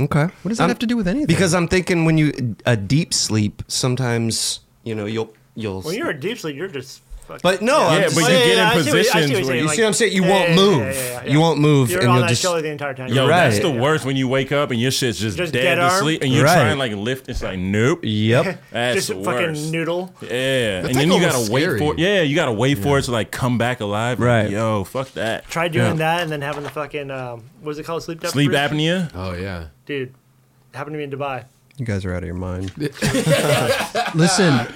okay.
What does that have to do with anything?
Because I'm thinking when you a deep sleep, sometimes you know you'll you'll.
when you're in deep sleep, you're just. Fucking, Oh,
but no, I'm
Yeah,
just
but you
saying-
get in
I see what- I see what
positions
you're
where
saying,
you
you
like,
see what I'm saying? You
yeah,
won't
yeah,
move.
yeah, yeah, yeah.
You won't move,
You're
and
on
you'll
that
just.
shoulder the entire time.
*laughs* Yo,
Right.
that's the worst when you wake up and your shit's just,
Just
dead,
dead
to
arm?
sleep and you're
Right.
trying like lift. It's like nope.
Yep.
That's
just
the
a
worst.
fucking noodle.
Yeah, and
like
then you gotta
almost
wait
scary.
for it. Yeah, you gotta wait for it to like come back alive. Like,
Right.
Yo, fuck that.
Try doing
Yeah.
that and then having the fucking um, what's it called? Sleep deprivation.
Sleep apnea.
Oh yeah.
Dude, happened to me in Dubai.
You guys are out of your mind. Listen,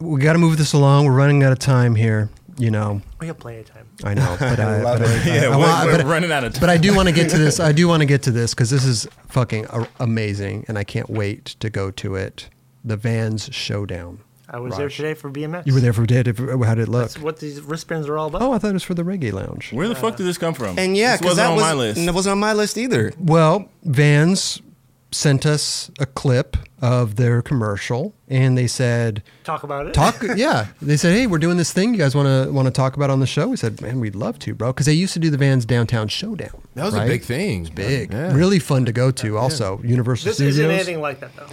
we got to move this along. We're running out of time here. You know,
We have plenty of time.
I know, but I, but, I,
Yeah,
I
we're,
want-
we're
but I-
running out of time.
but I do want to get to this. I do want to get to this because this is fucking a- amazing, and I can't wait to go to it. The Vans Showdown.
I was there
Raj.
today for BMX.
You were there for did how did it look?
That's what these wristbands are all about.
Oh, I thought it was for the Reggae Lounge.
Where the fuck did this come
*laughs*
from?
And yeah,
this
because
wasn't
that
on
was
my list.
and it wasn't on my list either.
Well, Vans sent us a clip of their commercial, and they said.
Talk about it.
*laughs*
talk yeah they said hey we're doing this thing you guys want to want to talk about it on the show we said man we'd love to bro because they used to do the vans downtown showdown
That was
right?
a big thing.
big
Yeah.
really fun to go to also universal
This
studios
isn't anything like that though.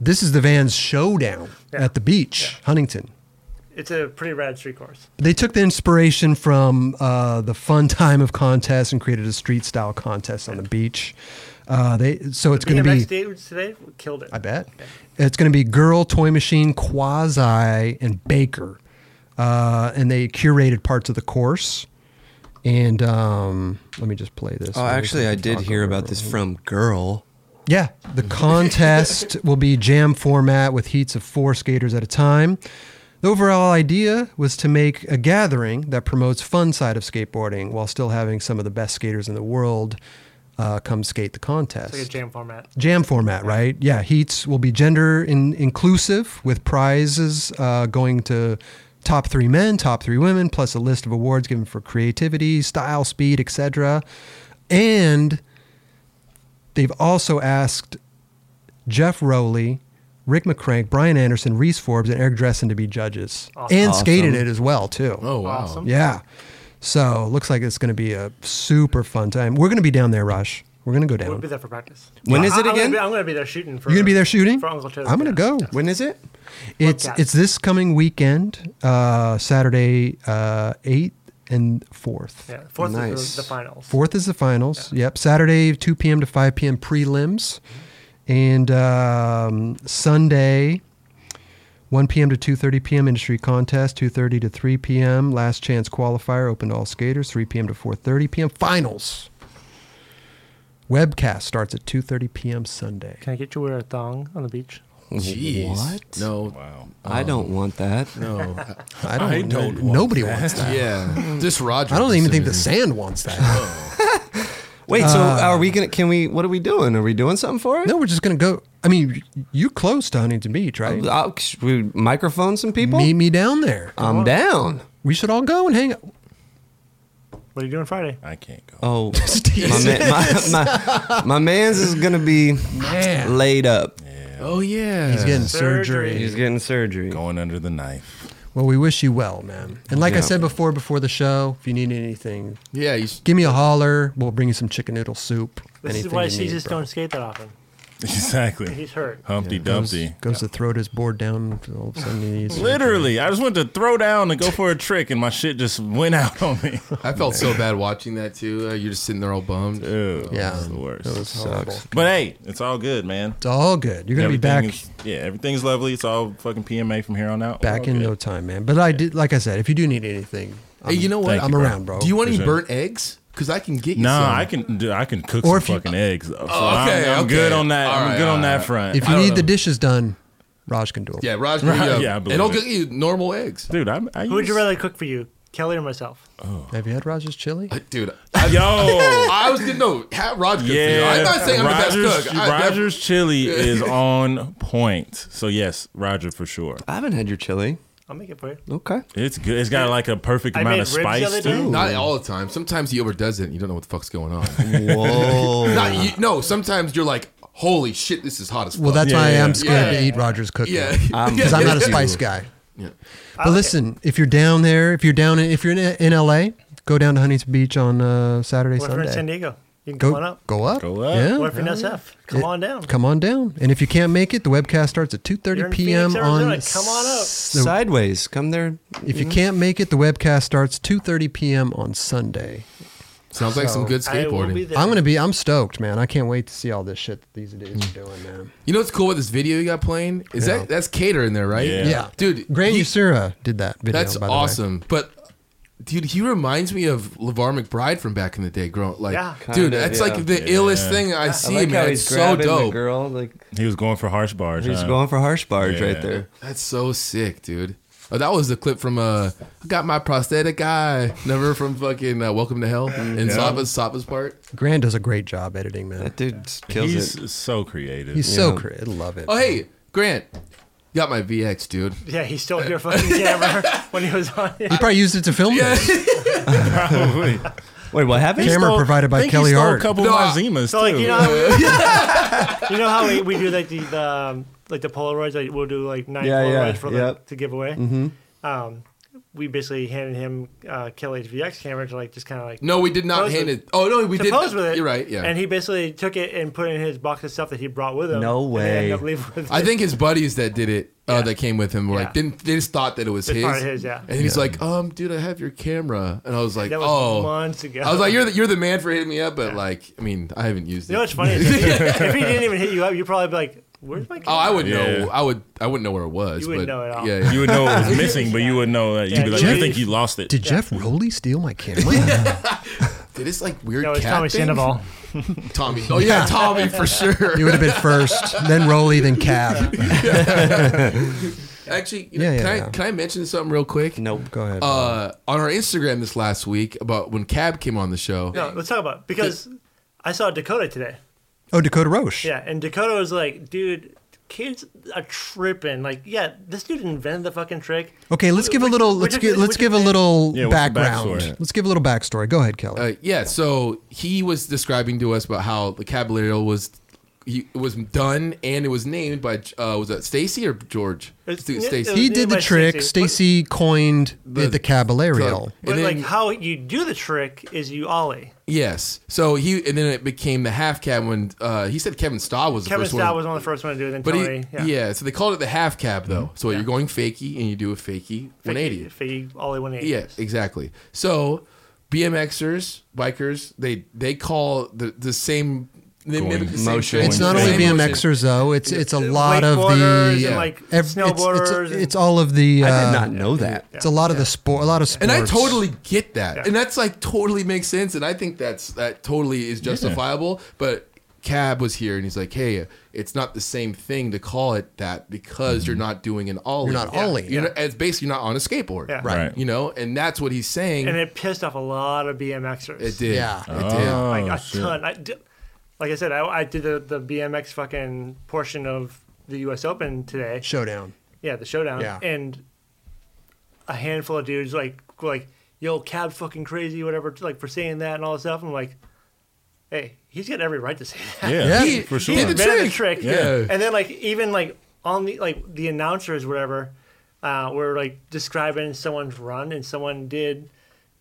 this is the vans showdown
Yeah.
at the beach huntington
it's a pretty rad street course.
They took the inspiration from uh, the fun time of contests and created a street style contest on the beach. Uh, they so it's going to
BMX
be
day today killed it.
I bet. It's going to be Girl, Toy Machine, Quasi, and Baker. Uh, and they curated parts of the course. And um, let me just play this.
Oh, actually, I did hear about this from Girl.
Yeah. The
*laughs*
contest will be jam format with heats of four skaters at a time. The overall idea was to make a gathering that promotes fun side of skateboarding while still having some of the best skaters in the world uh, come skate the contest
It's like a jam format.
jam format, right? Yeah, heats will be gender in- inclusive with prizes uh, going to top three men, top three women, plus a list of awards given for creativity, style, speed, etc. And they've also asked Jeff Rowley, Rick McCrank, Brian Anderson, Reese Forbes, and Eric Dressen to be judges,
Awesome.
and skated
Awesome.
it as well too.
Oh wow.
Awesome.
Yeah. So looks like it's going to be a super fun time. We're going to be down there, Rush. We're going to go
We'll be
down.
there for practice.
When
When
is
is
it again?
I'm gonna, be, I'm gonna be there shooting. For,
You're going to be there shooting?
for Uncle Taylor's
I'm going to
dad.
go.
When is it?
It's
at it.
it's this coming weekend, uh, Saturday, uh, eighth and fourth.
Yeah, fourth
Nice.
is the, the finals.
Fourth is the finals. Yep, Saturday, two p.m. to five p.m. prelims, and um, Sunday, one p.m. to two thirty p.m. industry contest, two thirty to three p.m. last chance qualifier, open to all skaters, three p.m. to four thirty p.m. finals. Webcast starts at two thirty p.m. Sunday.
Can I get you to wear a thong on the beach?
Jeez.
What?
No.
Wow.
I don't want that.
No.
I don't.
I don't want
nobody wants that. *laughs*
yeah. This Roger.
I don't even think the
decision.
sand wants that.
Wait, so are we gonna? Can we? What are we doing? Are we doing something for it?
No, we're just gonna go. I mean, you close to Huntington Beach, right?
I'll, Uh, should we microphone some people.
Meet me down there.
I'm down.
We should all go and hang out.
What are you doing Friday?
I can't go.
Oh, my, man, my, my, my man's is gonna be
Man.
laid up.
*laughs* Oh yeah.
He's getting
Surgery.
surgery.
He's getting surgery.
Going under the knife. *laughs*
Well, we wish you well, man. And like I
Yeah.
said before, before the show, if you need anything,
Yeah. He's.
give me a holler. We'll bring you some chicken noodle soup.
This
anything
is why
you
she
need,
just
bro.
don't skate that often.
Exactly.
He's hurt.
Humpty Dumpty.
Goes to throw his board down. All of a sudden he needs
Literally, I just went to throw down and go for a trick, and my shit just went out *laughs* on
*laughs*
me.
I felt so bad watching that too. Uh, you're just sitting there all bummed.
Dude,
Yeah.
that's the worst.
That was horrible.
But hey, it's all good, man.
It's all good. You're gonna be back.
Is, yeah, everything's lovely. It's all fucking PMA from here on out.
back
We're all
in
good.
no time, man. But I did, like I said, if you do need anything, I'm,
Hey, you know what?
Thank
I'm
you, bro.
around, bro.
Do you want any
Appreciate
burnt eggs? Because I can get you.
Nah,
some.
I can do. I can cook
Or if you-
some fucking eggs. Though, so
Oh, okay,
I'm, I'm
okay.
good on that.
All
I'm
right,
good
all
on that
right.
front.
if you need the dishes done, Raj can do it.
Yeah, Roger. Yeah,
*laughs* yeah, I believe
and I'll
it.
get you normal eggs,
dude, I'm. I
Who would you
use-
rather cook for you, Kelly or myself?
Have you had Raj's chili?
Uh, dude. I,
*laughs* Yo.
I was gonna no, have Roger. cook for you.
Yeah,
I'm not saying I'm the best
Rogers,
cook. I- that-
Rogers chili is on point. So yes, Roger for sure.
I haven't had your chili.
I'll make it for you.
Okay.
It's good. It's got like a perfect
I
amount
made ribs
of
the
spice
other
too.
day.
Not all the time. Sometimes he overdoes it. and You don't know what the fuck's going on.
*laughs* Whoa.
Not you, no. Sometimes you're like, holy shit, this is hot as fuck.
Well, that's
Yeah,
why I
yeah,
am scared
yeah.
to eat Roger's cooking.
Um,
*laughs* yeah.
Because I'm not a spice guy. But listen, if you're down there, if you're down, in, if you're in, in LA, go down to Huntington Beach on uh, Saturday,
What if you're in San
Sunday.
Diego? You can come on
Go,
up.
go up.
Go up.
Yeah.
What if you're in SF? Come
It-
on down.
Come on down. And if you can't make it, the webcast starts at
You're in
2:30 p.m.
Phoenix,
on.
Arizona. Come on up.
Sideways. Come there.
If you can't make it, the webcast starts 2:30 p.m. on Sunday.
Sounds like some
So-
good
I will be
skateboarding.
there.
I'm gonna be. I'm stoked, man. I can't wait to see all this shit that these dudes are doing, man.
You know what's cool with this video you got playing is
Yeah.
that that's Cater in there, right?
Yeah.
Yeah,
dude,
Grant
he-
Usura did that video.
that's
by the way.
awesome. But dude, he reminds me of LeVar McBride from back in the day. Growing like,
Yeah.
dude,
Kinda,
that's
yeah.
like the
Yeah.
illest thing I see, man. It's so
grabbing
dope.
girl. Like
He was going for harsh bars.
he's
Uh,
huh?
going for harsh barge
Yeah.
right there.
That's so sick, dude. Oh, that was the clip from uh, I got my prosthetic eye. Never from fucking uh, Welcome to Hell
Mm-hmm.
and
Yeah.
Sava's Sava's part.
Grant does a great job editing, man.
That dude just kills
He's
it.
so creative.
He's so
Yeah.
cr- I love it.
Oh hey, Grant, got my VX, dude.
Yeah, he stole
*laughs*
your fucking camera *laughs* when he was on it.
He probably used it to film this.
Probably.
Wait, what happened?
Camera provided by
I think
Kelly
he stole
Hart.
A couple
No, I-
of Zimas
So like
too.
you know, how we, *laughs* you know how we, we do like the, the um, like the Polaroids. Like we'll do like nine
Yeah,
Polaroids
yeah,
for
yep.
like, to give away. Mm-hmm. Um, we basically handed him uh, Kelly's VX camera to like just kind of like
No, we did not
Pose
hand
with-
it. Oh no, we
to
did.
pose with it.
You're right. Yeah.
And he basically took it and put it in his box of stuff that he brought with him.
No
And they ended
way.
up leaving with
I
it.
think his buddies that did it uh,
Yeah.
that came with him were
Yeah.
like didn't they just thought that it was
They
his.
thought it his, yeah.
And he's like, um, dude, I have your camera, and I was like,
That was
oh.
months ago.
I was like, you're the, you're the man for hitting me up, but like, I mean, I haven't used
You know
it.
what's funny? Is
*laughs*
if, he, if he didn't even hit you up, you'd probably be like, "Where's my?"
Oh, I would
Yeah.
know. I would. I wouldn't know where it was.
You wouldn't
but
know at all. *laughs*
Yeah, yeah.
*laughs* You would know it was missing, but you would know that you'd be
Yeah,
like,
Jeff-
you think you lost it.
Did Jeff Rowley steal my camera? *laughs*
Dude, it's like weird
No, it's
cat
Tommy
thing.
Sandoval.
*laughs* Tommy. Oh *laughs* yeah, Tommy for sure.
it would have been first, then Rowley, then Cab.
Actually, you know,
Yeah, yeah,
can I
yeah.
can I mention something real quick?
Nope.
Go ahead.
Uh, on our Instagram this last week about when Cab came on the show.
No, let's talk about it, because I saw Dakota today.
oh, Dakota Roche.
Yeah, and Dakota was like, "Dude, kids are tripping." Like, yeah, this dude invented the fucking trick.
Okay, let's give a
Which-
little.
which-
Let's
which-
give. Let's
which-
give a little
Yeah, what's the
background.
backstory?
Let's give a little backstory. Go ahead, Kelly.
Uh, yeah. So he was describing to us about how the Caballero was. He it was done, and it was named by uh, was that Stacy or George?
It's-
Dude,
it-
Stacy.
it
he
was
did the
by
trick.
Stacey.
Stacy coined the,
The-
the Caballerial.
But
uh, And
like,
then-
how you do the trick is you ollie.
Yes. So he and then it became the half cab when uh, he said Kevin Staub was the
Kevin
first
Stout
one.
was one of the first one to do it. Then
but
Tony,
he, yeah. so they called it the half cab though. So
Mm-hmm. Yeah.
you're going fakie and you do a fakie 180.
Figgy, ollie 180.
Yeah, exactly. So BMXers, bikers, they they call the the same they
Going
mimic the same
motion.
thing.
It's not
Same
only
motion.
BMXers though. It's it's a
Uh,
lot of
wakeboarders
the
and,
yeah.
like
ev- it's- it's,
snowboarders.
it's,
and-
all of the. Uh,
I did not know that.
It's a lot of the sport. A lot of
And
sports.
I totally get that.
Yeah.
And that's like totally makes sense and I think that's that totally is justifiable, but Cab was here and he's like, "Hey, it's not the same thing to call it that because you're not doing an ollie.
You're not ollieing.
You're not- it's basically not on a skateboard.
Yeah.
Right.
Right.
You know, and that's what he's saying.
and it pissed off a lot of BMXers.
It did.
Yeah.
It
Oh,
like a
shit.
ton. I did, like I said, I, I did the, the BMX fucking portion of the U.S. Open today.
showdown.
Yeah, the showdown.
Yeah.
And a handful of dudes like were like, "Yo, cab fucking crazy, whatever," like for saying that and all this stuff. I'm like, hey, he's got every right to say that.
Yeah,
He-
for
he
sure.
did
He
the
invented the
trick.
trick.
Yeah.
And then like even like on the like the announcers whatever uh, were like describing someone's run and someone did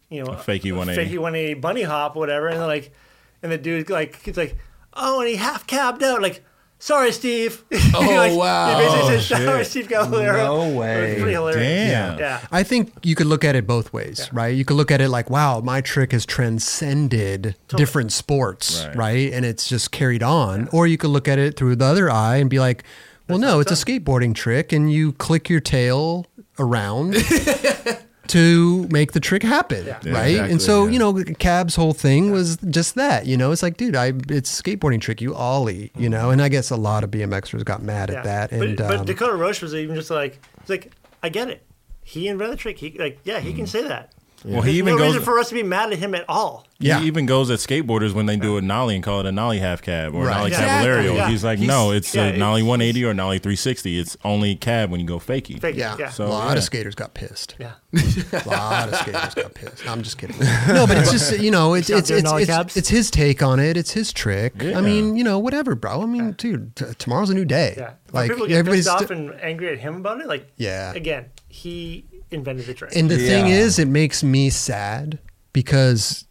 you know a
fakie 180.
fakie 180 bunny hop whatever and they're like and the dude like he's like oh and he half cabbed out like sorry Steve *laughs* oh
wow.
he basically said, sorry Steve Galileo
No
it
way.
was pretty hilarious
Oh, Damn.
yeah
I think you could look at it both ways, right? You could look at it like, wow, my trick has transcended different sports, right.
Right.
And it's just carried on. Or you could look at it through the other eye and be like, well, no, it's a skateboarding trick, and you click your tail
*laughs*
around to make the trick happen,
Yeah.
right?
Yeah,
and
exactly,
so,
yeah.
you know, Cab's whole thing was just that, you know, it's like, dude, I it's skateboarding trick, you ollie, you know, and I guess a lot of BMXers got mad
yeah.
at that,
but,
and
but
um,
Dakota Roche was even just like it's like I get it he invented the trick he like yeah he can say that
Mm. Well, he even
no
goes.
reason for us to be mad at him at all
Yeah.
He even goes at skateboarders when they do a nollie and call it a nollie half cab or
Right.
a nollie
Exactly,
caballero.
yeah.
He's like,
He's-
no, it's
yeah,
a nollie 180 or nollie 360. It's only cab when you go fakie.
Fake,
yeah,
yeah.
a
So-
lot
yeah.
of skaters got pissed. *laughs*
Yeah.
A lot of skaters got pissed. I'm just kidding. No, but it's just you know, it's
Stop
it's
doing
it's,
nollie
it's,
cabs?
it's his take on it. It's his trick. I
Yeah.
mean, you know, whatever, bro. I mean, dude, t- tomorrow's a new day.
Yeah. Like
Like
people get
everybody's.
pissed off
st- and,
and angry at him about it. Like
Yeah.
again, he invented the trick.
the thing
Yeah.
is, it makes me sad because,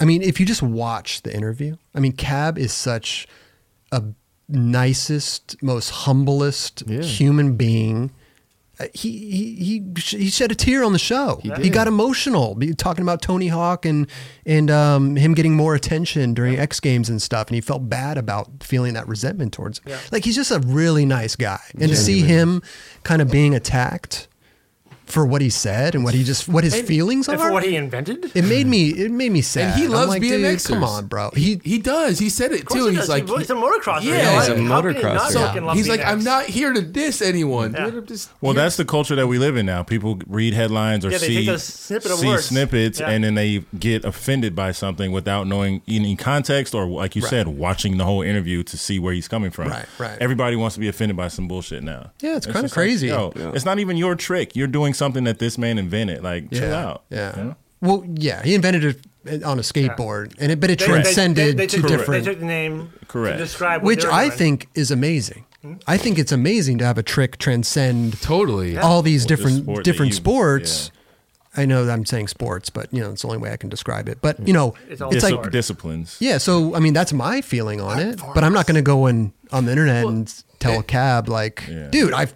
I mean, if you just watch the interview, I mean, Cab is such a nicest, most humblest human being. Uh, He he he sh- he shed a tear on the show. He,
did.
got emotional be- talking about Tony Hawk and and um, him getting more attention during X Games and stuff, and he felt bad about feeling that resentment towards him.
Yeah.
Like he's just a really nice guy, and to see him kind of being attacked for what he said and what he just what his feelings
and for
are.
what he invented?
it made me it made me sad.
he
I'm
loves
like, "Dude,
BMXers.
Come on, bro. He
He does. He said it
Of course
too.
he
He's
does.
like,
he's a motocrosser.
Yeah,
Like,
he's a
how can he not
motocrosser.
so-
fucking love
he's like,
BMX?
I'm not here to diss anyone. dude.
Yeah.
I'm just
Well,
here-
that's the culture that we live in now. People read headlines or
Yeah, they
see,
take a snippet of
see
words.
snippets,
Yeah.
and then they get offended by something without knowing any context or, like you said, watching the whole interview to see where he's coming from.
Right, right.
Everybody wants to be offended by some bullshit now.
Yeah, it's kinda
just
crazy.
Like, yo, It's not even your trick. You're doing something that this man invented. Like, chill
yeah,
out.
Yeah.
you know?
Well, yeah, he invented it on a skateboard, and it but it
They- they-
transcended
they- they
to
took-
different.
They took the name
Correct.
to describe what
which
they were
I
doing.
think is amazing. I think it's amazing to have a trick transcend
totally.
all these
the
different
sport that
different
you-
sports. I know that I'm saying sports, but you know it's the only way I can describe it. But you know,
It's
it's,
all
Dis-
like
sport.
disciplines.
yeah. So I mean, that's my feeling on it. But I'm not going to go in on the internet and tell a cab like,
Yeah.
dude, I've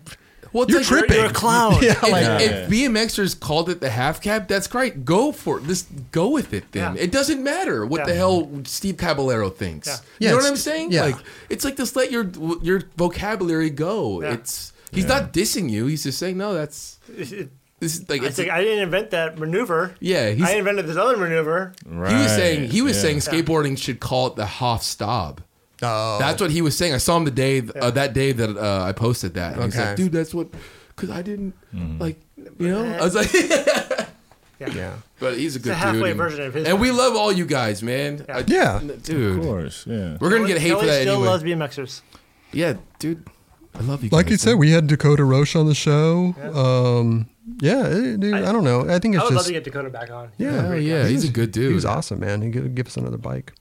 Well, it's
You're
like-
tripping.
You're a clown.
*laughs* Yeah,
If,
like,
if BMXers called it the half cab, that's great. Go for it. Just go with it then.
Yeah.
It doesn't matter what
Yeah.
the hell Steve Caballero thinks.
Yeah.
Yeah,
you know what
it's-
I'm saying?
yeah.
Like it's like just let your your vocabulary go.
Yeah.
It's he's not dissing you. He's just saying no. That's this is like
It's
it's.
like, I didn't invent that maneuver.
yeah, he's,
I invented this other maneuver.
Right.
he was saying he was
yeah.
saying skateboarding should call it the Hofstab.
oh,
That's what he was saying. I saw him the day uh, that day that uh, I posted that. And He's
Okay.
like, dude, that's what, because I didn't
Mm.
like, you know. I was like,
yeah.
*laughs* but he's a good
a halfway
dude. and-
version of his
And we love all you guys, man.
Yeah.
I-
Yeah.
n- dude,
Of course, yeah.
we're gonna get hate
Kelly
for that
still
anyway.
loves BMXers.
yeah, dude, I love you.
Like
guys,
you said,
man.
we had Dakota Roche on the show. Um, yeah, eh, dude, I,
I-
don't know. I think
I
it's
would love
just
to get Dakota back on.
yeah,
Hell yeah, he's a good dude.
he was awesome, man. He could give us another bike.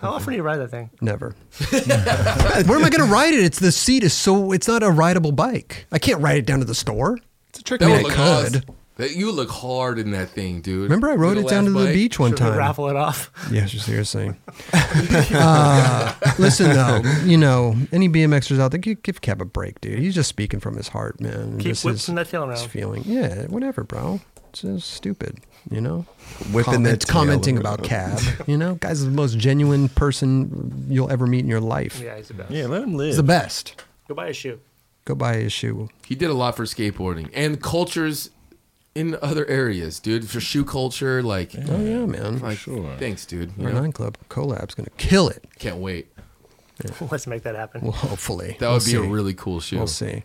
How often do you ride that thing? *laughs*
Never. Where am I going to ride it? It's the seat is so it's not a rideable bike. I can't ride it down to the store. It's a trick. I
That
mean, I
would look
could.
awesome. That you look hard in that thing, dude.
Remember, I rode
Your
it down to
last
the
bike?
beach one
Should we
time.
raffle it off?
Yeah, seriously.
*laughs*
uh, listen though, you know, any BMXers out there, give, give Cab a break, dude. He's just speaking from his heart, man.
Keep
This is-
whipping that tail
It's
around.
feeling. Yeah, whatever, bro. It's just stupid, you know.
Whipping
Comment-
that tail
commenting
around.
about cab, *laughs* you know. Guy's the most genuine person you'll ever meet in your life.
Yeah, he's the best.
Yeah, let him live.
He's the best.
Go buy a shoe.
Go buy his shoe.
He did a lot for skateboarding and cultures in other areas, dude. For shoe culture, like,
Oh yeah, man.
like,
sure.
thanks, dude. You
Our
know?
nine club collab's gonna kill it.
Can't wait.
*laughs* Let's make that happen.
Well, hopefully
That
We'll
would be a
see.
really cool shoe.
We'll see.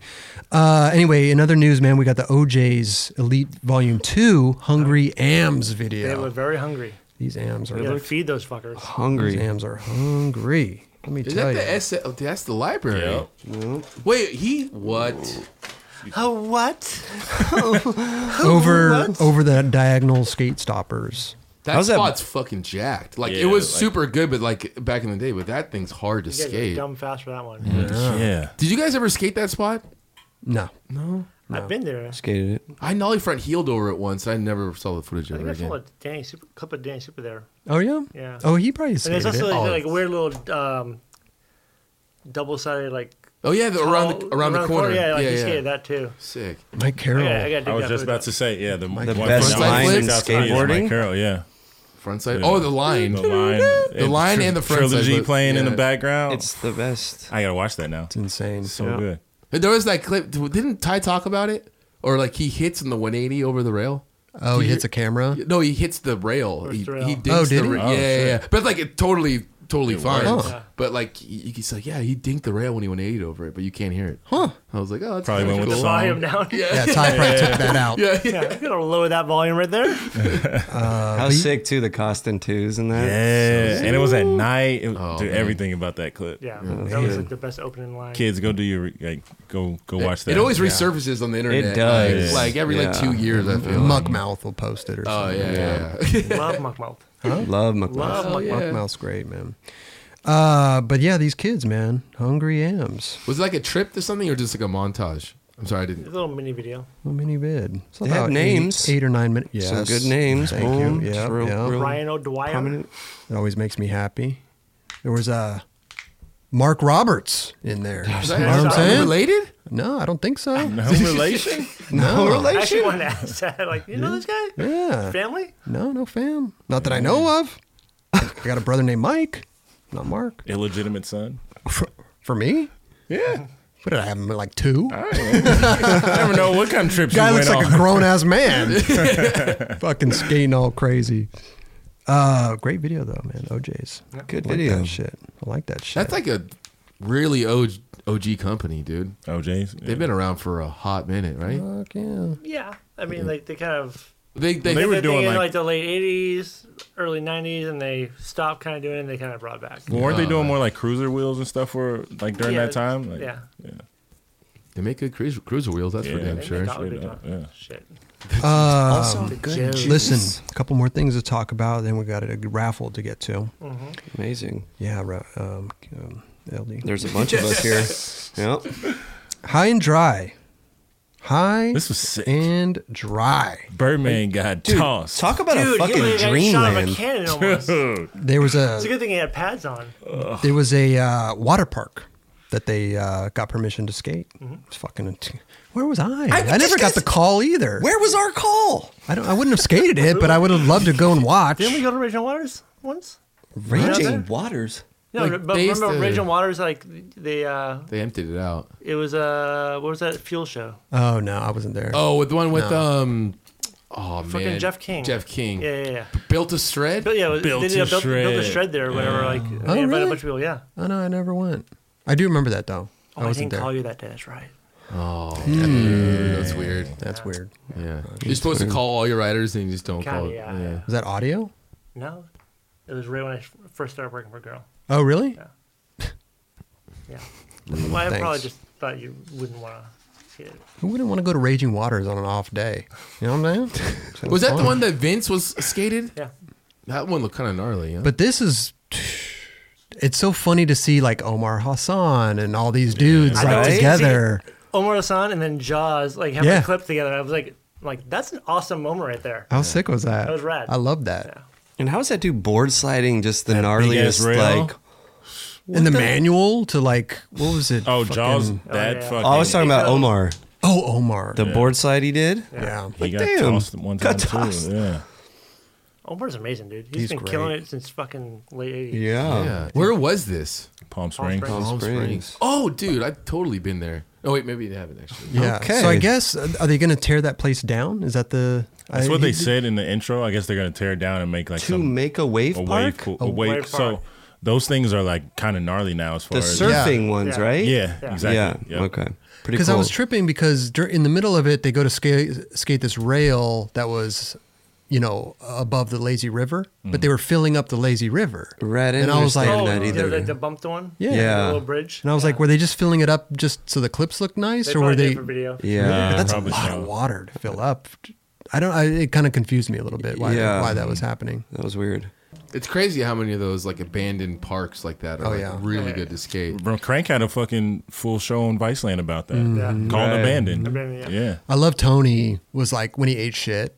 Uh, anyway, in other news, man, we got the OJ's Elite Volume Two Hungry Ams
They
video.
were very hungry.
These Ams are
You gotta feed those fuckers.
these
Hungry.
Ams are hungry. Let me
Is
tell
that
you.
the S? oh, That's the library.
Yeah.
Wait, he what?
Oh, what?
*laughs* over over the diagonal skate stoppers.
That
How's that-
spot's fucking jacked. Like
Yeah,
it was
like-
super good, but like back in the day, but that thing's hard to
You guys are
skate.
dumb fast for that one.
Yeah.
Did you guys ever skate that spot?
No,
I've been there.
Skated it.
I nollie front heeled over it once. I never saw the footage
I
of
think
it
I saw
again.
a Danny Super, clip of Danny Super there.
Oh yeah.
Yeah.
Oh, he probably
And
skated
there's
it.
also
Oh,
like, like a weird little um, double-sided like
Oh yeah, the, around,
tall-
the, around the corner.
Yeah, like
yeah,
he
yeah.
skated that too.
Sick.
Oh, Mike Carroll.
Yeah, I got
I was just about to say, yeah, the,
The best
line in
skateboarding?
Carol, yeah.
Front side.
Yeah.
Oh, the line.
The
*laughs*
line,
The line and the front side
trilogy
look-
playing in the
yeah.
background.
It's the best.
I gotta watch that now.
It's insane.
So good.
But there was that clip. Didn't Ty talk about it? Or like he hits in the 180 over the rail.
Oh, he
Did you
hits a camera.
hear- No, he hits the rail.
Or
He,
the rail.
he dinks
Oh, did
the
he?
rail.
Oh,
yeah, yeah,
shit.
yeah. But like it totally, totally fine.
works.
Huh.
But like he, he's like, yeah, he dinked the rail when he went 180 over it, but you can't hear it.
Huh.
I was like, oh, that's
Probably
kinda
went with
cool.
the song.
Volume down. *laughs*
Yeah, Ty probably took that out.
*laughs* Yeah, yeah.
Yeah, I'm gonna lower that volume right there.
Uh,
How sick too the Costin twos and that.
Yeah, and it was at night. It,
Oh,
dude,
man.
everything about that clip.
Yeah, that was like the best opening line.
Kids, go do your like, go go watch that.
It always resurfaces on the internet. like-
does.
Like, every like
Yeah.
two years, I
*laughs*
feel. like.
Muckmouth will post it or
Oh
something.
yeah, yeah. yeah. *laughs*
Love Muckmouth.
Love McLaughlin.
Love
Oh,
Muckmouth.
yeah.
Muckmouth's great, man. Uh, but yeah, these kids, man, hungry yams.
Was it like a trip to something or just like a montage? I'm sorry, I
A
didn't.
little mini video.
How many bid? It's
They have
about eight-
names.
Eight, or nine minutes.
Some good names.
Thank
Boom.
you. Yeah,
Just real-
yeah.
real-
Ryan O'Dwyer.
Prominent.
It always makes me happy. There was uh, Mark Roberts in there. You know
Is
what
that-
I'm
is that
saying?
related?
No, I don't think so. No,
*laughs*
*laughs* *laughs* no relation.
*laughs* no,
I actually wanted to ask that. Like, you know this guy?
yeah,
Family?
no, no, fam. Not that I know of. I got a brother named Mike, not Mark.
Illegitimate son.
For, for me,
Yeah,
what did I have him at, like two?
I never know what kind of trips
Guy
you went
looks like
on.
a grown ass
*laughs*
man. *laughs* Fucking skating all crazy. Uh, great video though, man. OJ's.
Good
I like
video.
that shit. I like that shit.
That's like a really OG, OG company, dude.
OJ's.
They've been around for a hot minute, right?
Fuck yeah.
Yeah. I mean, like they kind of
They, they,
They
they
were
were
doing,
in
like-
like, the late '80s, early '90s, and they stopped kind of doing it. and They kind of brought it back.
Well, weren't they
Uh,
doing more like cruiser wheels and stuff? For like during
Yeah,
that time? Like,
yeah.
yeah.
they make good cruiser, cruiser wheels. That's for
Yeah.
damn
They
sure.
make all the
sure,
good
yeah.
ones. Shit.
Uh,
Good
listen, a couple more things to talk about. Then we got a raffle to get to.
Oh.
Amazing.
Yeah, ra- um, um, LD.
There's a bunch of
*laughs*
us here. Yep.
High and dry. High
This was sick.
and dry.
Birdman got tossed.
Talk about
Dude,
a
he
fucking
literally got shot out of a
dreamland.
cannon
*laughs* Oh,
almost. it's
There was
a
a
good thing he had pads on.
there was a uh, water park that they uh, got permission to skate. It's fucking. Where was I?
I
I, never
just
got the
asked-
call either.
Where was our call?
I don't. I wouldn't have skated it, but I would have loved to go and watch.
Didn't we go to Raging Waters once?
Raging
there?
waters.
No,
Like,
but
they used
remember
to-
Raging Waters? Like they, uh,
They emptied it out.
it was uh, what was that fuel show?
Oh no, I wasn't there.
Oh, with the one with um, oh
Fucking
man,
Jeff King.
Jeff King.
Yeah, yeah, yeah.
Built a shred.
But yeah, it was-
Built
they did a
to
built, built a
shred.
shred there. Whenever like they
Oh,
invited a
really?
bunch of people. Yeah,
Oh no, I never went. I do remember that though. I
oh, I,
wasn't
didn't
there.
call you that day. That's right.
Oh, that's weird.
That's weird.
Yeah, you're supposed to call all your writers and you just don't
Kinda,
call.
yeah, yeah.
Is that audio?
No, it was right when I f- first started working for Girl.
Oh really?
Yeah, well, I probably
Thanks.
just thought you wouldn't want to see it.
Who wouldn't want to go to Raging Waters on an off day? You know what I'm saying? Sounds
*laughs* Was that the
fun.
one that Vince was skated?
Yeah,
That one looked kind of gnarly. Huh?
But this is. It's so funny to see like Omar Hassan and all these dudes
I
like
know.
together.
Omar Hassan and then Jaws like having
Yeah.
a clip together. I was like, like that's an awesome moment right there.
How sick was that?
That was rad.
I love that.
Yeah.
And how's that dude board sliding? Just the
big-ass
gnarliest,
rail?
like.
and the, manual to like what was it?
Oh,
Fucking-
Jaws, that
yeah.
fucking.
Oh, I was talking about
Yeah.
Omar.
Oh, Omar.
The board slide he did.
yeah.
He got
damn,
tossed one time
got
too.
tossed.
Yeah.
Omar's amazing, dude.
He's
He's been killing
great.
it since fucking late '80s.
Yeah.
yeah. Where was this?
Palm Springs.
Springs.
Palm Springs.
Oh, dude, I've totally been there. Oh wait, maybe they haven't actually.
Yeah.
Okay.
So I guess uh, are they going to tear that place down? Is that the?
That's
I-
what they
he-
said in the intro. I guess they're gonna tear it down and make like
To
some
make a wave
a wave,
park.
pool, a wave.
wave park.
So those things are like kind of gnarly now as
The
far as
surfing ones,
Yeah.
right?
Yeah,
Yeah.
exactly.
Yeah.
Yep.
Okay. Pretty cool.
Because I was tripping because dur- in the middle of it they go to skate skate this rail that was, you know, above the lazy river, but they were filling up the lazy river.
Right, I
And
didn't
I was like,
understand
Oh,
that
the-
either.
the, the bumped one.
Yeah.
The
Yeah.
little bridge.
and I was like, were they just filling it up just so the clips look nice,
they
or were
probably did
they?
it for video.
yeah.
But that's a
Probably
lot of
so.
water to fill up. I don't. I, it kind of confused me a little bit why
Yeah.
why that was happening.
That was weird.
It's crazy how many of those like abandoned parks like that are
Oh,
like,
yeah.
really
Yeah.
good to
*laughs*
skate.
Bro, Crank had a fucking full show on Viceland about that.
Yeah.
Called
Right.
Abandoned.
Abandoned, yeah.
yeah.
I love Tony was like when he ate shit.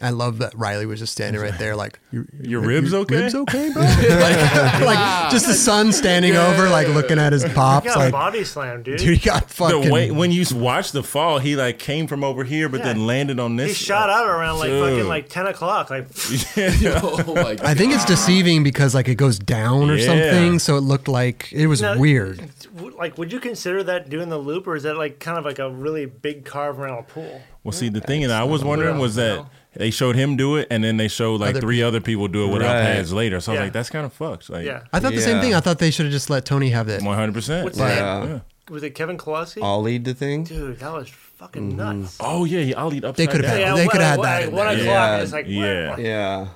I love that Riley was just standing right there, like your,
Your ribs okay?
Ribs okay,
*laughs*
bro? like, like, just the son standing over, like looking at his
You
pops,
got a
like
body slam, dude.
dude, he got fucking.
The way when you watch the fall, he like came from over here, but
Yeah.
then landed on this.
he shot out around like
Dude.
fucking like ten o'clock. Like
*laughs* oh my god.
I think it's deceiving because like it goes down or
Yeah.
something, so it looked like it was
No,
weird.
w- like, would you consider that doing the loop, or is that like kind of like a really big carve around a pool?
Well, see, the thing that I was wondering was that they showed him do it, and then they showed like
Other
three other people do it without
Right.
pads later. So I was
Yeah.
like, that's kind of fucked. Like,
Yeah.
I thought the same
Yeah.
thing. I thought they should have just let Tony have that.
one hundred percent.
What's that?
uh,
Yeah.
Was it Kevin Kowalski?
Ollie the thing.
Dude, that was fucking nuts.
Oh yeah, yeah, I'll eat up.
They could have had.
Yeah,
They could have had
what-
that.
like,
in
One
there.
o'clock.
Yeah.
and It's like
Yeah.
what? Oh,
Yeah.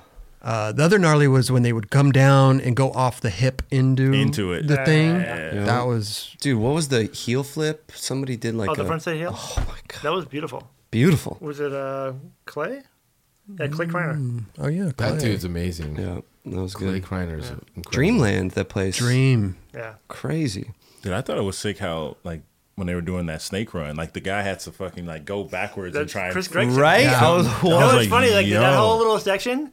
Uh, the other gnarly was when they would come down and go off the hip into
Into it.
the
Yeah.
thing.
Yeah.
That was
Dude, what was the heel flip? Somebody did like
Oh, the
a
front side heel.
Oh my god.
That was beautiful.
Beautiful.
Was it uh Clay? Yeah, Clay Kreiner.
oh yeah,
that
Clay.
dude's amazing.
Yeah. That was
Clay
good.
Kreiner's incredible.
Dreamland, that place.
dream.
Yeah.
Crazy.
Dude, I thought it was sick how like when they were doing that snake run, like the guy had to fucking like go backwards and
That's
try.
Chris
and
Gregson.
Right?
*laughs*
I was
You
I
know
was
what's
like,
funny? Like that
yo.
whole little section,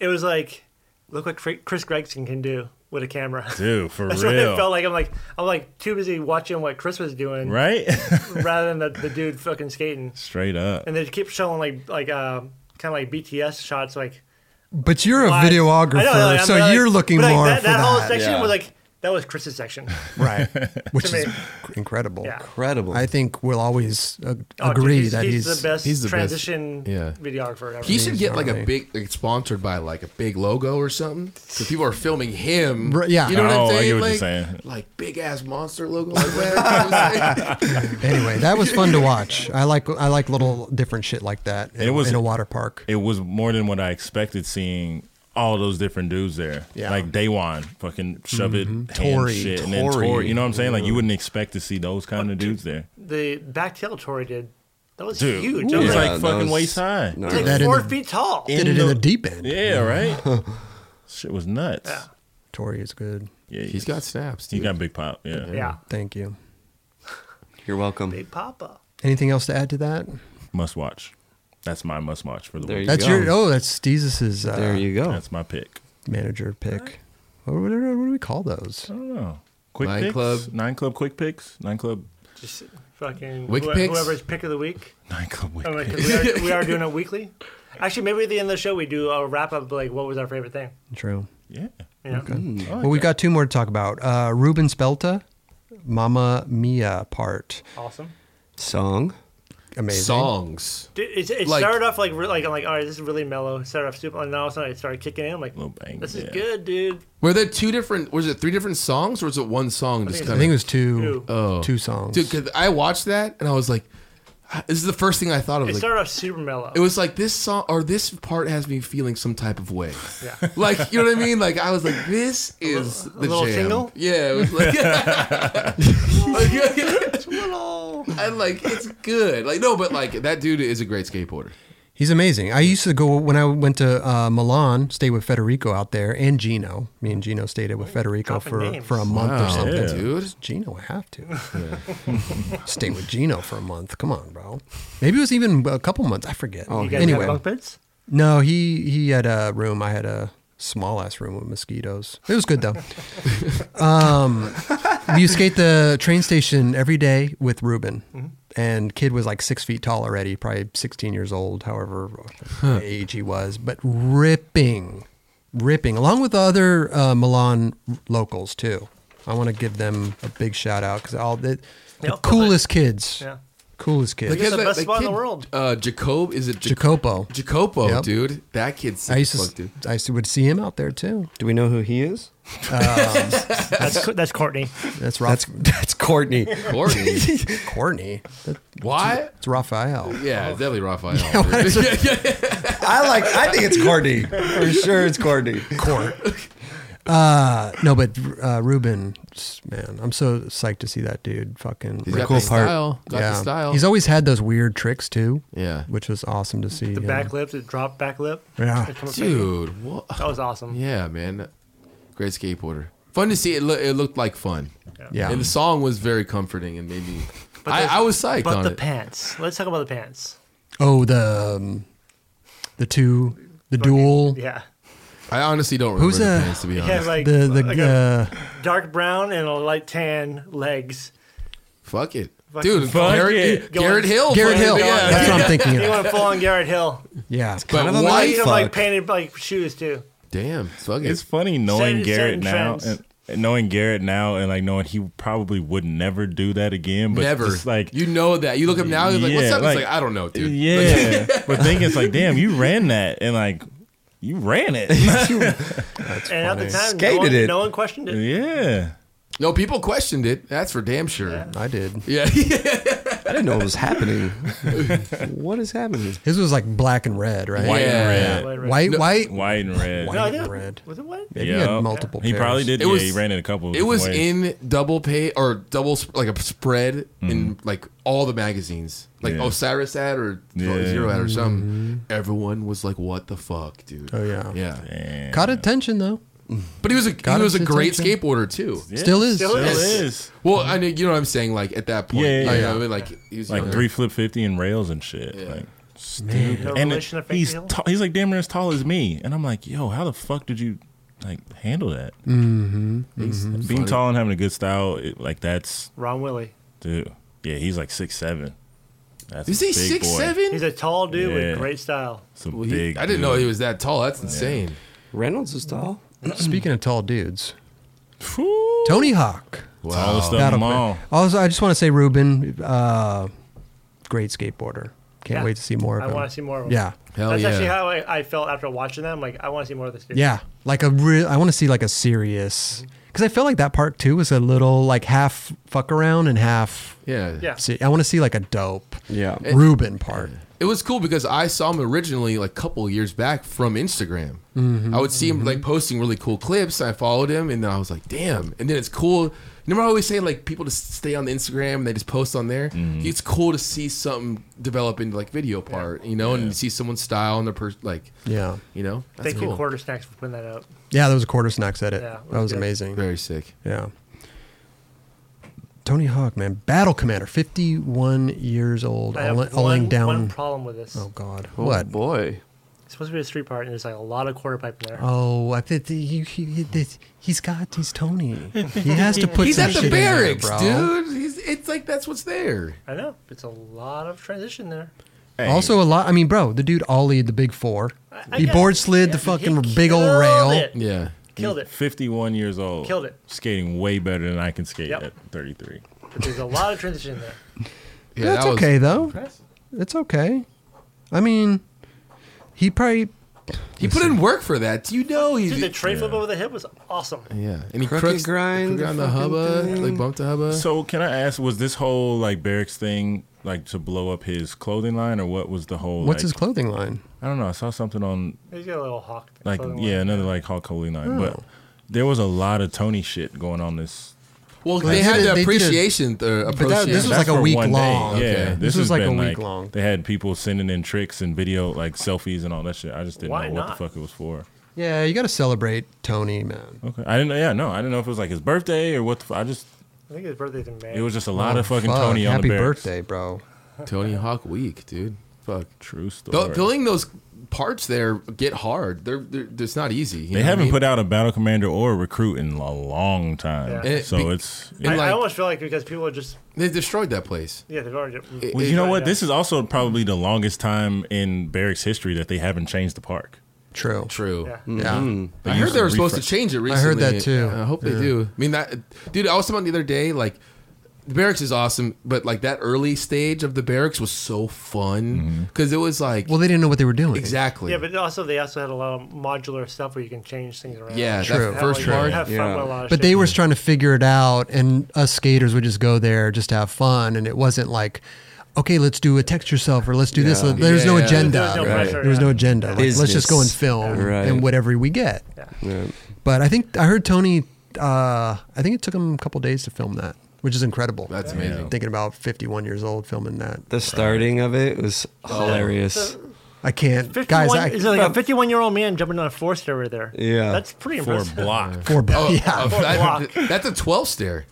it was like, look what Cra- Chris Gregson can do with a camera. *laughs*
Dude, for
That's what it felt
real.
like. I'm like, I'm like too busy watching what Chris was doing
Right?
*laughs*
*laughs*
rather than the, the dude fucking skating.
Straight up.
And they keep showing like like um, kind of like BTS shots, like
But you're a
live.
videographer,
I know, like,
so
but, like-
you're looking
but, like,
more
that,
for
that
that,
whole section
Yeah.
was like that was Chris's section.
right? Which
To
is
me.
incredible.
Yeah.
Incredible.
I think we'll always uh,
Oh, dude,
agree
he's,
that he's,
he's, the best
he's the best.
transition
Yeah.
videographer ever.
He should
He's
get like a
gnarly.
big, like sponsored by like a big logo or something. So people are filming him.
Right, yeah.
you know
Oh, I
what I'm saying?
get what you're
like,
saying.
like big ass monster logo. Like that. you know what I'm saying?
Anyway, that was
*laughs*
fun to watch. I like I like little different shit like that. In,
It was-
in a water park.
It was more than what I expected seeing all those different dudes there.
Yeah. Mm-hmm.
Like Daywan, fucking shove it, hand
Tory,
shit, and then
Tory.
Tory. You know what I'm saying? Like you wouldn't expect to see those kind of dudes there.
the back tail Tori did. That was
Dude,
huge.
it
That
was
was
like
like,
that
fucking
was-
waist high.
No.
like
That in
four
the-
feet tall.
In
Did it in
the-
the deep end.
Yeah,
*laughs*
right. Shit was nuts.
Yeah.
Tory is good.
Yeah,
He's got snaps.
he
Dude.
got big pop. Yeah.
yeah,
Thank you.
You're welcome.
big papa.
Anything else to add to that?
must watch. That's my must watch for the
There
week.
you
That's
go.
your oh, that's Jesus's uh,
there you go.
That's my pick.
manager pick. What, what, what do we call those?
Oh.
I don't know. Oh. Quick
Nine
picks?
Club.
Nine club quick picks. Nine club. *laughs*
Just fucking
Wick
whoe-
picks?
whoever's pick of the week.
Nine club
I mean,
quick
'cause
*laughs*
picks.
we, are, we are doing it weekly. Actually, maybe at the end of the show we do a wrap up. of, Like, what was our favorite thing?
True.
Yeah.
You know?
I like
Well, we
that.
got two more to talk about. Uh, Ruben Spelta, Mama Mia part.
Awesome.
Song.
Amazing.
Songs.
Dude, it, it
Like-
started off like re- like I'm like all right, this is really mellow. It started off super, and then all of a sudden it started kicking in. I'm like,
Little bang,
this is
yeah.
good, dude.
Were there two different? Was it three different songs, or was it one song? Just
think
I
kind
think it
of.
was two,
Two.
Oh.
two songs.
Dude, 'cause I watched that and I was like, "Ah, this is the first thing I thought of.
It
Like,
started off super mellow.
it was like this song or this part has me feeling some type of way.
Yeah.
Like you know what I mean? Like I was like, this is
little- a
the
little
jam.
tingle?
Yeah, it was like, like *laughs* I'm like it's good. Like no, but like that dude is a great skateboarder.
He's amazing. I used to go when I went to uh, Milan, stay with Federico out there and Gino. Me and Gino stayed with Federico
dropping
for,
names.
for a month or something.
Yeah.
dude.
Gino, I have to stay with Gino for a month. Come on, bro. Maybe it was even a couple months. I forget.
you guys got
anyway,
bunk beds?
no, he he had a room. I had a small ass room with mosquitoes. It was good though. um, you skate the train station every day with Ruben. And kid was like six feet tall already, probably 16 years old, however age he was, but ripping, ripping, along with the other uh, Milan locals too. I want to give them a big shout out because all the, the
Yeah, I'll feel
coolest kids,
Yeah.
coolest kids.
Like,
He's the
that-
best
that
spot in the
kid,
world.
Uh, Jacob is it? Jacob?
Jacopo.
Jacopo,
Yep.
dude. That kid's sick
I used
as fuck,
to,
dude.
I used to, would see him out there too.
Do we know who he is?
That's Co- that's Courtney.
That's Ra-
That's Courtney.
Courtney.
*laughs* Courtney. That-
Why?
It's Raphael.
Yeah, definitely
*laughs*
Raphael. *laughs* Yeah, yeah, yeah.
I like. I think it's Courtney for sure. It's Courtney.
Court. Uh, no, but uh, Ruben, man, I'm so psyched to see that dude. Fucking
He's
rip
got
it
the
apart.
style. Got the style.
He's always had those weird tricks too.
Yeah.
which was awesome to see.
The
him.
back lip, the drop back lip.
Yeah.
That come up big.
Dude, what?
that was awesome.
Yeah, man. Great skateboarder. Fun to see. It, loo- it looked like fun.
Yeah.
And the song was very comforting and made me.
But
I,
the-
I was psyched
But
on
the
it.
pants. Let's talk about the pants.
oh, the um, the two, the duel.
Yeah.
I honestly don't remember
Who's
the
a-
pants, to be
Yeah,
honest.
*laughs* like
The the
like a
uh,
dark brown and a light tan legs.
Fuck it.
Fuck
Dude,
it.
Fuck
Garrett,
it.
Garrett Hill.
Garrett
fucking-
Hill.
Yeah.
That's
*laughs*
what I'm thinking
You
of.
want to full on Garrett Hill?
Yeah,
But
Kind of a
I
why?
light-
need him like
Fuck.
painted like shoes too.
Damn. Fuck it.
It's funny knowing
Certain-
Garrett
certain
now,
trends.
and, and knowing Garrett now, and like knowing he probably would never do that again. But
Never.
just, like
you know that. You look up now, you're like, what's
Yeah,
up?
like-
it's like, I don't know, dude.
Yeah, but thinking it's like, damn, you ran that, and like, you ran it.
and at the time,
Skated
no one,
it.
no one questioned it.
*laughs* yeah,
*laughs* No, people questioned it. That's for damn sure.
I did.
Yeah. *laughs*
I didn't know what was *laughs* happening. what is happening?
His was like black and red, right?
white
Yeah.
and red,
White,
White,
red.
white.
white and red.
No, I didn't.
red.
Was it white?
Maybe he had
Yup.
multiple.
He
pairs.
probably did.
It
yeah,
was-
he ran it a couple.
It was
ways.
in double pay or double sp- like a spread in like all the magazines, like
Mm-hmm. Yeah.
Osiris ad or
Yeah.
Zero ad or something. Everyone was like, "What the fuck, dude?"
Mm-hmm. Oh yeah.
yeah.
Damn.
Caught attention though.
But he was a
Got
he was a
his
great
attention.
skateboarder too.
Yeah,
Still is.
Still
Still
is.
is.
Well, I know you know what I'm saying. Like at that point,
Yeah, yeah,
you
yeah.
know what I mean, like he was
Like
younger.
three flip fifty and rails and shit.
Yeah.
Like, stupid.
No
and
relation to Fake
he's
Hill?
ta- he's like damn near as tall as me, and I'm like, yo, how the fuck did you like handle that?
He's
Mm-hmm.
Being
funny.
tall and having a good style, it, like that's
Ron Willie.
dude. Yeah, he's like six seven. That's
Is
a
he
big
six
boy.
seven?
He's a tall dude
Yeah.
with great style.
It's a
Well, he-
big.
I didn't know he was that tall. That's insane.
Reynolds is tall.
*clears throat* Speaking of tall dudes,
Whew.
Tony Hawk.
Tallest of
That'll
them all.
Also, I just want to say, Ruben, uh, great skateboarder. Can't
Yeah.
wait to see more of
I
him.
want to see more of him.
Yeah,
Hell
That's
yeah.
actually how I, I felt after watching that. I'm like, I want to see more of this dude.
yeah. Like a real. I want to see like a serious.
Mm-hmm.
Because I felt like that part too was a little like half fuck around and half.
yeah.
Yeah.
See, I want to see like a dope
Yeah.
Ruben part.
It was cool because I saw him originally like a couple of years back from Instagram.
Mm-hmm.
I would see him like posting really cool clips. I followed him, and then I was like, "Damn!" And then it's cool. Remember, I always say like people just stay on the Instagram and they just post on there. It's cool to see something develop into like video part, you know, and see someone's style and their person, like,
Yeah,
you know, that's
Thank
cool.
you, Quarter Snacks, for putting that uh, up.
yeah. That was a quarter snacks edit.
Yeah,
that was
good.
amazing.
Very sick.
Yeah. Tony Hawk, man, battle commander, fifty-one years old,
I
all,
have
all laying
one,
down.
one problem with this.
oh God,
Oh,
what?
boy?
It's supposed to be a street part, and there's like a lot of quarter pipe in there.
Oh, I think the- he, he, he- this- he's got he's Tony. He has
*laughs*
to put
He's
some
at the
shit in there,
barracks,
bro.
dude. He's, it's like that's what's there.
I know it's a lot of transition there.
Hey,
Also, a lot. I mean, bro, the dude ollied the big four.
I
he
guess-
board slid the fucking
He
big old
killed
rail.
it.
Yeah.
Killed it.
51 years old.
Killed it.
Skating way better than I can skate
Yep.
at 33.
But there's a lot of
*laughs*
transition there.
Yeah,
That's
that was-
okay though.
Impressive.
It's okay. I mean, he probably
He put in work for that. You know he's
Dude, the tray flip over the hip was awesome.
yeah, and he
Crooked
crooks-
grind,
crooked
the
on the
fucking
hubba,
thing.
like bumped the hubba.
So, can I ask, was this whole like barracks thing like to blow up his clothing line, or what was the whole?
what's
like-
his clothing line?
I don't know. I saw something on
He's got a little hawk. thing
like
floating
yeah,
around.
another like Hulk Hogan
Oh.
line, but there was a lot of Tony shit going on this.
well,
they
they had
did it-
the
they did it-
appreciation uh, approach.
that- this
yeah.
was like a
for
week
one
long.
Day.
Okay.
Yeah,
This
has
was like a
been,
week long.
They had people sending in tricks and video like selfies and all that shit. I just didn't
Why
know what
not?
the fuck it was for.
Yeah, you got to celebrate Tony, man.
Okay, I didn't. Yeah, no, I didn't know if it was like his birthday or what. The, fu- I just
I think his birthday's in May.
it was just a lot
Oh,
of fucking
fuck.
Tony on
Happy
the barracks.
birthday, bro.
Tony Hawk week, dude. Fuck.
True story.
Th- filling those parts there get hard. They're, they're it's not easy. you
they
know what I
haven't
mean?
put out a battle commander or a recruit in a long time,
Yeah.
It-
so
be-
it's
I,
And
I
like-
almost feel like because people are just
They destroyed that place.
yeah they've already
Well,
It-
you know
right
what?
now.
This is also probably the longest time in barracks history that they haven't changed the park.
True.
True.
yeah.
Yeah.
I heard they were supposed to
Refresh.
change it
I
recently.
heard that too.
I hope they do. I mean, that dude. I was talking the other day. Like, the barracks is awesome, but like that early stage of the barracks was so
Mm-hmm.
fun because it was like
Well, they didn't know what they were doing.
exactly.
Yeah, but also they also had a lot of modular stuff where you can change things around.
yeah,
True.
that first
Have, like,
part.
have fun
yeah.
with a lot of
But
shit.
they were trying to figure it out, and us skaters would just go there just to have fun, and it wasn't like, okay, let's do a text yourself or let's do this.
Yeah.
There's
Yeah,
no
yeah.
agenda.
There was no pressure,
There was
yeah.
no agenda. Like, let's just go and
Business.
film
Right.
and whatever we get.
Yeah.
But I think I heard Tony. Uh, I think it took him a couple days to film that, which is incredible.
That's amazing.
Thinking about 51 years old filming that,
The starting of it was hilarious.
I can't.
51,
Guys, I,
is it like a 51 year old man jumping on a four stair right there?
Yeah.
that's pretty
for
impressive.
*laughs*
block.
*laughs* four,
Oh,
yeah,
oh,
Or
that-
block.
that's a twelve stair.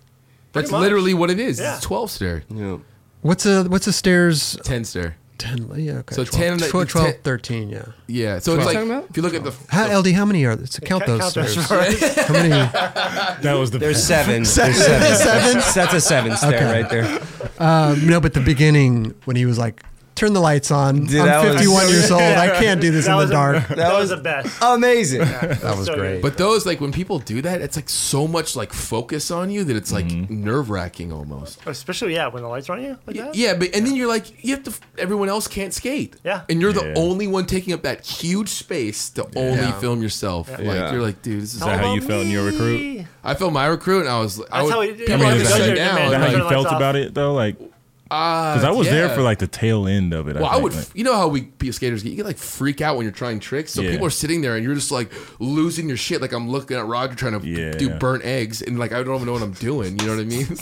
Pretty
That's
much.
literally what it is.
Yeah.
It's a twelve stair,
Yeah.
What's a what's a stairs?
ten stair.
Ten. Yeah. Okay.
So
12,
10,
12, 12,
ten-
13, Yeah.
Yeah. So it's
What
like
are you talking about?
if you look at the
How, LD, how many are there? So count
Count-
those *laughs*
count
stairs. how many?
That was the
There's *laughs* seven. There's seven. That's- That's a seven stair
Okay.
right there.
Um, no, but the beginning when he was like, "Turn the lights on.
Dude, that
I'm
was-
51 years old. I can't do this
That
in the
was a-
dark."
*laughs* That,
That
was
was-
the best.
Amazing.
that was
so
great.
good.
But those like when people do that, it's like so much like focus on you that it's like nerve wracking almost.
Especially yeah, when the lights are on you like that.
Yeah, but and then you're like, you have to. Everyone else can't skate.
Yeah.
and you're the
Yeah.
only one taking up that huge space to only film yourself. Like
Yeah.
you're like, dude, this is.
Is that how you
about
felt in your recruit?
me?
I filmed my recruit, and I was. I
That's
would,
how he-
people
I
mean,
had to
is that
sit
how you-
down,
is
Is
and
that how
like,
you
Turn the
felt
lights off.
about it though? Like,
ah,
because I was there
yeah.
for like the tail end of it.
Well, I
think,
would.
like-
You know how we be skaters get. You get like freak out when you're trying tricks. So
Yeah.
people are sitting there, and you're just like losing your shit. Like I'm looking at Roger trying to
Yeah.
do burnt eggs, and like I don't even know what I'm doing. You know what I mean?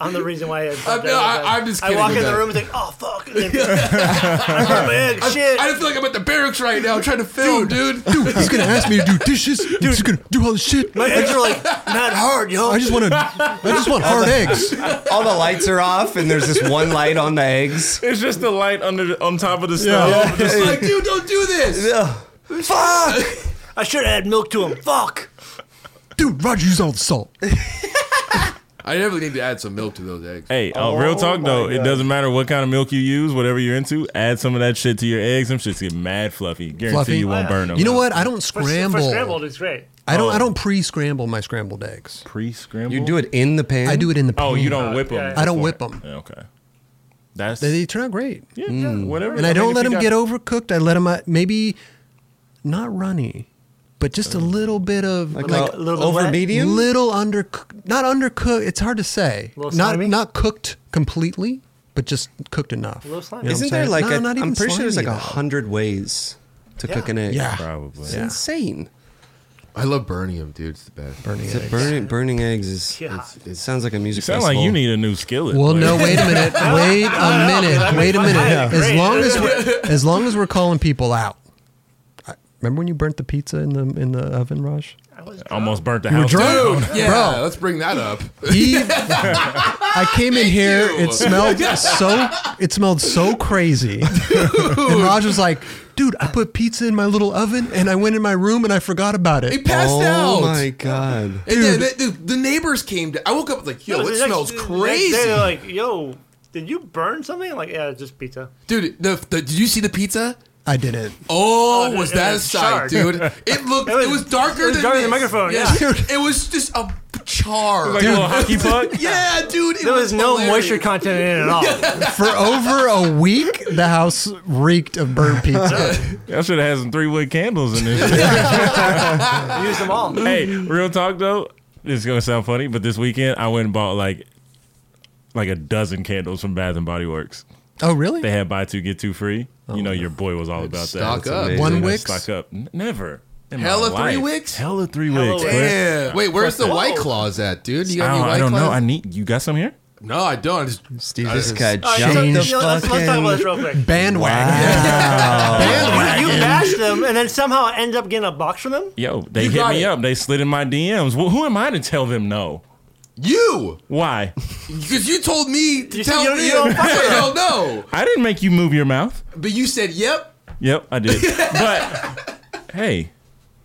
I'm the reason why. I,
I'm- no, I- I'm just kidding
I walk
with
in
that.
the room and think, oh fuck, *laughs* and then, I hurt my head, shit.
I just feel like I'm at the barracks right now trying to film, dude.
Dude, he's gonna ask me to do dishes. Dude, he's gonna do all this shit.
my eggs are like not hard, yo.
I just want to. I just want hard eggs.
All the lights are off, and there's this one light on the eggs.
It's just the light under the, on top of the stove.
*laughs* It's like, dude, don't do this.
Ugh. Fuck!
*laughs* I should have had milk to him. Fuck.
Dude, Roger, use all the salt.
I definitely need to add some milk to those eggs.
Hey, uh, real talk though, it doesn't matter what kind of milk you use, whatever you're into, add some of that shit to your eggs. Them shits get mad fluffy. Guarantee
Fluffy.
you won't
Oh, yeah.
burn them.
You know what? I don't
For, for
scramble.
scrambled, it's great.
I don't. I don't pre-scramble my scrambled eggs.
Pre scramble.
You do it in the pan.
I do it in the. Pan.
Oh, you don't whip them.
yeah, yeah.
Uh, I don't whip them.
Okay. That's
They, they turn out great,
yeah, whatever.
and I don't
mean,
let
if
them
you
get
got-
overcooked. I let them maybe not runny, but just a little bit of like,
Like a little
over
wet?
medium.
little under not undercooked. It's hard to say.
Little
Not
slimy?
not cooked completely, but just cooked enough.
A little slimy.
You know what I'm
Isn't there
saying?
like
No,
a,
not even
I'm pretty sure there's like
slimy,
a
though.
hundred ways to
Yeah.
cook an egg.
Yeah.
Probably.
It's
Yeah.
insane.
I love burning them, dude. It's the best.
Burning
Is it
eggs.
burning burning eggs is
Yeah.
it's- it sounds like a music
You sound
festival.
like you need a new skillet.
Well,
like-
no, wait a
*laughs*
minute. Wait a minute. Wait a minute. As long as we're as long as we're calling people out, I- Remember when you burnt the pizza in the in the oven, Raj?
I was drunk.
*laughs* Almost burnt the
You were
house
drunk?
down.
Dude, yeah,
Bro.
let's bring that up.
He, I came in here.
you.
It smelled so. It smelled so
*laughs*
crazy. And Raj was like, "Dude, I put pizza in my little oven, and I went in my room and I forgot about
He
it."
passed
oh
out.
my god.
And then, the, the, the neighbors came. To, I woke up like, yo,
The
it
next-
smells
the next
crazy,
day, uh, they're like, yo, did you burn something? Like, yeah, it's just pizza.
dude. The, the did you see the pizza?
I didn't.
Oh,
Oh,
was
it-
that
it
a
was
sight,
charred.
dude? It looked.
*laughs*
It
It
was,
was-
darker
it was darker
than
than
this.
the microphone, yeah.
Dude, *laughs* it was just a char.
Like a
*laughs*
little hockey puck.
yeah, dude. It
There was no
hilarious.
moisture content in it at all.
For over a week, the house reeked of burnt
*laughs*
pizza.
Y'all should have had some three wood candles in this.
*laughs*
Use them all.
hey, real talk though, it's gonna sound funny, but this weekend I went and bought like like a dozen candles from Bath and Body Works.
Oh, really?
They had buy two get two free. you know your boy was all about
Stock
that.
up.
amazing.
Oh. One
Yeah,
wicks.
Stock up. N- Never. in my
Hella three
life.
wicks?
Hella three
Hella
wicks.
wicks.
man.
Yeah. Wait, where's the
Whoa. Oh,
white claws at, dude? You
I
got any
don't,
white
I don't
claws?
know. I need you got some here?
no, I don't. I just-
Steve,
I
this
just-
guy
All right,
jumped
so, you know,
the
let's, let's talk about this
fucking.
real quick.
Bandwagon.
You, you bash them and then somehow end up getting a box from them?
Yo, they
You
hit
got
me
it.
up. They slid in my DMs. Well, who am I to tell them no?
You,
Why?
because you told me to
You said
tell
you don't-
me.
you don't fuck
*laughs* I
with him.
don't know,
I didn't make you move your mouth.
but you said yep.
Yep,
*laughs*
I did. but hey,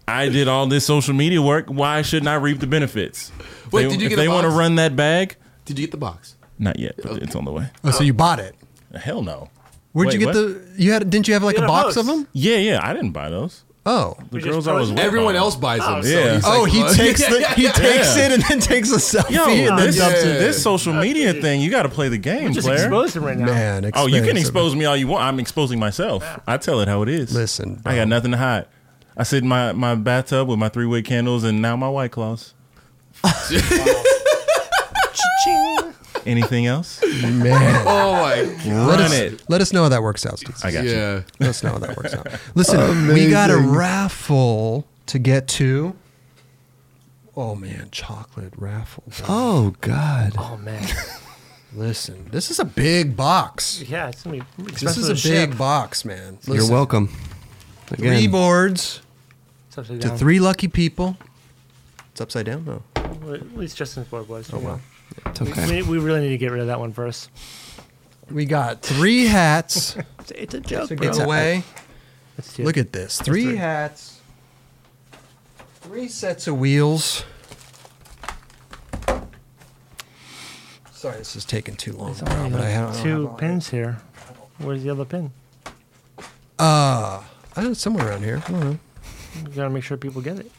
I did all this social media work. Why shouldn't I reap the benefits?
Wait,
They-
did you
if
get a
they want to
box?
run that bag?
Did you get the box?
Not yet, but it's on the way.
*laughs* Oh, so you bought it?
Hell no.
Where'd
Wait,
you get
what?
the? You had? Didn't you have like
You
a
had a
box
host.
of them?
Yeah, yeah. I didn't buy those.
Oh.
The
just
girls I was
posted-
with.
Everyone
bought
else
them.
buys them.
Oh,
so
yeah.
he's
Oh,
like,
he
"What?"
takes the,
*laughs*
he takes
Yeah.
it and then takes a selfie
Yo,
and then
this,
dumps it.
this social media thing, you got to play the game,
Just
player.
expose them right now.
Man,
Oh, you
expensive.
can expose me all you want. I'm exposing myself. I tell it how it is.
Listen,
I
bro.
got nothing to hide. I sit in my, my bathtub with my three wick candles and now my white *laughs* claws. Anything else?
Man,
Oh my god.
let
Run
us
it.
let us know how that works out, Steve.
I got you.
Yeah.
Let us know how that works out. Listen, we got a raffle to get to. Oh man, chocolate raffle.
Oh god.
Oh, man.
Listen, this is a big box.
Yeah, it's going to be
This
expensive
is a big box, man.
You're
Listen,
welcome.
Three
Again,
boards
Upside
to
down.
three lucky people.
it's upside down though.
Well, At least Justin's board was. Oh, wow.
It's okay.
We, we really need to get rid of that one first.
We got three hats
It's, it's a joke,
to
bro.
give away.
Let's do it.
Look at this. Three,
three.
hats, three sets of wheels. Sorry, this is taking too long,
It's only
bro, but I
got
have
two pins here. Where's the other pin?
Uh, I don't- somewhere around here. I don't know.
You gotta make sure people get it.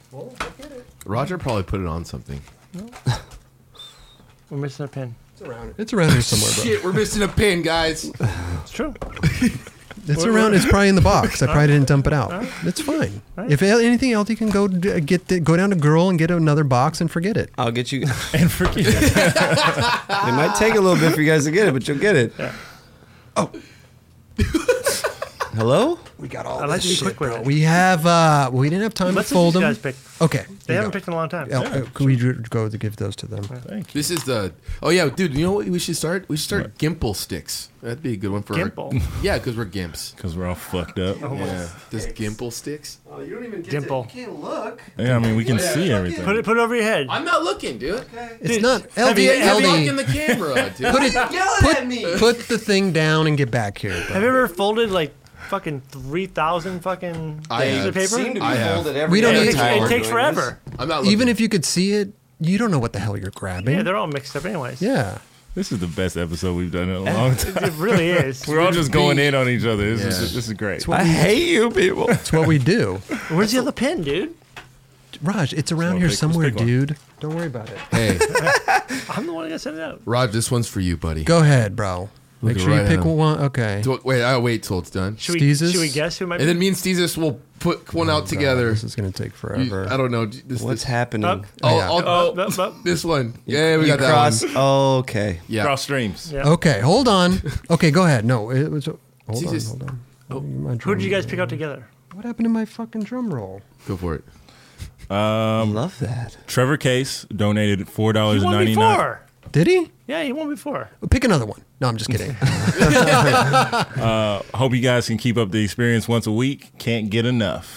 Roger probably put it on something.
We're missing a pin.
It's around. It's around here somewhere, *laughs* bro.
Shit, we're missing a pin, guys.
It's true.
It's around. It's probably in the box. I probably didn't dump it out. It's fine.
Alright.
If anything else, you can go d- get the, go down to girl and get another box and forget it.
I'll get you. it
*laughs* And forget it.
might take a little bit for you guys to get it, but you'll get it. Oh. Hello?
We got all
I
this
like to be
shit,
quick with
bro.
it.
We have. uh We didn't have time
Let's
to fold
let
them.
you guys pick.
Okay.
They
you
haven't
go.
picked in a long time.
El- uh, Can we dr- go to give those to them?
Thank you.
This is the. Oh yeah, dude. You know what? We should start. We should start gimple sticks. That'd be a good one for. our-
Gimple?
yeah, because we're gimps.
Because we're all fucked up.
Yeah. Does gimple sticks?
Oh, you don't even get
Dimple.
You can't look.
Yeah, I mean, we can see everything.
Put it put it over your head.
I'm not looking, dude.
It's not
have you-
LD.
have
Look
LD.
in the camera, *laughs* dude.
Put
*laughs*
it.
Yelling at me.
Put, put the thing down and get back here. bro.
Have you ever folded like fucking three thousand fucking
I
pieces
have.
of paper?
Seem to be
I have.
folded every
We don't
it,
need
day
takes,
while
time.
it
we're
takes
doing
forever.
I'm not looking.
Even if you could see it, you don't know what the hell you're grabbing.
Yeah, they're all mixed up anyways.
Yeah.
This is the best episode we've *laughs* done in a long time.
It really is.
We're all just going in on each other. This,
Yeah.
is, just- this is great.
I hate you people.
It's what we do. *laughs*
Where's the other pin, dude?
Raj, it's around
Well,
here
pick- let's
somewhere,
pick one.
dude. Don't worry about it.
hey,
I'm the one that set it up.
Rod, this one's for you, buddy.
Go ahead, bro. Make
Look
sure
right
you pick
at him.
one. Okay.
Do- Wait, I'll wait till it's done.
Should we,
Steezes?
should we guess who might
And then
be?
me and Steezus will put one out together.
This is gonna take
You-
forever.
I don't know. This, this,
What's happening?
Up.
oh,
Yeah.
oh, *laughs*
Oh, up, up.
this one. Yeah, we
you
got that
cross.
one.
okay.
Yeah.
Cross streams.
Yeah.
okay, hold
*laughs*
on. Okay, go ahead. No, it was. Hold on,
Jesus.
hold on.
Oh,
Who did you guys pick out together?
What happened to my fucking drum roll?
Go for it.
Love that.
Trevor Case donated four dollars
You
and
won
Oh, ninety nine.
before.
Did he?
Yeah, he won before.
Pick another one. No, I'm just
*laughs*
kidding.
Hope you guys can keep up the experience once a week. Can't get enough.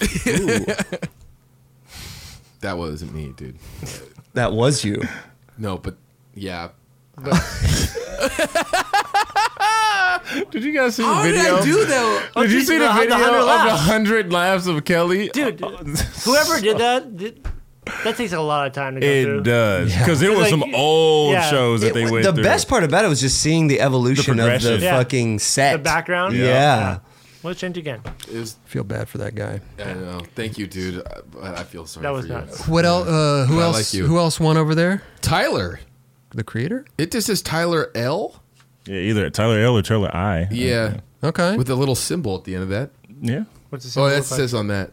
That wasn't me, dude.
That was you.
No, but yeah.
*laughs* Did you guys see the
How did I do that?
Oh,
Did you
geez,
see the
no,
video of
hundred
the
laps.
hundred laughs of Kelly?
Dude, *laughs* whoever did that, did, that takes a lot of time to go
It
through.
does because it was
Like,
some old
yeah.
shows that
It
they
wa-
went
the
through.
best part about it was just seeing the evolution of the
progression.
Yeah.
fucking set.
The background.
Yeah.
Let's change again.
It was,
Feel bad for that guy.
I don't know. Thank you, dude. I, I feel sorry
That was
for you.
nuts.
What else? Uh, who
I
else?
like you.
Who else won over there?
Tyler.
The creator.
It just says Tyler L.
Yeah, either Tyler L or Tyler I.
Yeah.
Okay.
With a little symbol at the end of that.
yeah.
What's the
Oh,
symbol
that
look like?
says on that.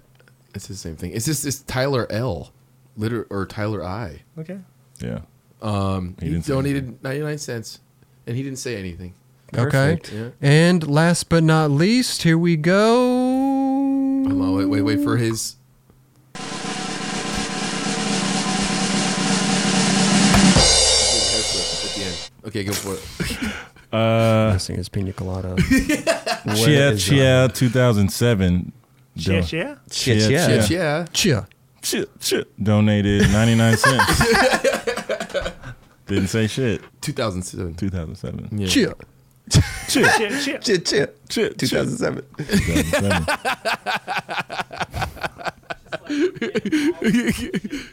It's the same thing. It's just it's Tyler L. Liter or Tyler I.
Okay.
Yeah.
Um,
He
he,
didn't say
donated ninety nine cents, and he didn't say anything.
okay.
Perfect.
Yeah.
And last but not least, here we go.
Hold on, wait, wait, wait for his. At the end. Okay, go for it.
Missing his pina colada.
Chia Chia 2007.
Chia,
don-
chia.
Chia, chia.
Chia, chia.
Yeah. yeah.
Chia.
Chia, chia. Donated 99 cents. Didn't say shit.
2007.
2007.
Yeah.
Chia.
Chia,
Chia,
chia.
Chia, chia.
chia, chia.
2007.
2007.
*laughs*
*laughs*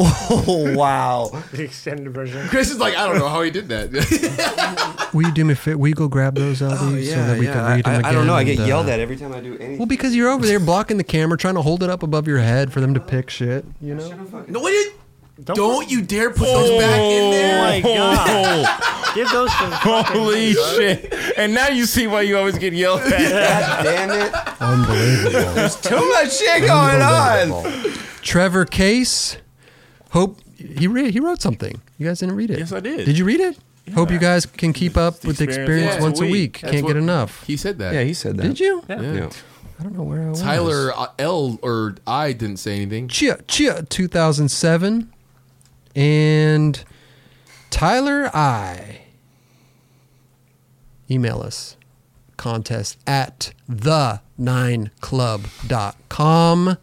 Oh, wow.
*laughs* The extended version.
Chris is like, I don't know how he did that. *laughs*
Will you do me a favor? Will you go grab those, LD, so that we can read them
Oh, I,
again?
I don't know. I get
and, uh,
yelled at every time I do anything.
Well, because you're over there blocking the camera, trying to hold it up above your head for them to pick shit. You know.
no, what did?
Don't-
Don't, you dare put those back in
Oh
there.
my God. Give those some.
Holy shit. And now you see why you always get yelled at.
God damn it.
Unbelievable.
*laughs* Too much shit going on.
*laughs* Trevor Case. Hope he re- he wrote something. You guys didn't read it.
Yes, I did.
Did you read it? Hope you guys can keep up with the experience
experience
once a
once a
week.
That's
Can't
what-
get enough.
He said that.
Yeah, he said that.
Did you?
Yeah.
Yeah.
I don't know where I was.
Tyler uh, L or I didn't say anything.
Chia Chia 2007 and Tyler I. Email us contest at the nine club.com.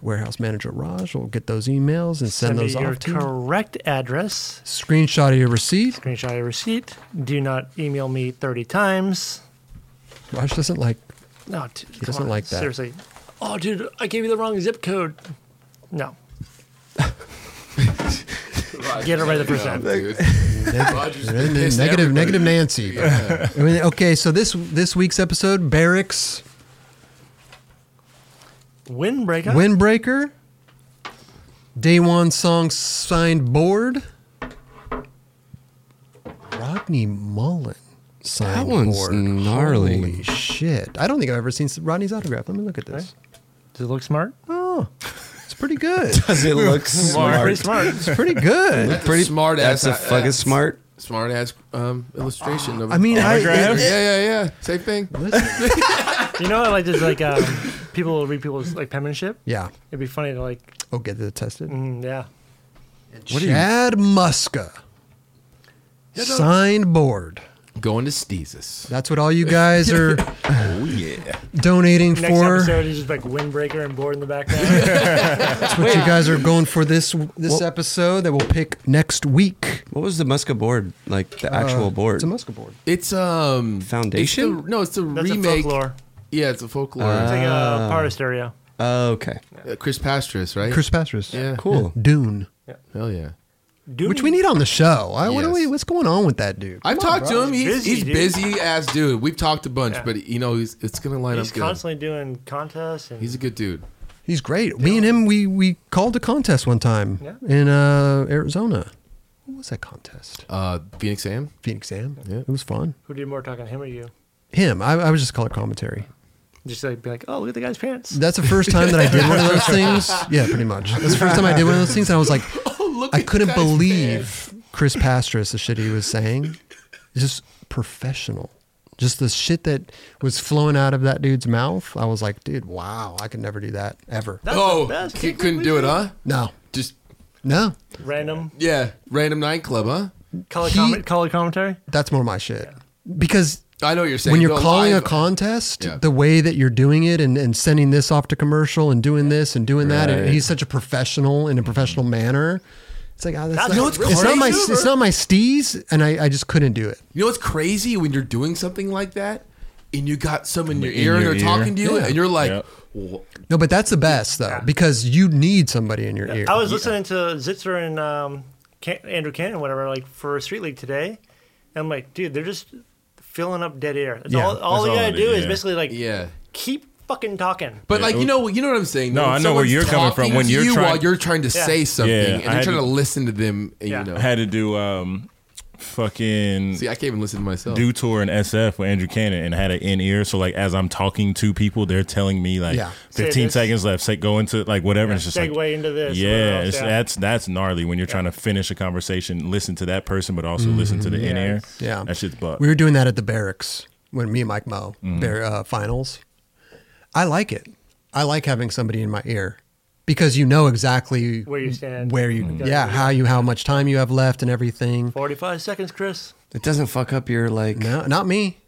Warehouse manager Raj will get those emails and send,
Send me
those
your
off to you.
correct address.
Screenshot of your receipt.
Screenshot your receipt. Do not email me 30 times.
Raj doesn't
*laughs*
like
No, dude, come
doesn't
on,
like that.
Seriously. Oh, dude, I gave you the wrong zip code. No. *laughs* Get it right the first time.
Dude.
*laughs*
Roger's been
negative negative,
pissed at everybody.
negative Nancy. I mean, okay, so this this week's episode, Barracks
Windbreaker.
Windbreaker. Day one song signed board. Rodney Mullen signed
That one's
board.
gnarly.
Holy shit. I don't think I've ever seen Rodney's autograph. Let me look at this.
Does it look smart?
Oh, it's pretty good.
*laughs* Does it look smart?
Pretty smart.
It's pretty good.
That's pretty smart
That's a
ass.
fucking smart.
smart ass um, illustration. of
I mean, I,
yeah,
it,
yeah, yeah. Same thing.
You know, I like this, like, um, people will read people's, like, penmanship.
yeah.
It'd be funny to, like,
Oh, get it tested.
mm, yeah.
Chad Muska signed board.
Going to Steezus.
That's what all you guys are
Oh, yeah.
donating
Next
for.
episode is just, like, Windbreaker and board in
*laughs*
the background.
what you guys are going for this this episode that we'll pick next week.
What was the Muska board? Like the actual board?
Uh, It's a Muska board.
It's um
Foundation?
It's the, no, it's the
That's a
remake.
folklore.
yeah, it's a folklore.
It's like
Ah.
a part of stereo.
Oh, okay.
Uh, Chris Pastris, right?
Chris Pastris.
Yeah.
Cool.
Dune.
Hell yeah.
Doom.
Which we need on the show. I, what are
Yes.
we, what's going on with that dude?
I've talked to him. He's,
He's
he's,
busy,
busy,
dude.
ass dude. We've talked a bunch,
Yeah.
but you know, he's it's gonna line
He's
up good.
constantly doing contests and
He's a good dude.
He's great. Me and him, we we called a contest one time
Yeah.
in uh, Arizona. What was that contest?
Uh, Phoenix Am.
Phoenix Am.
Yeah.
It was fun.
who did more talking, him or you?
Him. I, I was just color commentary.
Just like be like, oh, look at the guy's pants.
That's the first time that I did one of those
*laughs*
things. Yeah, pretty much. That's the first time I did one of those things, and I was like,
Oh,
look
I
at
couldn't
that man.
believe Chris Pastris, the shit he was saying. Just professional. Just the shit that was flowing out of that dude's mouth. I was like, dude, wow, I could never do that ever.
That's the
Oh,
best
you
kick
couldn't
we
do it,
do.
huh?
No,
Just
no.
Random.
yeah, random nightclub, huh?
Color,
He-
comment, color commentary?
That's more my shit. Because
I know what you're saying.
when you're
Go
calling
live.
a contest,
Yeah.
the way that you're doing it and, and sending this off to commercial and doing this and doing that, and
Right.
he's such a professional in a professional manner. It's like, oh, that's
That's- you know
not,
what's
it's not my
crazy?
it's not my steez, and I, I just couldn't do it.
You know what's crazy when you're doing something like that, and you got someone in your
In
ear and
your
they're talking to you,
Yeah.
and you're like,
Yep.
"Wha-
No, but that's the best though, because you need somebody in your ear.
I was listening to Zitzer and um, Can- Andrew Cannon, whatever, like for Street League today. And I'm like, dude, they're just filling up dead air. That's
Yeah.
all, all
That's
you
all
gotta
it
do
is,
is
yeah.
basically like,
yeah."
keep fucking talking.
But
Yeah,
like
it
you
was-
know, you know what I'm saying.
No,
though. When
I know where
someone's
you're coming from.
talking
When
to
you're
you
trying-
while you're trying to
Yeah.
say something
Yeah,
and
I
you're
had
trying to
to-
listen to them, and
Yeah.
you know,
I had to do um, fucking
see, I can't even listen to myself.
do tour in SF with Andrew Cannon and had an in ear. So like as I'm talking to people, they're telling me like
Yeah.
Say
15
this.
seconds left. Say go into like whatever. and it's just
Segue
like
into this. or whatever
yeah,
else,
it's, that's that's gnarly when you're trying to finish a conversation, listen to that person, but also listen
Mm-hmm.
to the in ear.
it's-
Yeah.
that shit's buck.
We were doing that at the barracks when me and Mike Mo bear, uh, finals. I like it. I like having somebody in my ear because you know exactly
Where you stand.
where you,
Mhm.
yeah, how you, how much time you have left, and everything.
45 seconds, Chris.
It doesn't fuck up your like.
No, not me.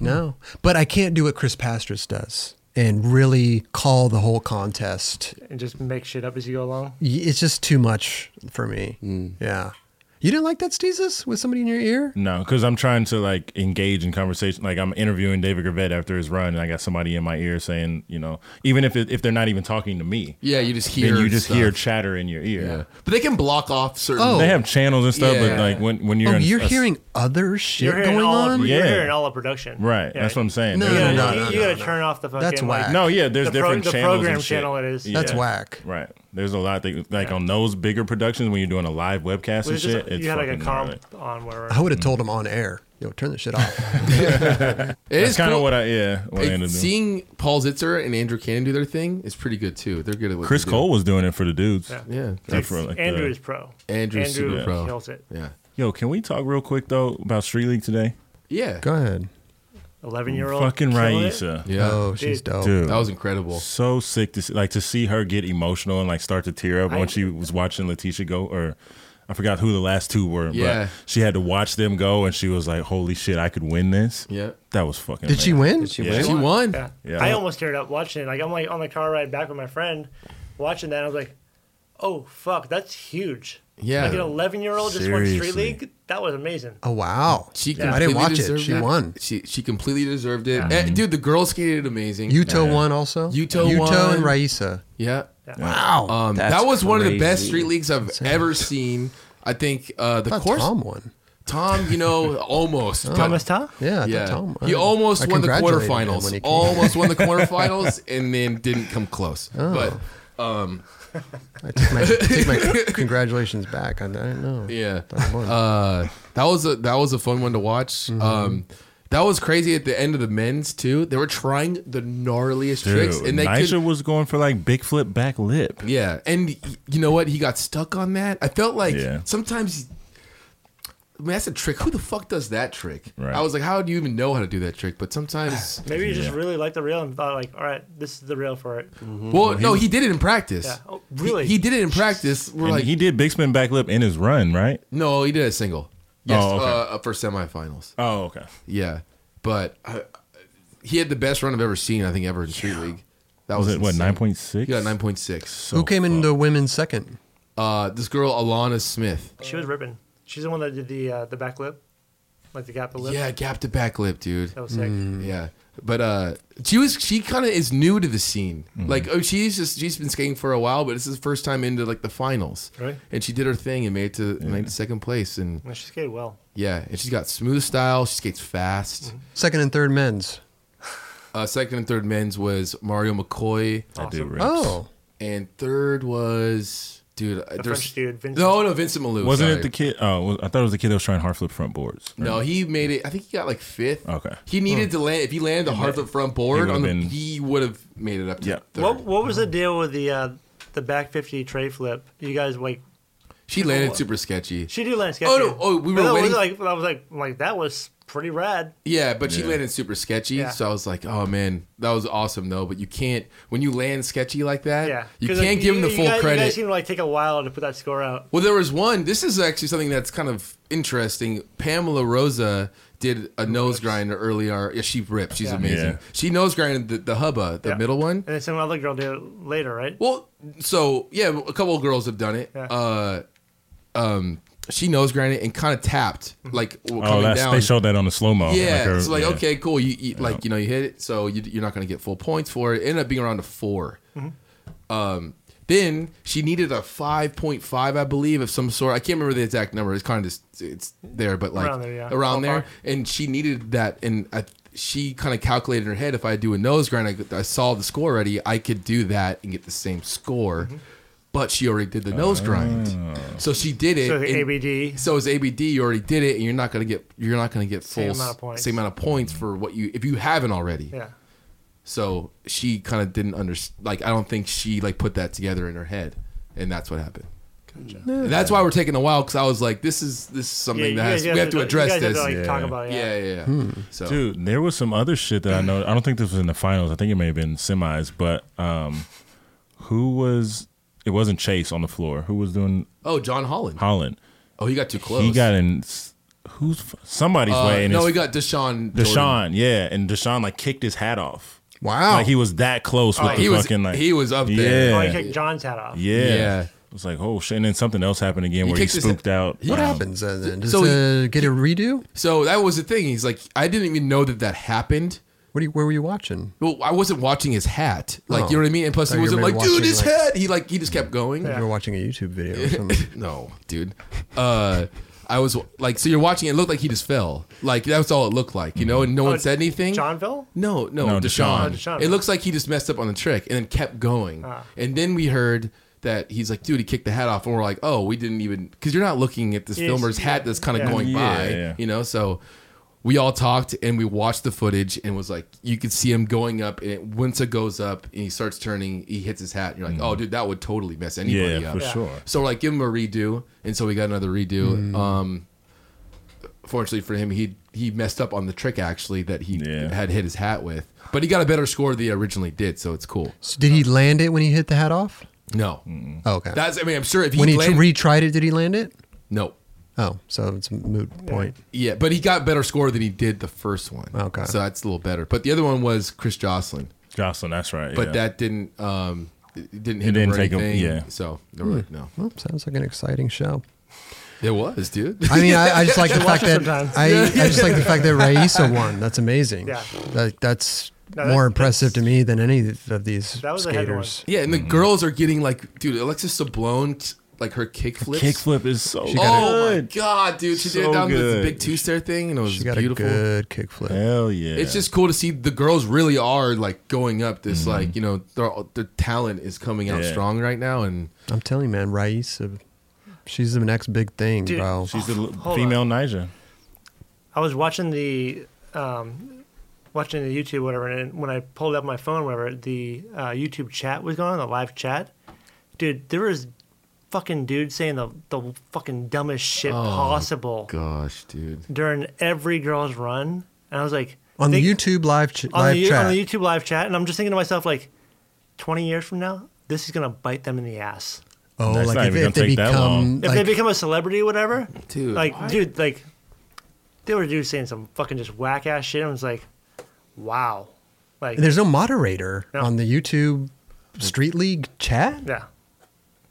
No, but I can't do what Chris Pastris does and really call the whole contest.
And just make shit up as you go along.
Y- It's just too much for me. Yeah, you didn't like that, Steezus, with somebody in your ear.
No, because I'm trying to like engage in conversation. Like I'm interviewing David Gravett after his run, and I got somebody in my ear saying, you know, even if it, if they're not even talking to me,
yeah, you just hear.
then you just
stuff.
hear chatter in your ear.
Yeah. But they can block off certain.
Oh.
They have channels and stuff,
Yeah.
but like when when you're
Oh,
in
you're
a-
hearing other shit
You're hearing,
going
all
on.
Of, you're
Yeah.
hearing all of production.
right.
Yeah.
That's what I'm saying.
No,
You gotta,
There's
no,
you,
no,
you
no,
gotta
no.
turn off the fucking
That's
like,
whack.
No, yeah, there's
the pro-
different
the
channels.
program
and shit.
channel it is.
Yeah.
That's whack.
Right. There's a lot that like on those bigger productions when you're doing a live webcast
Well,
and
it's just-
shit. it's
you had like a
fucking
comp
gnarly.
on where
I would have told him on air, yo, turn the shit off.
it
That's
is
kind of
cool.
what I yeah. What I
It-
ended up doing.
seeing Paul Zitzer and Andrew Cannon do their thing is pretty good too. They're good at what
Chris
they do.
Cole was doing it for the dudes.
Yeah.
Yeah.
That's for, like, the-
Andrew is pro.
Andrew's
Andrew
super pro.
kills it.
Yeah.
Yo, can we talk real quick though about Street League today?
Yeah.
Go
*laughs*
ahead.
Eleven year old
Fucking uh, Raisa,
Yeah.
Oh, she's dope.
dude.
That was incredible.
so sick to see, like to see her get emotional and like start to tear up
I-
when she was watching Letitia go or I forgot who the last two were,
Yeah.
but she had to watch them go and she was like, "Holy shit, I could win this."
Yeah.
That was fucking.
Did she
amazing.
win?
Did she
Yeah.
win?
She won.
Yeah.
Yeah.
I almost teared up watching it. Like I'm like on the car ride back with my friend, watching that. I was like, oh fuck, that's huge.
Yeah.
Like an eleven year old just won street
Seriously.
league. That was amazing.
Oh wow.
She
I didn't
completely
watch it.
deserved
She
that.
won.
She she completely deserved it. Eh, dude, the girls skated amazing.
Uto won also.
Uto
Uto
won.
and Raisa.
yeah.
Wow.
Uh,
Um,
That's
that was one of the best
crazy.
street leagues I've ever seen. I think uh, the
I thought
course
Tom won.
Tom, you know, almost but-
Thomas Ta?
Yeah, I
Yeah,
thought Tom won.
he almost
I
won the
congratulated him when
quarterfinals.
he came. *laughs*
Almost won the quarterfinals, and then didn't come close.
Oh.
But um,
I take my, take my
*laughs*
congratulations back. I, I didn't know.
yeah,
Thought he won.
uh, that was a that was a fun one to watch.
Mm-hmm.
Um, that was crazy at the end of the men's too. They were trying the gnarliest tricks,
Dude,
and they
Nyjah
could
was going for like big flip back lip.
Yeah, and y- you know what? He got stuck on that. I felt like
Yeah.
sometimes. I mean, that's a trick. Who the fuck does that trick?
Right.
I was like, how do you even know how to do that trick?
*sighs*
But sometimes,
Maybe you just really liked the reel and thought like, all right, this is the reel for it.
well, no, he did it in practice.
Mm-hmm. Yeah. Oh,
He-
really?
He, did it in practice. We're
And
like,
he did big spin back lip in his run, right?
no, he did a single. Yes,
Oh, okay.
uh, for semifinals.
Oh, okay.
Yeah, but I, he had the best run I've ever seen. I think ever in street league. That
Was, it what
insane.
nine point six?
He got nine point six.
Who came in the women's second?
Uh, this girl Alana Smith.
She was ripping. She's the one that did the uh, the back lip, like the gap the lip.
Yeah, Mm. gap to back lip, dude. Mm-hmm.
That was sick.
Yeah, but uh, she was she kind of is new to the scene.
Mm-hmm.
Like, oh, she's just she's been skating for a while, but this is the first time into like the finals.
Right.
And she did her thing and made it to made it to second place. And
And she skated well.
yeah, and she's got smooth style. She skates
Mm-hmm.
fast.
Second and third men's.
Uh, second and third men's was Mario McCoy,
I do.
Awesome.
Rips.
Oh,
and third was dude. uh,
The
there's-
French dude, Vincent.
No, no, Vincent Malou.
Wasn't
sorry.
it the kid? Oh, was- I thought it was the kid that was trying hard flip front boards.
No, he made it. I think he got like fifth.
Okay. Hmm.
He needed to land. If he landed the hard foot front board
would've
on the,
been-
he would have made it up to
Yeah.
third.
What what was the deal with the uh, the back fifty tray flip? You guys like
She landed super sketchy.
She did land sketchy.
Oh, no. Oh, we
But
were
that was
waiting-
Like, I was like, I'm like that was pretty rad.
Yeah, but she landed super sketchy.
Yeah.
So I was like, oh man, that was awesome though. But you can't when you land sketchy like that.
Yeah,
you
'Cause,
can't
like,
give him the
you
full
guys, You guys
credit.
seem to like take a while to put that score out.
Well, there was one. This is actually something that's kind of interesting. Pamela Rosa did a nose grinder earlier. Yeah, she ripped. She's
Yeah.
amazing.
Yeah.
She nose grinded the, the hubba, the
Yeah.
middle one.
And then some other girl did it later, right?
Well, so yeah, a couple of girls have done it.
Yeah.
Uh, um, she nose grinded and kind of tapped
Mm-hmm.
like coming
Oh, that's,
down.
they showed that on the slow mo.
Yeah, it's like okay, cool. You, you like you know you hit it, so you, you're not going to get full points for it. it. Ended up being around a 4
Mm-hmm.
Um, then she needed a five point five, I believe, of some sort. I can't remember the exact number. It's kind of just it's there, but like
Around there, yeah.
around there.
Ballpark.
And she needed that, and I, she kind of calculated in her head if I do a nose grind, I, could- I saw the score already. I could do that and get the same score.
Mm-hmm.
But she already did the nose grind, so she did it.
So the
and-
ABD.
so it's ABD. You already did it, and you're not gonna get you're not gonna get full
Same
s-
amount of points.
same amount of points for what you if you haven't already.
Yeah.
So she kind of didn't understand. Like I don't think she like put that together in her head, and that's what happened. That's why we're taking a while because I was like, this is this is
Yeah,
something
you
that
guys
has, we have to
you
address
guys
this.
Have to, like,
Yeah.
talk about it.
yeah, yeah, yeah. So
Hmm. Dude, there was some other shit that I know. I don't think this was in the finals. I think it may have been semis, but um, who was? It wasn't Chase on the floor. Who was doing
oh, John Holland.
Holland?
Oh, he got too close.
He got in. s- Who's f- somebody's
Uh,
way? And
no,
it's
he got Deshaun. Jordan.
Deshaun. Yeah, and Deshaun like kicked his hat off.
Wow.
Like he was that close with
Oh,
the
he was-
fucking like
he was up there.
Yeah,
Oh, you took John's hat off.
yeah.
Yeah.
It was like oh shit, and then something else happened again where he
kicked his-
spooked out.
what
Um,
happens then? then? Does
so
so
he-
get a redo?
So that was the thing. He's like, I didn't even know that that happened.
What do you, where were you watching?
Well, I wasn't watching his hat. Like,
Oh.
you know what I mean? And plus,
So
he
you're
wasn't
maybe
like, dude,
watching,
his
like-
head. He like he just kept going.
You were watching a YouTube video or something.
No, dude. Uh, I was like, so you're watching. It looked like he just fell. Like that's all it looked like, you know. And no one
Oh,
said anything.
Johnville?
No, no, Deshaun.
No, Deshaun.
Oh, Deshaun.
It looks like he just messed up on the trick and then kept going.
Ah.
And then we heard that he's like, dude, he kicked the hat off, and we're like, oh, we didn't even because you're not looking at this
Yes,
filmer's
yeah,
hat that's kind of
yeah.
going by,
Yeah, yeah.
you know. So we all talked and we watched the footage and was like, you could see him going up, and it, once it goes up and he starts turning, he hits his hat, and you're like, oh, dude, that would totally mess anybody
Mm-hmm. yeah,
up.
for sure.
So we're like, give him a redo, and so we got another
Mm.
redo. Um, fortunately for him, he he messed up on the trick actually that he
Yeah.
had hit his hat with, but he got a better score than he originally did, so it's cool.
So did he land it when he hit the hat off?
No,
Oh, okay.
that's I mean I'm sure if he,
when he
land-
retried it, did he land it?
no,
Oh, so it's a moot point.
yeah, but he got better score than he did the first one.
Okay.
so that's a little better. But the other one was Chris Jocelyn,
Jocelyn, that's right.
but
yeah.
that didn't um it didn't hit him
didn't
or
take him-
anything.
yeah.
so they were like, no,
Well, sounds like an exciting show.
it was dude.
I mean, I, I
*laughs*
just like the fact
it
that
sometime.
I, I
*laughs*
just like the fact that Raisa won. That's amazing.
Yeah.
That, that's
No,
more
that's-
impressive to me than any of these
That was a head one.
skaters.
*laughs* yeah, and the
Mm-hmm.
girls are getting like, dude, Alexis Sablone like her kick flips.
kickflip is so
She got
Oh
good.
my god, dude! She did
So
it down with the
good.
big two stair thing, and it was
She got
beautiful.
a good kickflip.
Hell yeah!
It's just cool to see the girls really are like going up. This like you know their their talent is coming out
Yeah.
strong right now, and
I'm telling you, man, Raisa, she's the next big thing,
Dude,
bro.
she's the l-
Hold
female Niger.
I was watching the um, watching the YouTube whatever, and when I pulled up my phone whatever, the uh, YouTube chat was going on, the live chat. Dude, there was fucking dude saying the the fucking dumbest
Oh,
shit possible
gosh, dude,
during every girl's run, and I was like,
on the
think-
YouTube live, ch-
on
live
the,
chat.
on the YouTube live chat, and I'm just thinking to myself like, 20 years from now, this is gonna bite them in the ass.
oh,
That's not
like if,
even
if
gonna
they
take that
become,
long.
If they
like,
become a celebrity, or whatever,
Dude,
like,
why-
dude, like, they were dudes saying some fucking just whack ass shit. and I was like, wow, like,
there's no moderator
No.
on the YouTube Street League chat.
yeah,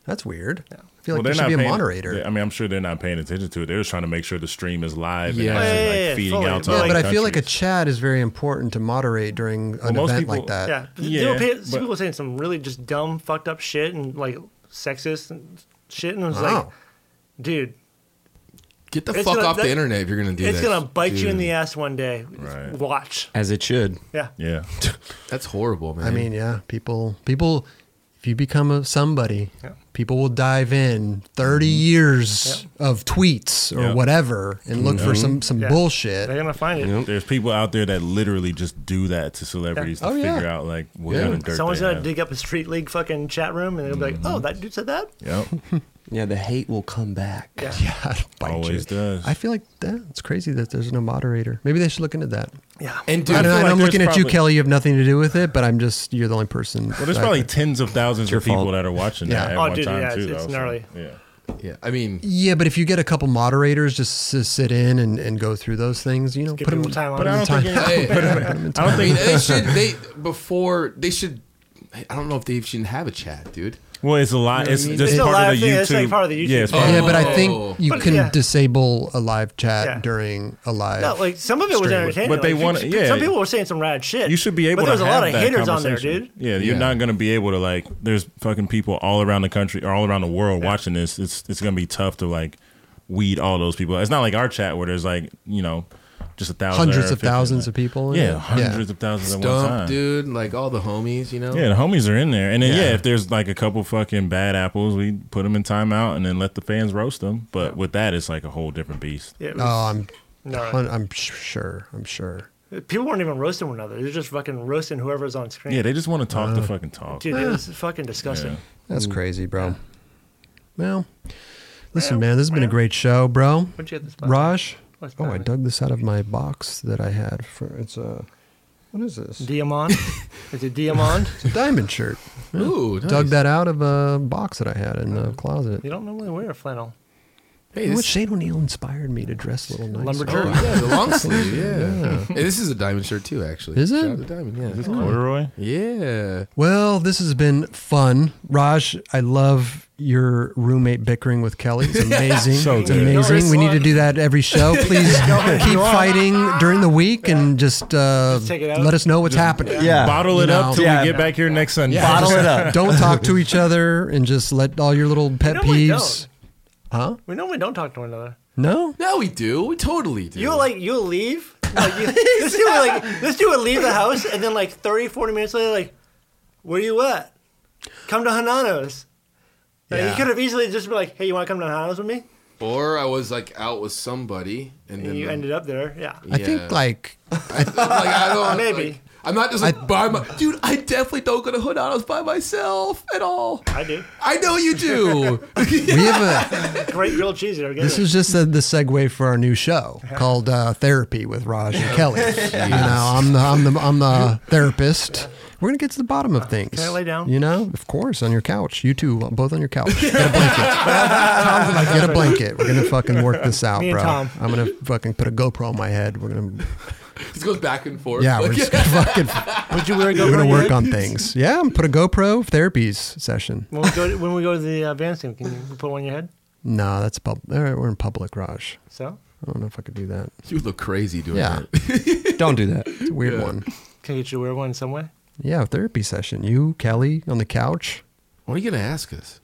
That's weird. I feel like
Well,
there
they're
should
not
be a
paying-
moderator.
I
Yeah,
mean, I'm sure they're not paying attention to it. They're just trying to make sure the stream is live
Yeah.
and actually,
Yeah,
like
yeah, yeah,
feeding
fully.
out to
Yeah,
all
but
the
I feel like a
countries.
chat is very important to moderate during an
most
event
people-
like that.
yeah. there
Yeah,
were pa-
but-
people were saying some really just dumb, fucked up shit and like sexist and shit, and I was like,
Wow.
dude,
get the
It's
fuck
gonna-
off
that-
the internet if you're gonna do
it's
that.
gonna bite you in
Dude,
the ass one day.
Right.
Watch,
As it should.
yeah,
Yeah, *laughs*
That's horrible, man.
I mean, yeah, people, people. If you become a somebody,
Yeah.
people will dive in. Thirty years of tweets or
Mm-hmm. Yeah. Mm-hmm.
whatever, and look for some some
Yeah.
bullshit.
they're gonna find it.
there's people out there that literally just do that to celebrities
Yeah.
to
Oh, yeah.
figure out like what
Yeah.
kind of dirt
Someone's
they
gonna
have.
dig up a street league fucking chat room and they'll be like, "Oh, that dude said that."
Yep.
Yeah, the hate will come back.
*laughs*
Yeah.
*laughs* Yeah, it'll bite
Always
you.
does.
I feel like that, it's crazy that there's no moderator. Maybe they should look into that.
Yeah.
And dude,
I don't know,
feel
and
like
I'm looking
there's
at you,
probably-
Kelly. You have nothing to do with it, but I'm just you're the only person.
well, there's
that I
probably
could-
tens of thousands
your
of people
fault.
that are watching
Yeah.
that at
Oh,
one
dude,
time
yeah, it's-
too.
it's
though, so,
gnarly.
yeah.
yeah, I mean,
yeah, but if you get a couple moderators just to sit in and, and go through those things, you know,
Give
put them.
people time on
But I
it.
don't think. any-
*laughs*
Hey,
I don't
I mean,
think.
they should. They before they should. I don't know if they shouldn't have a chat, dude.
Well, it's a lot. It's
mean?
just
It's a
part
live
of the
thing,
YouTube.
it's like part of the
Yeah, it's
YouTube
*laughs*
part
yeah,
of-
but I
Oh.
think you
But,
can
yeah.
disable a live chat
Yeah.
during a live.
No, like some of it was
Straight.
entertaining.
But they
like,
wanna-
people-
yeah.
Some people were saying some rad shit.
*laughs* You should be able
But
to
there's
have
a lot of
that
haters on there,
conversation.
dude.
Yeah, you're
Yeah.
not gonna be able to like. There's fucking people all around the country or all around the world watching this. It's it's gonna be tough to like weed all those people. It's not like our chat where there's like you know just a thousand, or
hundreds of
15,
thousands
like-
of people. in
Yeah,
it.
hundreds of thousands at one
Dump,
time.
dude. Like all the homies, you know.
Yeah, the homies are in there, and then yeah.
Yeah.
if there's like a couple fucking bad apples, we put them in timeout and then let the fans roast them. But with that, it's like a whole different beast.
Yeah, it
Oh,
was-
I'm.
No.
hun- I'm sh- sure. I'm sure.
people weren't even roasting one another. They're just fucking roasting whoever's on screen.
Yeah, they just want to talk
Uh,
the fucking talk.
dude, it was fucking disgusting.
Yeah.
That's crazy, bro. Well, listen, man, this has been a great show, bro.
When'd you get this? box?
Raj,
What's
oh, I
that?
dug this out of my box that I had for it's a what is this? *laughs*
Diamond. Is it Diamond?
It's a diamond shirt.
Ooh, nice.
Dug that out of a box that I had in the closet.
You don't normally wear flannel.
Hey,
You know what?
this,
Shane O'Neill inspired me to dress a little nice.
Lumberjack.
oh, yeah, the long sleeve. Yeah. Hey, this is a diamond shirt too, actually.
Is it?
Shout out to diamond? Yeah.
Is this corduroy?
yeah.
Well, this has been fun, Raj. I love your roommate bickering with Kelly.
*laughs*
It's amazing.
So
it's
good.
amazing. We need to do that every show. Please
if you
keep
want.
fighting during the week and just, uh,
Just take it out.
let us know what's happening.
Yeah.
Bottle it
You know.
up till
Yeah.
we get back here next Sunday.
Bottle
Just
it
*laughs*
up.
Don't talk to each other and just let all your little pet
No, we
peeves.
don't.
Huh?
We normally don't talk to one another.
No?
No, we do. We totally do.
You'll like you'll leave. Like,
*laughs*
you, this dude would like this dude would leave the house and then like 30, 40 minutes later, like, where you at? Come to Hanano's. Like,
Yeah.
He could have easily just been like, hey, you want to come to Hanano's with me?
Or I was like out with somebody, and then
And you ended up there. Yeah.
I think like
*laughs* like I don't
Maybe.
like, I'm not just like by my dude. I definitely don't go to Hood Autos by myself at all.
I do.
I know you do.
*laughs*
*laughs*
we have a.
Great grilled cheese there.
This is just the the segue for our new show called uh, Therapy with Raj and
*laughs*
Kelly. You know, I'm the I'm the I'm the therapist. We're gonna get to the bottom of things.
I lay down?
You know, of course, on your couch. You two, both on your couch. Get
*laughs*
a blanket. Get a blanket. We're gonna fucking work
*laughs*
this out,
Me and
bro.
Tom.
I'm gonna fucking put a GoPro on my head. We're gonna
*laughs* This goes back and forth.
yeah,
*laughs*
we're
*laughs*
Like,
just gonna fucking
Would you wear
we're
a GoPro?
gonna
yet?
work on things. Yeah, put a GoPro therapies session.
When we go to, when we go to the uh, bandstand, can you put one on your head?
No, that's pub. all right, We're in public, Raj.
So
I don't know if I could do that.
you look crazy doing
Yeah,
that. *laughs*
*laughs* Don't do that.
it's a weird one.
can I get you to wear one in some way?
Yeah, a therapy session. You, Kelly, on the couch.
What are you gonna ask us?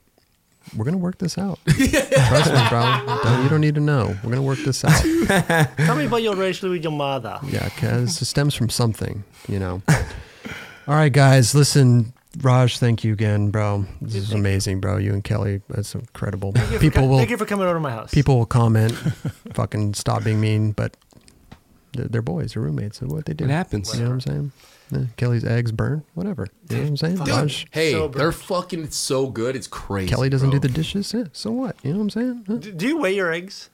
We're gonna work this
*laughs*
out. Trust me, bro. Don't, you don't need to know. We're gonna work this out.
Tell me about your relationship with your mother.
Yeah, 'cause it stems from something, you
*laughs*
know. All right, guys. Listen, Raj. Thank you again, bro. This is amazing, bro. You and Kelly. That's incredible. People will
Thank you for coming over to my house.
people will comment. Fucking stop being mean, but they're, they're boys. They're roommates. So what they do.
It happens.
You know what I'm saying? Yeah, Kelly's eggs burn. Whatever. You know what I'm saying?
Dude,
Raj.
hey,
Sober.
they're fucking so good. It's crazy.
Kelly doesn't
bro.
do the dishes. Yeah, so what? You know what I'm saying? Huh?
Do, do you weigh your eggs?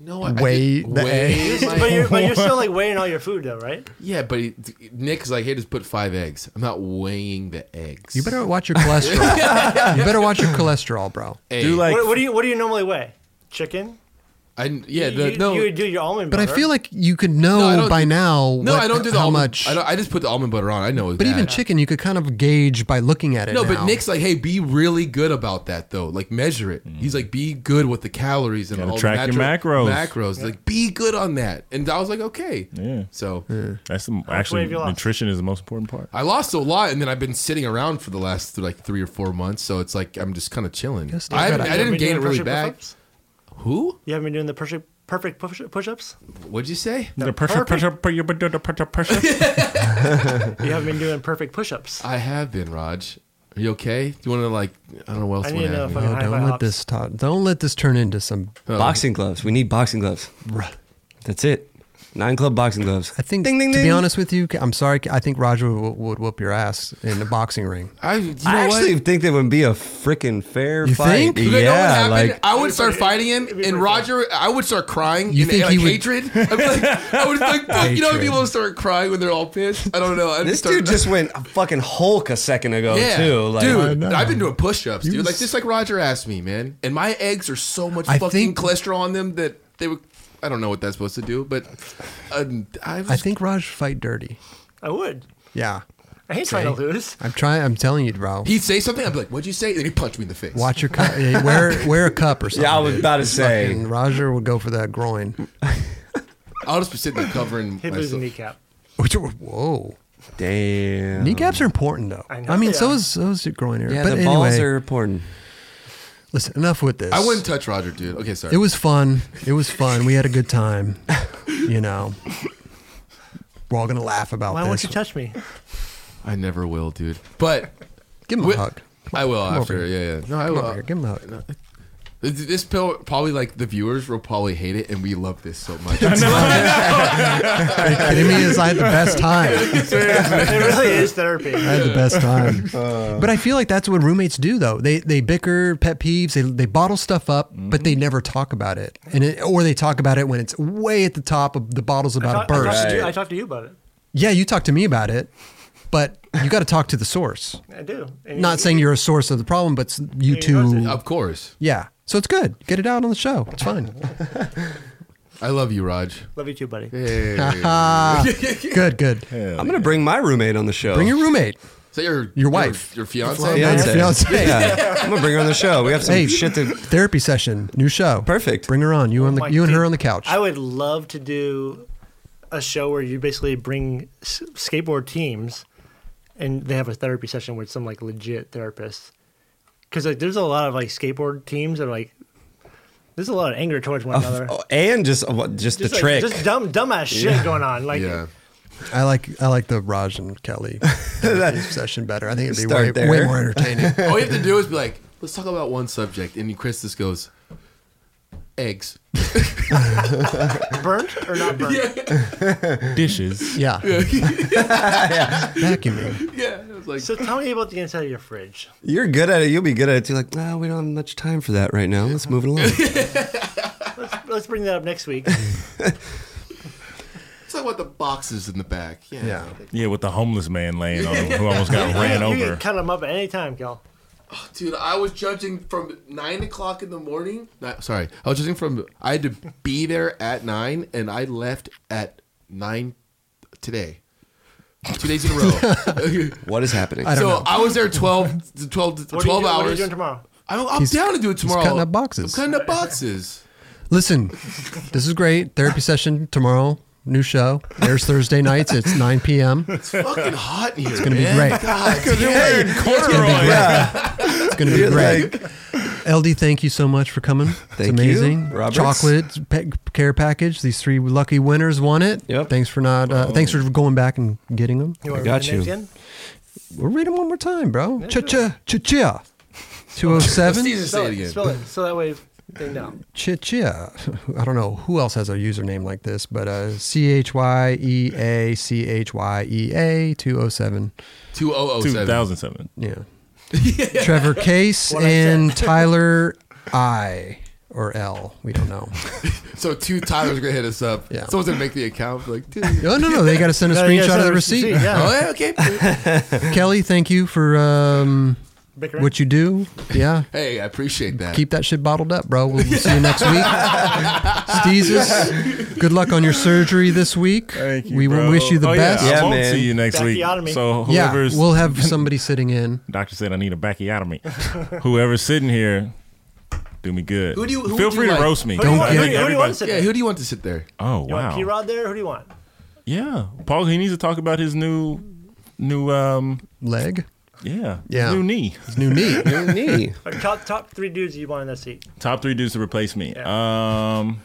no. I, I
Weigh
did-
the
weigh
eggs.
*laughs*
my-
But you're, but you're still like weighing all your food though, right?
yeah, but he, Nick's like, hey, just put five eggs. I'm not weighing the eggs.
You better watch your cholesterol. you better watch your cholesterol, bro.
*laughs* hey,
Do like
what, what do you What do you normally weigh? Chicken.
I, yeah,
you,
the, no,
you would do your almond.
But I
butter.
feel like you could
No, I
know
don't
by
do-
now.
no,
what-
I don't do the
how
almond,
much.
I, don't, I just put the almond butter on. I know.
but even
that.
chicken, you could kind of gauge by looking at it.
No,
now.
but Nick's like, hey, be really good about that though. Like measure it. He's like, be good with the calories and
Gotta
all the
track your
macro-
macros.
Macros, like be good on that. And I was like, okay.
*laughs* Yeah.
So
that's the, actually
have you lost?
nutrition is the most important part.
I lost a lot, and then I've been sitting around for the last like three or four months. So it's like I'm just kind of chilling.
Yes, dude,
I, haven't-
but
I
You haven't
didn't
been
gain it
doing
really
push-up
back.
push-ups?
Who?
You haven't been doing the perfect perfect push push ups.
What'd you say?
The pressure, pressure, pressure, pressure,
*laughs*
pressure, pressure.
You haven't been doing perfect push ups.
I have been Raj. Are you okay? Do you want to like? I don't know what else.
I
you
need
wanna
to
ask
know
me.
Oh,
High
don't
five
let
hops.
this talk, don't let this turn into some.
Oh.
Boxing gloves. We need boxing gloves. That's it. Nine club boxing gloves.
I think, to be honest with you, I'm sorry. I think Roger would, would whoop your ass in the boxing ring.
I, you know
I
what?
actually think that would be a freaking fair
You
fight.
think? You
You know what
Yeah,
happened?
like
I would start fighting him, and Roger, I would start crying.
You
and,
think
like,
he would-
hatred? I'd be like, I would like, fuck, you know, how people start crying when they're all pissed. I don't know. I'd
this
start,
dude just went a fucking Hulk a second
*laughs*
ago
yeah,
too. Like,
dude.
know.
I've been doing push-ups, dude.
was-
Like just like Roger asked me, man. And my eggs are so much
I
fucking
think-
cholesterol on them that they were. I don't know what that's supposed to do, but um, I was.
I think Raj fight dirty.
I would.
Yeah,
I ain't trying to lose.
I'm trying. I'm telling you, bro.
he'd say something. I'd be like, "What'd you say?" And he punched me in the face.
Watch your cup. yeah, wear wear a cup
*laughs*
or something.
yeah, I was about to say.
And Roger would go for that groin.
I'll just be sitting there covering
He'd lose a
myself.
kneecap.
Which whoa,
Damn.
kneecaps are important though. I,
I know
mean,
they
so
are.
is so is your groin area.
Yeah,
but
the
anyway,
balls are important.
listen. Enough with this.
I wouldn't touch Roger, dude. Okay, sorry.
It was fun. It was fun. We had a good
*laughs*
time. You know, we're all gonna laugh about
Why
this.
won't you touch me?
I never will, dude. But
Give him a
Wi-
hug.
I will
over
after. Yeah, yeah. No, I
Come
will.
over here. Give him a
*laughs*
hug.
This this pill probably like the viewers will probably hate it, and we love this so *laughs* much.
Are you kidding me? Is I had the best
*laughs*
time.
it really is therapy.
I had the best time.
Uh.
but I feel like that's what roommates do, though. They they bicker, pet peeves. They they bottle stuff up,
Mm-hmm.
but they never talk about it, and it, or they talk about it when it's way at the top of the bottles
I,
about
talk,
to
I,
burst.
talked to you,
Right.
I talked to you about it.
Yeah, you talk to me about it, but you got to talk to the source.
I do. And
Not
you-
saying you're a source of the problem, but s- you
knows it.
two.
of course,
Yeah, so it's good. Get it out on the show. It's fun.
I love you, Raj.
Love you too, buddy.
Hey.
Ah, good, good.
Hell
I'm gonna bring my roommate on the show.
Bring your roommate.
Is that your
Your wife.
your, your fiance?
Yeah,
Fiance. Fiance.
Yeah. *laughs* I'm gonna bring her on the show. We have some
Hey.
shit to.
Therapy session, new show.
Perfect.
Bring her on. You on the
Like,
you and her
dude,
on the couch.
I would love to do a show where you basically bring s- skateboard teams, and they have a therapy session with some like legit therapists. Because like, there's a lot of like skateboard teams that are like, there's a lot of anger towards one another.
Oh, and just uh, what- just,
just
the
like,
trick.
just dumb, dumbass shit going on. Like,
Yeah.
I like I like the Raj and
*laughs*
Kelly therapy session better. I think it'd be way,
Start there.
way more
*laughs*
entertaining.
All you have to do is *laughs* be like, let's talk about one subject, and Chris just goes, eggs.
burnt or not burnt?
dishes.
Yeah. Vacuuming.
*laughs* Yeah, it was like
So tell me about the inside of your fridge.
You're good at it. You'll be good at it too. Like, no, we don't have much time for that right now. Let's move it along.
Let's bring that up next week.
let's talk about the boxes in the back. Yeah.
Yeah.
Yeah, with the homeless man laying on him who almost got ran
you
over.
can cut them up at any time, Kel.
dude, I was judging from nine o'clock in the morning. Not, sorry, I was judging from. I had to be there at nine, and I left at nine today. Two days
*laughs*
in a row.
what is happening?
I don't
so
know.
I was there 12, to 12, to
What are you
12
doing,
hours.
What are you doing tomorrow?
I'm, I'm
He's-
down to do it tomorrow.
cutting up boxes.
I'm cutting up boxes.
Listen, this is great. Therapy session tomorrow. New show. There's Thursday nights. It's 9 p.m. It's
It's fucking hot in here. It's
gonna be great. *laughs*
you're wearing
gonna be great.
Corduroy.
It's gonna
*laughs*
be great. LD, thank you so much for coming. it's
Thank
amazing.
you, Roberts.
Chocolate pe- care package. These three lucky winners won it.
Yep. Oh.
Thanks for not. Uh, Thanks for going back and getting them.
You want
got you.
We'll read them one more time, bro. Cha cha cha cha.
*laughs*
207.
Say it
Spell it,
again.
spell it, so that way they know.
Chichia. *laughs* I don't know who else has a username like this, but uh, C H Y E A C H Y E A 207.
2007.
2007. *laughs*
Yeah. Trevor Case
I
and Tyler I or L. We don't
*laughs*
know.
So two Tyler's gonna hit us up.
Yeah.
Someone's gonna make the account. Like, dude.
*laughs* No, Oh, no, no. They got to
*laughs*
send a
No, you guys
screenshot of
have
the
a
receipt. Oh,
Yeah.
Oh yeah, okay.
Kelly, thank you for um,
Bickering.
what you do. Yeah.
hey, I appreciate that.
Keep that shit bottled up, bro. We'll see you next
*laughs*
week. Steezus, good luck on your surgery this week.
Thank you,
we
bro.
wish you the
Oh,
best.
Yeah,
Yeah,
I won't
man.
see you next week.
Tracheotomy.
So
Yeah,
whoever's
we'll have somebody sitting in.
*laughs* doctor said I need a bacchiotomy. *laughs* whoever's sitting here, do me good.
Who do you- who
Feel
would
free
you
to
like?
roast me.
Who do you
I
want? Who
think
do you- who do you want
everybody-
to sit
yeah,
there?
who do you want to sit there?
Oh
You want
wow.
P Rod there? Who do you want?
Yeah, Paul. He needs to talk about his new, new um,
Leg,
yeah, his
Yeah.
new knee.
his new
*laughs*
knee.
Your knee.
Or top top three dudes you want in that seat.
Top three dudes to replace me. Um,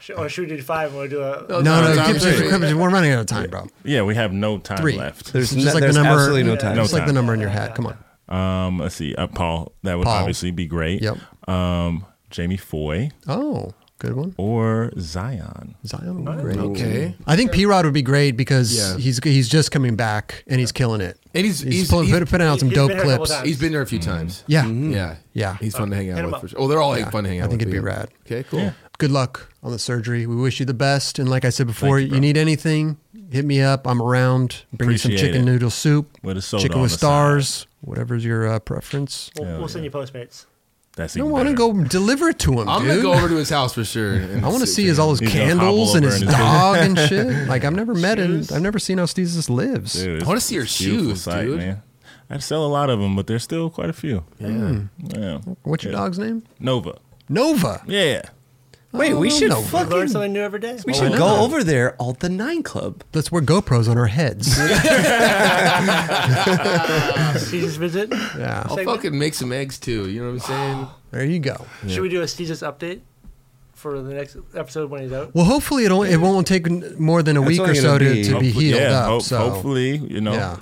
Sh- Or should we do five and we'll do a.
No, no,
Tom
keep-
Brady.
keep- we're running out of time, bro.
yeah, we have no time
Three.
left.
There's,
Just
no,
like the
there's
number-
absolutely no
Yeah.
time.
No
It's like the
time.
number in your hat. Come on.
Um, let's see, uh, Paul. That would
Paul.
obviously be great.
Yep.
Um, Jamie Foy.
Oh, Good one.
or Zion.
Zion would be great.
Okay.
I think P Rod would be great because
Yeah.
he's he's just coming back and he's killing it.
And he's
He's,
he's
pulling,
he's,
put- putting out some
he's
dope
been here a couple
clips.
times.
he's been there a few times.
Mm-hmm.
Mm-hmm.
Yeah.
Yeah.
Yeah.
He's fun to hang
Hit
out
him
with
up.
for sure. Oh, they're all like fun to hang
I
out
think
with.
it'd be
yeah.
rad.
Okay, cool.
Yeah.
Good luck on the surgery. We wish you the best. And like I said before,
you,
you,
bro.
need anything, hit me up. I'm around. Bring you some
Appreciate
chicken
it.
noodle soup,
With a soda
chicken
on
with
the side.
stars, whatever's your uh, preference.
We'll,
Hell
we'll send
yeah.
you Postmates.
That's
I
even
don't want to
better.
go deliver it to him,
I'm
dude.
gonna go over to his house
*laughs*
for sure. and
I want to see his all his
He's gonna
candles
hobble
and
over
his
in his-
dog
*laughs*
and shit. Like I've never met him.
Shoes.
I've never seen how Steezus lives.
Dude, it's-
I wanna see your
it's a beautiful
shoes, dude.
I sell a lot of them, but there's still quite a few.
Yeah.
Mm.
Yeah.
What's your
Yeah.
dog's name?
Nova.
Nova.
Yeah.
Wait, we
Oh,
should
no.
Learn
fucking.
something new every day.
We should
Oh,
go
no.
over there alt the nine club.
Let's wear GoPros on our
*laughs*
heads.
Caesar's Oh, visit.
yeah.
I'll
Segment.
fucking make some eggs too. You know what I'm saying?
There you go.
Should we do a Caesar's update for the next episode when he's out?
Well, hopefully it'll it won't take n- more than a
That's
week
only
or so
gonna
to,
be-
to be
Hopefully-
healed
yeah,
up.
ho-
so
hopefully, you know,
Yeah.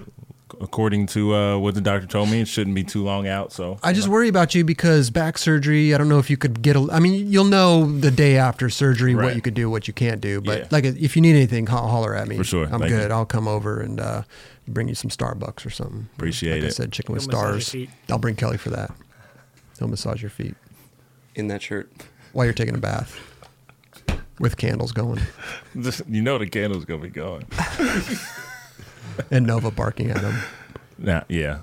according to uh, what the doctor told me, it shouldn't be too long out. So
I just worry about you because back surgery. I don't know if you could get. A, I mean, you'll know the day after surgery what
Right.
you could do, what you can't do. But
Yeah.
like, if you need anything, ho- holler at me.
For sure.
I'm
Thank
good.
you.
I'll come over and uh, bring you some Starbucks or something.
Appreciate
Like I
it.
said chicken with
He'll massage your
stars.
feet.
I'll bring Kelly for that. He'll massage your feet
in that shirt.
while you're taking a bath with candles going
Just- *laughs* you know the candle's gonna be going.
and Nova barking at him.
Nah, yeah.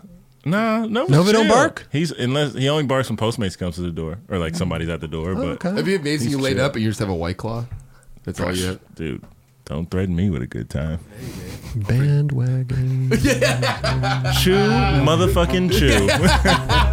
Nah, no.
Nova don't bark?
He's unless he only barks when Postmates comes to the door or like somebody's at the door. but
Oh, okay.
It'd be amazing
He's
you laid
chill.
up and you just have a white claw. That's all you have.
dude, don't threaten me with a good time.
Bandwagon.
*laughs* Chew, motherfucking chew.